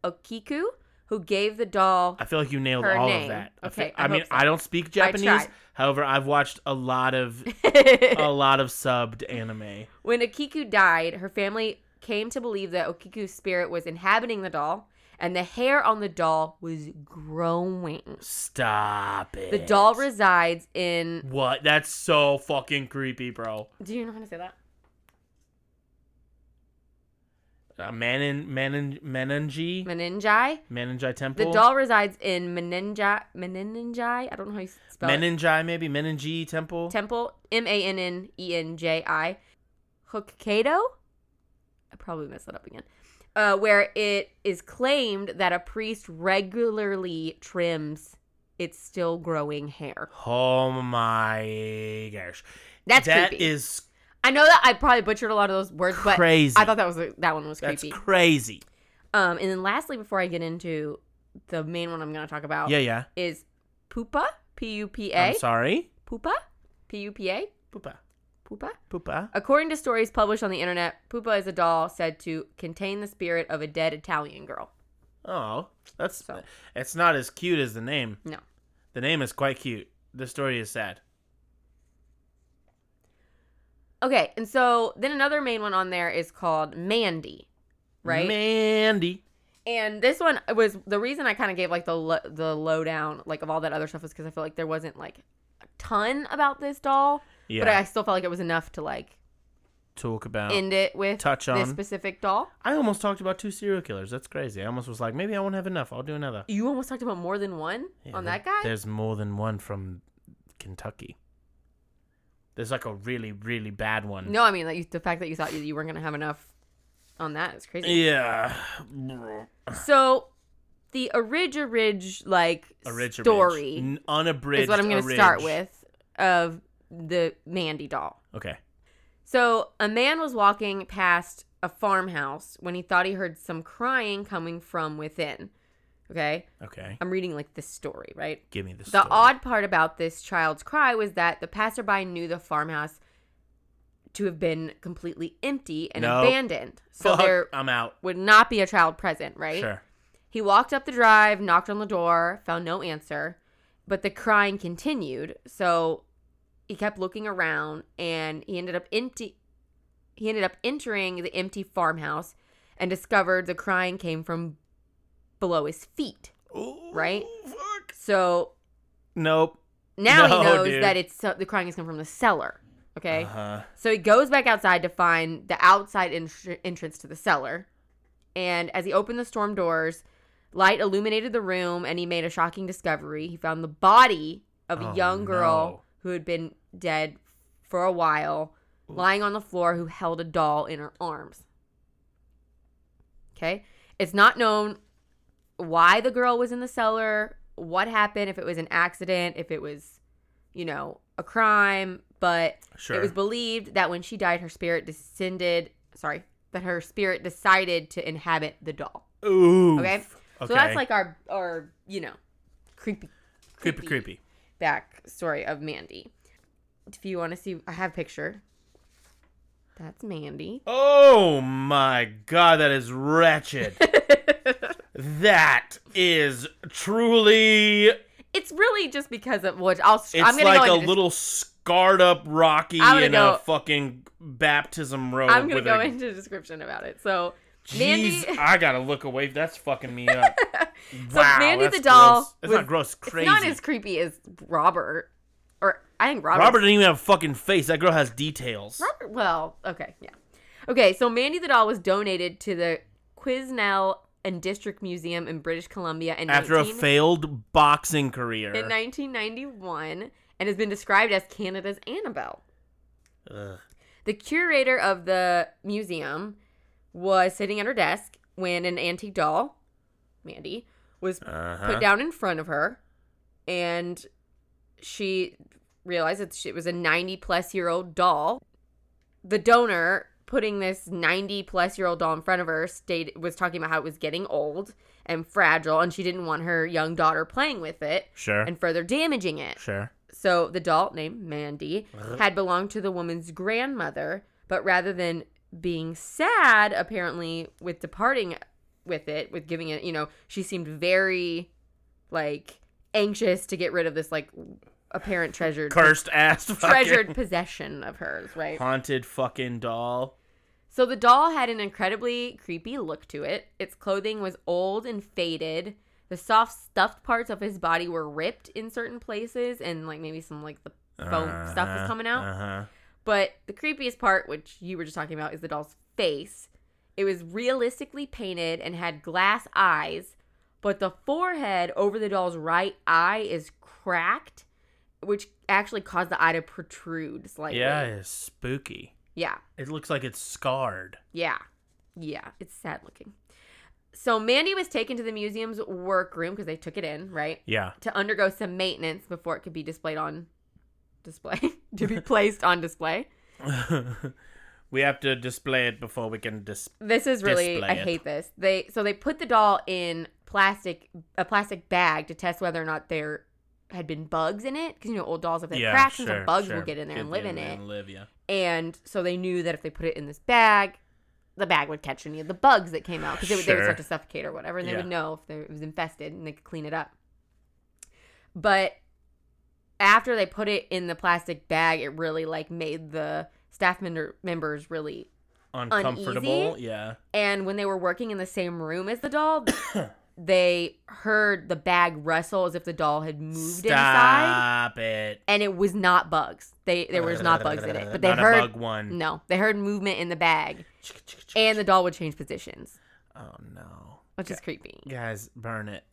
[SPEAKER 1] Okiku, who gave the doll
[SPEAKER 3] <laughs> I feel like you nailed
[SPEAKER 1] Her
[SPEAKER 3] all
[SPEAKER 1] name.
[SPEAKER 3] of that. I,
[SPEAKER 1] Okay,
[SPEAKER 3] think-
[SPEAKER 1] I
[SPEAKER 3] I, mean,
[SPEAKER 1] hope so.
[SPEAKER 3] I don't speak
[SPEAKER 1] tried.
[SPEAKER 3] Japanese. However, I've watched a lot of a lot of subbed anime.
[SPEAKER 1] When Okiku died, her family came to believe that Okiku's spirit was inhabiting the doll, and the hair on the doll was growing.
[SPEAKER 3] Stop it.
[SPEAKER 1] The doll resides in.
[SPEAKER 3] What? That's so fucking creepy, bro.
[SPEAKER 1] Do you know how to say that?
[SPEAKER 3] Uh, Manin Manin Meningi
[SPEAKER 1] Meningi.
[SPEAKER 3] Meningi
[SPEAKER 1] The
[SPEAKER 3] Temple.
[SPEAKER 1] doll resides in Meningi. Meningi. I don't know how you spell it.
[SPEAKER 3] Meningi maybe Meningi Temple.
[SPEAKER 1] Temple. M A N N E N J I. Hokkaido. I probably messed that up again. Uh, where it is claimed that a priest regularly trims its still growing hair.
[SPEAKER 3] oh my gosh.
[SPEAKER 1] That's
[SPEAKER 3] That
[SPEAKER 1] creepy.
[SPEAKER 3] is
[SPEAKER 1] I know that I probably butchered a lot of those words, but
[SPEAKER 3] Crazy.
[SPEAKER 1] I thought that was that one was
[SPEAKER 3] that's
[SPEAKER 1] creepy.
[SPEAKER 3] crazy.
[SPEAKER 1] um, and then lastly, before I get into the main one I'm going to talk about,
[SPEAKER 3] Yeah, yeah.
[SPEAKER 1] is Pupa P U P
[SPEAKER 3] I'm
[SPEAKER 1] A
[SPEAKER 3] sorry.
[SPEAKER 1] Pupa P U P A
[SPEAKER 3] Poopa.
[SPEAKER 1] Pupa.
[SPEAKER 3] Poopa.
[SPEAKER 1] According to stories published on the internet, Pupa is a doll said to contain the spirit of a dead Italian girl.
[SPEAKER 3] Oh, that's
[SPEAKER 1] So.
[SPEAKER 3] it's not as cute as the name.
[SPEAKER 1] No.
[SPEAKER 3] The name is quite cute. The story is sad.
[SPEAKER 1] Okay, and so then another main one on there is called Mandy, right?
[SPEAKER 3] Mandy.
[SPEAKER 1] And this one was the reason I kind of gave like the lo- the lowdown like of all that other stuff was because I feel like there wasn't like a ton about this doll,
[SPEAKER 3] Yeah.
[SPEAKER 1] but I still felt like it was enough to like
[SPEAKER 3] Talk about.
[SPEAKER 1] end it with
[SPEAKER 3] Touch
[SPEAKER 1] this
[SPEAKER 3] on.
[SPEAKER 1] specific doll.
[SPEAKER 3] I almost talked about two serial killers. That's crazy. I almost was like, maybe I won't have enough. I'll do another.
[SPEAKER 1] You almost talked about more than one on
[SPEAKER 3] Yeah,
[SPEAKER 1] that guy.
[SPEAKER 3] There's more than one from Kentucky. There's like a really, really bad one.
[SPEAKER 1] No, I mean like you, the fact that you thought you, you weren't gonna have enough on that is crazy.
[SPEAKER 3] Yeah.
[SPEAKER 1] So the orig like
[SPEAKER 3] Abridged.
[SPEAKER 1] story
[SPEAKER 3] N- Unabridged.
[SPEAKER 1] is what I'm gonna start with of the Mandy doll.
[SPEAKER 3] Okay.
[SPEAKER 1] So a man was walking past a farmhouse when he thought he heard some crying coming from within. Okay,
[SPEAKER 3] Okay.
[SPEAKER 1] I'm reading like this story, right?
[SPEAKER 3] Give me the
[SPEAKER 1] The
[SPEAKER 3] story.
[SPEAKER 1] odd part about this child's cry was that the passerby knew the farmhouse to have been completely empty and
[SPEAKER 3] Nope.
[SPEAKER 1] abandoned. So
[SPEAKER 3] Fuck,
[SPEAKER 1] there
[SPEAKER 3] I'm out.
[SPEAKER 1] would not be a child present, right?
[SPEAKER 3] Sure.
[SPEAKER 1] He walked up the drive, knocked on the door, found no answer, but the crying continued. So he kept looking around and he ended up empty he ended up entering the empty farmhouse and discovered the crying came from below his feet.
[SPEAKER 3] Ooh,
[SPEAKER 1] Right?
[SPEAKER 3] Fuck.
[SPEAKER 1] So
[SPEAKER 3] Nope.
[SPEAKER 1] now
[SPEAKER 3] No,
[SPEAKER 1] he knows
[SPEAKER 3] dude.
[SPEAKER 1] that it's the crying is coming from the cellar. Okay.
[SPEAKER 3] Uh-huh.
[SPEAKER 1] So he goes back outside to find the outside entr entrance to the cellar. And as he opened the storm doors, light illuminated the room and he made a shocking discovery. He found the body of a
[SPEAKER 3] Oh,
[SPEAKER 1] young girl
[SPEAKER 3] no.
[SPEAKER 1] who had been dead for a while, lying on the floor, who held a doll in her arms. Okay. It's not known why the girl was in the cellar, what happened, if it was an accident, if it was, you know, a crime, but
[SPEAKER 3] Sure.
[SPEAKER 1] it was believed that when she died, her spirit descended. Sorry, that her spirit decided to inhabit the doll.
[SPEAKER 3] Ooh.
[SPEAKER 1] Okay, so that's like our our you know creepy
[SPEAKER 3] creepy, creepy.
[SPEAKER 1] back story of Mandy. If you want to see, I have a picture. That's Mandy.
[SPEAKER 3] Oh my god, that
[SPEAKER 1] <laughs>
[SPEAKER 3] is wretched. that is truly.
[SPEAKER 1] It's really just because of which I'll.
[SPEAKER 3] It's
[SPEAKER 1] I'm gonna
[SPEAKER 3] like
[SPEAKER 1] go
[SPEAKER 3] a
[SPEAKER 1] into,
[SPEAKER 3] little scarred up Rocky
[SPEAKER 1] I'm gonna
[SPEAKER 3] in
[SPEAKER 1] go-
[SPEAKER 3] a fucking baptism robe.
[SPEAKER 1] I'm gonna
[SPEAKER 3] with
[SPEAKER 1] go
[SPEAKER 3] a,
[SPEAKER 1] into description about it. So
[SPEAKER 3] Jeez,
[SPEAKER 1] Mandy-
[SPEAKER 3] I gotta look away. That's fucking me
[SPEAKER 1] <laughs>
[SPEAKER 3] up. wow,
[SPEAKER 1] Mandy
[SPEAKER 3] that's
[SPEAKER 1] the doll
[SPEAKER 3] gross. It's
[SPEAKER 1] was-
[SPEAKER 3] not gross. Crazy.
[SPEAKER 1] it's not as creepy as Robert, or I think Robert.
[SPEAKER 3] Robert didn't even have a fucking face. That girl has details.
[SPEAKER 1] Robert- Well, okay, yeah. Okay, so Mandy the doll was donated to the Quiznell and District Museum in British Columbia in,
[SPEAKER 3] After
[SPEAKER 1] 19
[SPEAKER 3] a failed boxing career.
[SPEAKER 1] in 1991 and has been described as Canada's Annabelle.
[SPEAKER 3] Ugh.
[SPEAKER 1] The curator of the museum was sitting at her desk when an antique doll, Mandy, was
[SPEAKER 3] Uh-huh.
[SPEAKER 1] put down in front of her, and she realized that it was a 90 plus year old doll. The donor putting this 90 plus year old doll in front of her stayed was talking about how it was getting old and fragile, and she didn't want her young daughter playing with it
[SPEAKER 3] Sure.
[SPEAKER 1] and further damaging it.
[SPEAKER 3] sure.
[SPEAKER 1] So the doll named Mandy
[SPEAKER 3] Uh-huh.
[SPEAKER 1] had belonged to the woman's grandmother, but rather than being sad apparently with departing with it, with giving it, you know, she seemed very like anxious to get rid of this like apparent treasured
[SPEAKER 3] Cursed ass fucking
[SPEAKER 1] treasured possession of hers, right?
[SPEAKER 3] haunted fucking doll.
[SPEAKER 1] So the doll had an incredibly creepy look to it. Its clothing was old and faded. The soft stuffed parts of his body were ripped in certain places and like maybe some like the bone stuff was coming out.
[SPEAKER 3] Uh-huh.
[SPEAKER 1] But the creepiest part, which you were just talking about, is the doll's face. It was realistically painted and had glass eyes, but the forehead over the doll's right eye is cracked, which actually caused the eye to protrude slightly.
[SPEAKER 3] Yeah, it's spooky.
[SPEAKER 1] Yeah.
[SPEAKER 3] It looks like it's scarred.
[SPEAKER 1] Yeah. Yeah. It's sad looking. So Mandy was taken to the museum's workroom because they took it in, right?
[SPEAKER 3] Yeah.
[SPEAKER 1] To undergo some maintenance before it could be displayed on display, <laughs> to
[SPEAKER 3] <laughs>
[SPEAKER 1] be placed on display.
[SPEAKER 3] <laughs> we have to display it before we can dis.
[SPEAKER 1] This is really
[SPEAKER 3] Display
[SPEAKER 1] I
[SPEAKER 3] it.
[SPEAKER 1] hate this. They so they put the doll in plastic a plastic bag to test whether or not there had been bugs in it because you know old dolls if they
[SPEAKER 3] Yeah,
[SPEAKER 1] crack
[SPEAKER 3] sure,
[SPEAKER 1] some bugs
[SPEAKER 3] sure.
[SPEAKER 1] will get in there and live in it.
[SPEAKER 3] And live, yeah.
[SPEAKER 1] And so they knew that if they put it in this bag, the bag would catch any of the bugs that came out because they, would they would
[SPEAKER 3] Sure.
[SPEAKER 1] start to suffocate or whatever, and they
[SPEAKER 3] Yeah.
[SPEAKER 1] would know if they, it was infested and they could clean it up. But after they put it in the plastic bag, it really like made the staff member, members really
[SPEAKER 3] Uncomfortable. Yeah.
[SPEAKER 1] and when they were working in the same room as the
[SPEAKER 3] <coughs>
[SPEAKER 1] doll, they heard the bag rustle as if the doll had moved inside,
[SPEAKER 3] Stop it.
[SPEAKER 1] and it was not bugs. They there was not bugs in it, but they
[SPEAKER 3] Not
[SPEAKER 1] heard
[SPEAKER 3] a bug one.
[SPEAKER 1] no, they heard movement in the bag, and the doll would change positions,
[SPEAKER 3] Oh no,
[SPEAKER 1] which is creepy.
[SPEAKER 3] guys, burn it.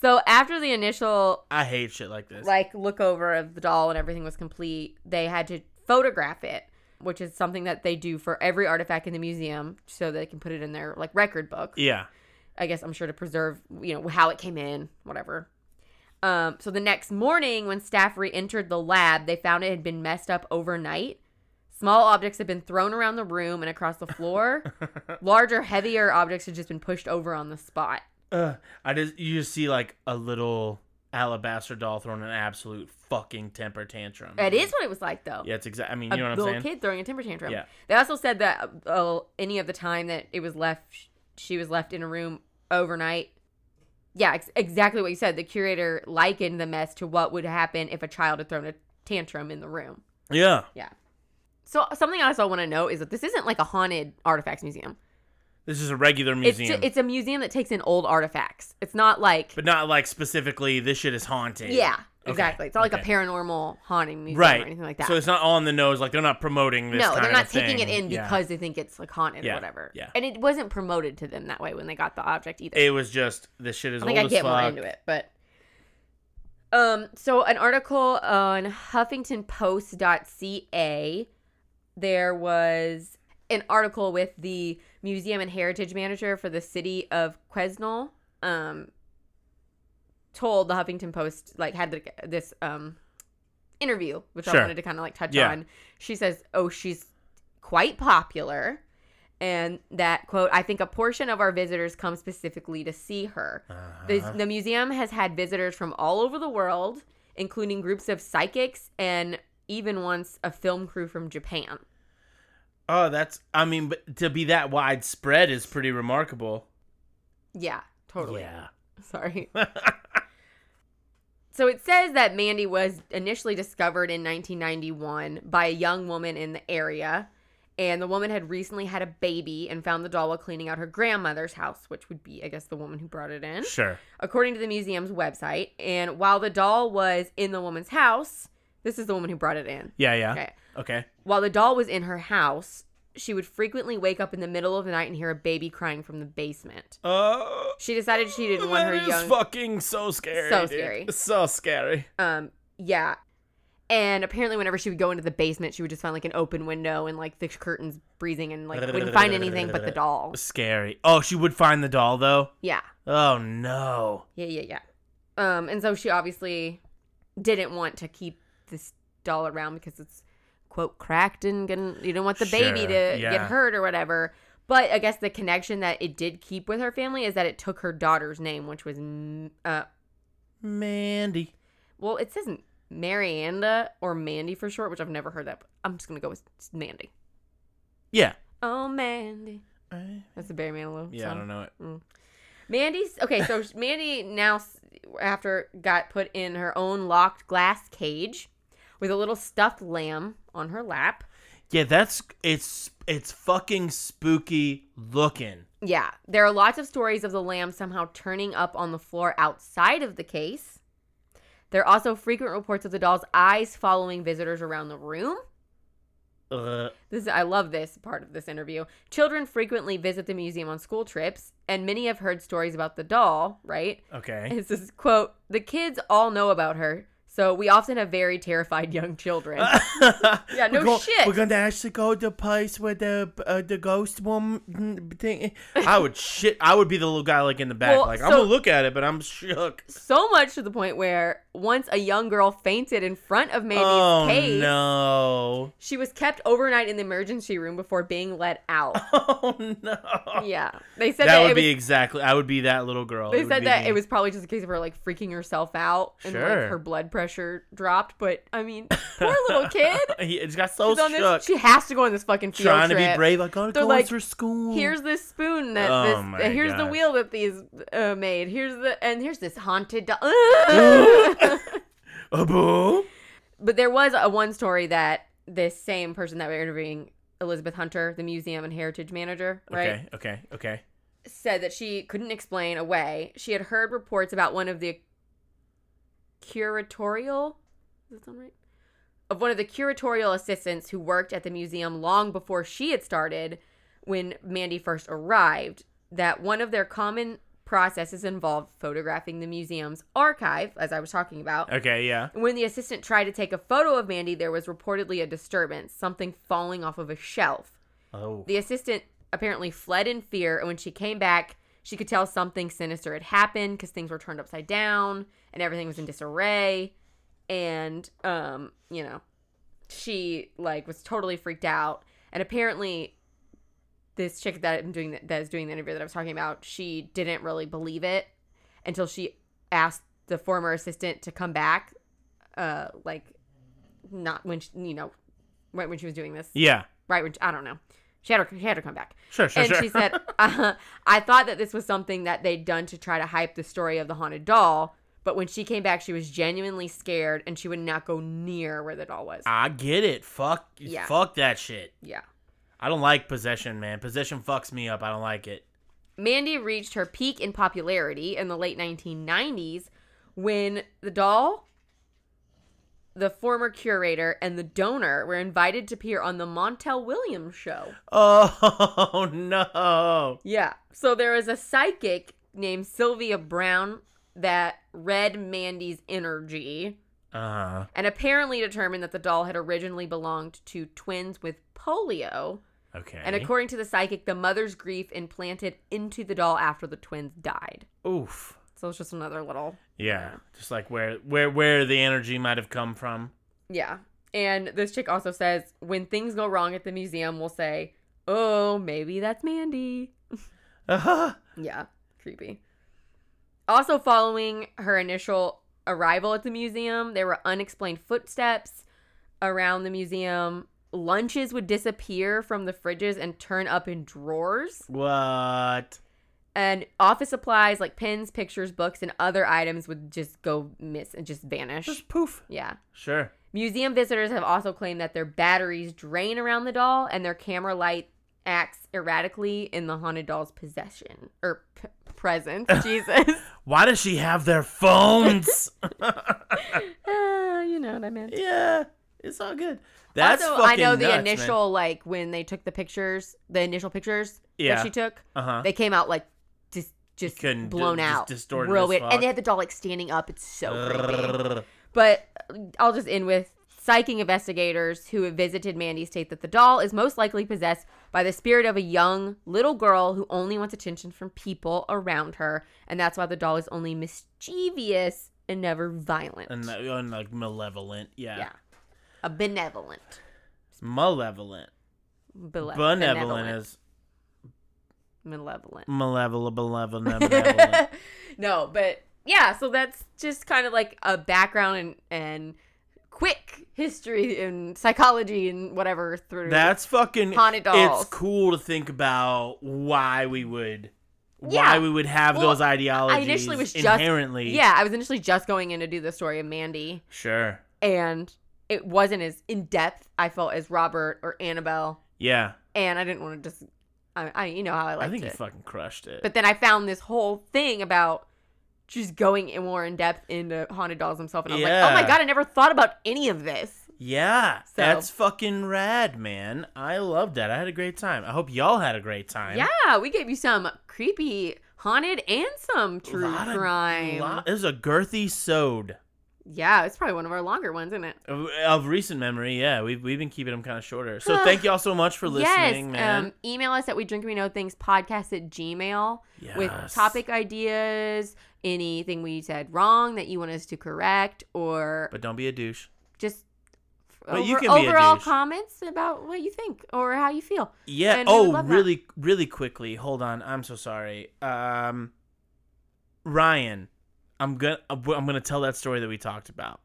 [SPEAKER 1] So after the initial
[SPEAKER 3] I hate shit like this.
[SPEAKER 1] like look over of the doll and everything was complete, they had to photograph it, which is something that they do for every artifact in the museum, so they can put it in their like record book.
[SPEAKER 3] yeah.
[SPEAKER 1] I guess I'm sure to preserve, you know, how it came in, whatever. Um, so the next morning, when staff re entered the lab, they found it had been messed up overnight. Small objects had been thrown around the room and across the floor. Larger, heavier objects had just been pushed over on the spot.
[SPEAKER 3] Ugh. I just you just see like a little alabaster doll throwing an absolute fucking temper tantrum.
[SPEAKER 1] That is what it was like, though.
[SPEAKER 3] Yeah, it's exactly. I mean,
[SPEAKER 1] a
[SPEAKER 3] you know what I'm
[SPEAKER 1] little
[SPEAKER 3] saying.
[SPEAKER 1] kid throwing a temper tantrum.
[SPEAKER 3] Yeah.
[SPEAKER 1] They also said that uh, any of the time that it was left, she was left in a room overnight. Yeah, ex- exactly what you said. The curator likened the mess to what would happen if a child had thrown a tantrum in the room.
[SPEAKER 3] Yeah.
[SPEAKER 1] Yeah. So something else I want to note is that this isn't like a haunted artifacts museum.
[SPEAKER 3] This is a regular museum,
[SPEAKER 1] It's ju- it's a museum that takes in old artifacts. It's not like
[SPEAKER 3] but not like specifically. This shit is haunted.
[SPEAKER 1] yeah,
[SPEAKER 3] Okay,
[SPEAKER 1] exactly. It's not like
[SPEAKER 3] okay.
[SPEAKER 1] a paranormal haunting museum
[SPEAKER 3] Right.
[SPEAKER 1] or anything like that.
[SPEAKER 3] So it's not on the nose. Like they're not promoting this.
[SPEAKER 1] no,
[SPEAKER 3] kind
[SPEAKER 1] they're not
[SPEAKER 3] of
[SPEAKER 1] taking it
[SPEAKER 3] thing.
[SPEAKER 1] in
[SPEAKER 3] Yeah.
[SPEAKER 1] because they think it's like haunted
[SPEAKER 3] Yeah,
[SPEAKER 1] or whatever.
[SPEAKER 3] yeah.
[SPEAKER 1] And it wasn't promoted to them that way when they got the object either.
[SPEAKER 3] it was just this shit is
[SPEAKER 1] I
[SPEAKER 3] old
[SPEAKER 1] think I
[SPEAKER 3] as
[SPEAKER 1] get
[SPEAKER 3] fuck.
[SPEAKER 1] more into it, but um, so an article on HuffingtonPost.ca, there was an article with the museum and heritage manager for the city of Quesnel. Um, told the Huffington Post like had the, this um interview, which I
[SPEAKER 3] Sure.
[SPEAKER 1] wanted to kind of like touch
[SPEAKER 3] Yeah.
[SPEAKER 1] on. She says, "Oh, she's quite popular." and that quote i think a portion of our visitors come specifically to see her
[SPEAKER 3] Uh-huh.
[SPEAKER 1] the, the museum has had visitors from all over the world including groups of psychics and even once a film crew from japan
[SPEAKER 3] Oh, that's. I mean, but to be that widespread is pretty remarkable.
[SPEAKER 1] yeah totally
[SPEAKER 3] Yeah.
[SPEAKER 1] <laughs> sorry so it says that mandy was initially discovered in 1991 by a young woman in the area and the woman had recently had a baby and found the doll while cleaning out her grandmother's house which would be i guess the woman who brought it in
[SPEAKER 3] Sure.
[SPEAKER 1] according to the museum's website. And while the doll was in the woman's house, this is the woman who brought it in.
[SPEAKER 3] Yeah. Yeah.
[SPEAKER 1] Okay.
[SPEAKER 3] Okay.
[SPEAKER 1] While the doll was in her house, she would frequently wake up in the middle of the night and hear a baby crying from the basement.
[SPEAKER 3] Uh,
[SPEAKER 1] She decided she didn't want
[SPEAKER 3] that
[SPEAKER 1] her
[SPEAKER 3] is
[SPEAKER 1] young
[SPEAKER 3] fucking so scary.
[SPEAKER 1] So
[SPEAKER 3] dude.
[SPEAKER 1] scary.
[SPEAKER 3] <laughs> So scary.
[SPEAKER 1] Um, yeah. And apparently, whenever she would go into the basement, she would just find like an open window and like the curtains breezing and like wouldn't find anything but the doll.
[SPEAKER 3] Scary. Oh, she would find the doll though.
[SPEAKER 1] Yeah.
[SPEAKER 3] Oh no.
[SPEAKER 1] Yeah, yeah, yeah. Um, and so she obviously didn't want to keep this doll around because it's quote cracked and gonna, you don't want the baby
[SPEAKER 3] Sure,
[SPEAKER 1] to get
[SPEAKER 3] yeah.
[SPEAKER 1] hurt or whatever. But I guess the connection that it did keep with her family is that it took her daughter's name, which was M- uh,
[SPEAKER 3] Mandy.
[SPEAKER 1] well, it says Marianda or Mandy for short, which I've never heard that. But I'm just gonna go with Mandy.
[SPEAKER 3] Yeah.
[SPEAKER 1] Oh, Mandy.
[SPEAKER 3] Yeah,
[SPEAKER 1] That's the Barry Manilow.
[SPEAKER 3] I
[SPEAKER 1] song.
[SPEAKER 3] don't know it.
[SPEAKER 1] Mandy's okay. So <laughs> Mandy now, s- after got put in her own locked glass cage, with a little stuffed lamb on her lap.
[SPEAKER 3] Yeah, that's it's it's fucking spooky looking.
[SPEAKER 1] Yeah, there are lots of stories of the lamb somehow turning up on the floor outside of the case. There are also frequent reports of the doll's eyes following visitors around the room.
[SPEAKER 3] Uh,
[SPEAKER 1] This I love this part of this interview. Children frequently visit the museum on school trips, and many have heard stories about the doll, right?
[SPEAKER 3] okay.
[SPEAKER 1] It says, quote, the kids all know about her, so we often have very terrified young
[SPEAKER 3] <laughs>
[SPEAKER 1] children.
[SPEAKER 3] yeah,
[SPEAKER 1] no shit.
[SPEAKER 3] We're gonna actually go to the place where the uh, the ghost woman thing. I
[SPEAKER 1] <laughs>
[SPEAKER 3] would shit. I would be the little guy like in the back,
[SPEAKER 1] Well,
[SPEAKER 3] like
[SPEAKER 1] so-
[SPEAKER 3] I'm gonna look at it, but I'm shook.
[SPEAKER 1] so much to the point where once a young girl fainted in front of Mandy's
[SPEAKER 3] oh
[SPEAKER 1] case,
[SPEAKER 3] no!
[SPEAKER 1] she was kept overnight in the emergency room before being let
[SPEAKER 3] <laughs>
[SPEAKER 1] out.
[SPEAKER 3] Oh no!
[SPEAKER 1] yeah. They
[SPEAKER 3] that,
[SPEAKER 1] said that,
[SPEAKER 3] would
[SPEAKER 1] it was,
[SPEAKER 3] be exactly. I would be that little girl. It
[SPEAKER 1] they
[SPEAKER 3] would
[SPEAKER 1] said
[SPEAKER 3] be
[SPEAKER 1] that
[SPEAKER 3] me.
[SPEAKER 1] it was probably just a case of her like freaking herself out and
[SPEAKER 3] Sure.
[SPEAKER 1] like her blood pressure dropped, but I
[SPEAKER 3] <laughs>
[SPEAKER 1] mean, poor little kid.
[SPEAKER 3] He it's got so
[SPEAKER 1] She's on
[SPEAKER 3] shook.
[SPEAKER 1] this, she has to go on this fucking field
[SPEAKER 3] Trying to
[SPEAKER 1] trip.
[SPEAKER 3] be brave. I gotta
[SPEAKER 1] They're
[SPEAKER 3] go
[SPEAKER 1] like,
[SPEAKER 3] through school.
[SPEAKER 1] here's this spoon that
[SPEAKER 3] Mm. Oh my
[SPEAKER 1] this, uh, here's the
[SPEAKER 3] gosh.
[SPEAKER 1] wheel that these uh, made here's the and here's this haunted do-
[SPEAKER 3] <laughs> a boom.
[SPEAKER 1] <laughs> but there was a one story that this same person that we we're interviewing elizabeth hunter the museum and heritage manager right
[SPEAKER 3] Okay. Okay. Okay.
[SPEAKER 1] said that she couldn't explain away she had heard reports about one of the curatorial does that sound right of one of the curatorial assistants who worked at the museum long before she had started when Mandy first arrived that one of their common processes involved photographing the museum's archive, as I was talking about.
[SPEAKER 3] Okay. Yeah.
[SPEAKER 1] And When the assistant tried to take a photo of Mandy, there was reportedly a disturbance, something falling off of a shelf.
[SPEAKER 3] Oh.
[SPEAKER 1] The assistant apparently fled in fear, and when she came back, she could tell something sinister had happened because things were turned upside down and everything was in disarray. And, um, you know, she like was totally freaked out. And apparently, this chick that I'm doing the, that is doing the interview that I was talking about, she didn't really believe it until she asked the former assistant to come back, uh, like not when she, you know, right when she was doing this
[SPEAKER 3] Yeah.
[SPEAKER 1] right when I don't know. She had her she had her come back.
[SPEAKER 3] Sure. Sure.
[SPEAKER 1] and
[SPEAKER 3] sure.
[SPEAKER 1] she said, uh, "I thought that this was something that they'd done to try to hype the story of the haunted doll, but when she came back, she was genuinely scared and she would not go near where the doll was."
[SPEAKER 3] <laughs> I get it. Fuck.
[SPEAKER 1] Yeah.
[SPEAKER 3] Fuck that shit.
[SPEAKER 1] yeah.
[SPEAKER 3] I don't like possession, man. Possession fucks me up. I don't like it.
[SPEAKER 1] Mandy reached her peak in popularity in the late 1990s when the doll, the former curator, and the donor were invited to appear on the Montel Williams show.
[SPEAKER 3] Oh <laughs> no.
[SPEAKER 1] Yeah. So there was a psychic named Sylvia Brown that read Mandy's energy
[SPEAKER 3] Uh.
[SPEAKER 1] and apparently determined that the doll had originally belonged to twins with polio.
[SPEAKER 3] Okay.
[SPEAKER 1] And according to the psychic, the mother's grief implanted into the doll after the twins died.
[SPEAKER 3] Oof.
[SPEAKER 1] So it's just another little.
[SPEAKER 3] Yeah. Just like where where where the energy might have come from. <laughs>
[SPEAKER 1] Yeah. And this chick also says when things go wrong at the museum, we'll say, oh, maybe that's Mandy.
[SPEAKER 3] Uh-huh.
[SPEAKER 1] Yeah, creepy. Also, following her initial arrival at the museum, there were unexplained footsteps around the museum. Lunches would disappear from the fridges and turn up in drawers.
[SPEAKER 3] What?
[SPEAKER 1] And office supplies like pens, pictures, books, and other items would just go miss and just vanish.
[SPEAKER 3] <laughs> Just poof.
[SPEAKER 1] Yeah.
[SPEAKER 3] Sure.
[SPEAKER 1] Museum visitors have also claimed that their batteries drain around the doll and their camera light acts erratically in the haunted doll's possession or p- presence. Jesus.
[SPEAKER 3] Why does she have their phones?
[SPEAKER 1] Ah, Eh, you know what I meant.
[SPEAKER 3] <laughs> yeah. It's all good. That's
[SPEAKER 1] also,
[SPEAKER 3] fucking
[SPEAKER 1] I know the
[SPEAKER 3] nuts,
[SPEAKER 1] initial like when they took the pictures, the initial pictures
[SPEAKER 3] Yeah.
[SPEAKER 1] that she took,
[SPEAKER 3] Uh huh.
[SPEAKER 1] they came out like just just
[SPEAKER 3] couldn't-
[SPEAKER 1] blown
[SPEAKER 3] just
[SPEAKER 1] out,
[SPEAKER 3] distorted
[SPEAKER 1] real
[SPEAKER 3] as
[SPEAKER 1] weird,
[SPEAKER 3] fuck.
[SPEAKER 1] and they had the doll like standing up. It's so creepy. But uh, I'll just end with psychic investigators who have visited Mandy state that the doll is most likely possessed by the spirit of a young little girl who only wants attention from people around her, and that's why the doll is only mischievous and never violent.
[SPEAKER 3] and, that- oh, and like malevolent. Yeah.
[SPEAKER 1] yeah, a benevolent.
[SPEAKER 3] Malevolent.
[SPEAKER 1] Bele-
[SPEAKER 3] Benevolent is
[SPEAKER 1] malevolent.
[SPEAKER 3] malevolent.
[SPEAKER 1] <laughs>
[SPEAKER 3] Malevolent. benevolent.
[SPEAKER 1] no, but yeah, so that's just kind of like a background and and quick history and psychology and whatever through
[SPEAKER 3] That's fucking.
[SPEAKER 1] Haunted dolls.
[SPEAKER 3] It's cool to think about why we would,
[SPEAKER 1] Yeah.
[SPEAKER 3] why we would have
[SPEAKER 1] Well,
[SPEAKER 3] those ideologies.
[SPEAKER 1] I initially was just
[SPEAKER 3] inherently.
[SPEAKER 1] Yeah, I was initially just going in to do the story of Mandy,
[SPEAKER 3] Sure.
[SPEAKER 1] and it wasn't as in depth I felt as Robert or Annabelle,
[SPEAKER 3] Yeah.
[SPEAKER 1] and I didn't want to just, I, I you know how I like
[SPEAKER 3] I think
[SPEAKER 1] to.
[SPEAKER 3] you fucking crushed it.
[SPEAKER 1] But then I found this whole thing about just going in more in depth into haunted dolls himself, and I was like, oh
[SPEAKER 3] Yeah.
[SPEAKER 1] my god, I never thought about any of this.
[SPEAKER 3] yeah,
[SPEAKER 1] So-
[SPEAKER 3] that's fucking rad, man. I loved that. I had a great time. I hope y'all had a great time.
[SPEAKER 1] Yeah, we gave you some creepy, haunted, and some true
[SPEAKER 3] Lot of-
[SPEAKER 1] crime.
[SPEAKER 3] Lot- This is a girthy sode
[SPEAKER 1] yeah, it's probably one of our longer ones, isn't it?
[SPEAKER 3] of, of recent memory. Yeah, we've we've been keeping them kind of shorter. So
[SPEAKER 1] <sighs>
[SPEAKER 3] thank y'all so much for
[SPEAKER 1] yes.
[SPEAKER 3] listening, man.
[SPEAKER 1] Um, email us at we drink we know things podcast at gmail with
[SPEAKER 3] Yes.
[SPEAKER 1] topic ideas, anything we said wrong that you want us to correct, or
[SPEAKER 3] but don't be a douche.
[SPEAKER 1] just
[SPEAKER 3] But you
[SPEAKER 1] over-
[SPEAKER 3] can be a
[SPEAKER 1] overall
[SPEAKER 3] douche.
[SPEAKER 1] comments about what you think or how you feel.
[SPEAKER 3] Yeah.
[SPEAKER 1] And we would
[SPEAKER 3] oh,
[SPEAKER 1] love that.
[SPEAKER 3] really, really quickly. Hold on. I'm so sorry. Um, Ryan, I'm gonna uh, I'm gonna tell that story that we talked about.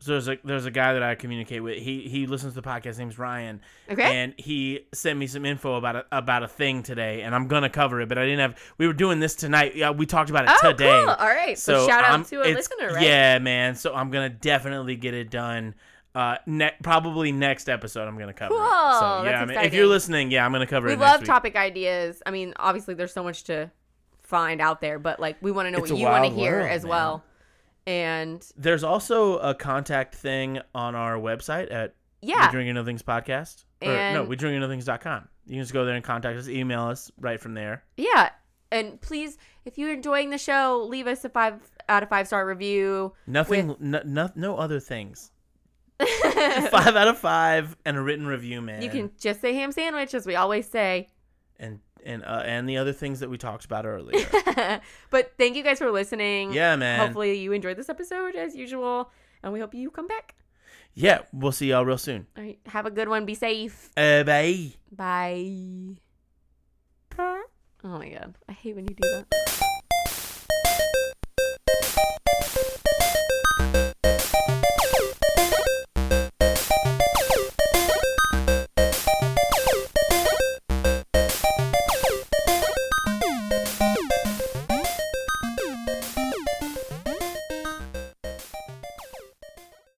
[SPEAKER 3] So there's a there's a guy that I communicate with. He he listens to the podcast. His name's Ryan,
[SPEAKER 1] Okay.
[SPEAKER 3] and he sent me some info about a, about a thing today, and I'm gonna cover it. But I didn't have. We were doing this tonight. Yeah, we talked about it
[SPEAKER 1] oh,
[SPEAKER 3] today.
[SPEAKER 1] cool. All right. So, shout out
[SPEAKER 3] I'm-
[SPEAKER 1] to a
[SPEAKER 3] it's-
[SPEAKER 1] listener, right?
[SPEAKER 3] Yeah, man. So I'm gonna definitely get it done. Uh, ne- probably next episode I'm gonna cover. it. So,
[SPEAKER 1] Cool,
[SPEAKER 3] yeah,
[SPEAKER 1] that's
[SPEAKER 3] I mean, if you're
[SPEAKER 1] exciting.
[SPEAKER 3] listening, yeah, I'm gonna cover
[SPEAKER 1] we
[SPEAKER 3] it. next
[SPEAKER 1] love
[SPEAKER 3] week.
[SPEAKER 1] topic ideas. I mean, obviously, there's so much to find out there, but like we want to know
[SPEAKER 3] It's
[SPEAKER 1] what
[SPEAKER 3] a
[SPEAKER 1] you want to
[SPEAKER 3] wild
[SPEAKER 1] hear
[SPEAKER 3] world,
[SPEAKER 1] as
[SPEAKER 3] man.
[SPEAKER 1] well. And
[SPEAKER 3] There's also a contact thing on our website at We
[SPEAKER 1] yeah,
[SPEAKER 3] Drink Another Things podcast. or, no,
[SPEAKER 1] And-
[SPEAKER 3] we drink another things.com. You can just go there and contact us, email us right from there.
[SPEAKER 1] yeah. And please, if you're enjoying the show, leave us a five out of five star
[SPEAKER 3] <laughs>
[SPEAKER 1] review. <laughs>
[SPEAKER 3] Nothing, no, no, no other things.
[SPEAKER 1] <laughs>
[SPEAKER 3] five out of five and a written review, man.
[SPEAKER 1] You can just say ham sandwich, as we always say. <laughs>
[SPEAKER 3] and and uh, and the other things that we talked about
[SPEAKER 1] <laughs>
[SPEAKER 3] earlier.
[SPEAKER 1] but thank you guys for listening.
[SPEAKER 3] yeah, man.
[SPEAKER 1] Hopefully, you enjoyed this episode as usual, and we hope you come back.
[SPEAKER 3] Yeah, we'll see y'all real soon.
[SPEAKER 1] All right, have a good one. Be safe.
[SPEAKER 3] Uh, bye.
[SPEAKER 1] Bye. Oh my god, I hate when you do that.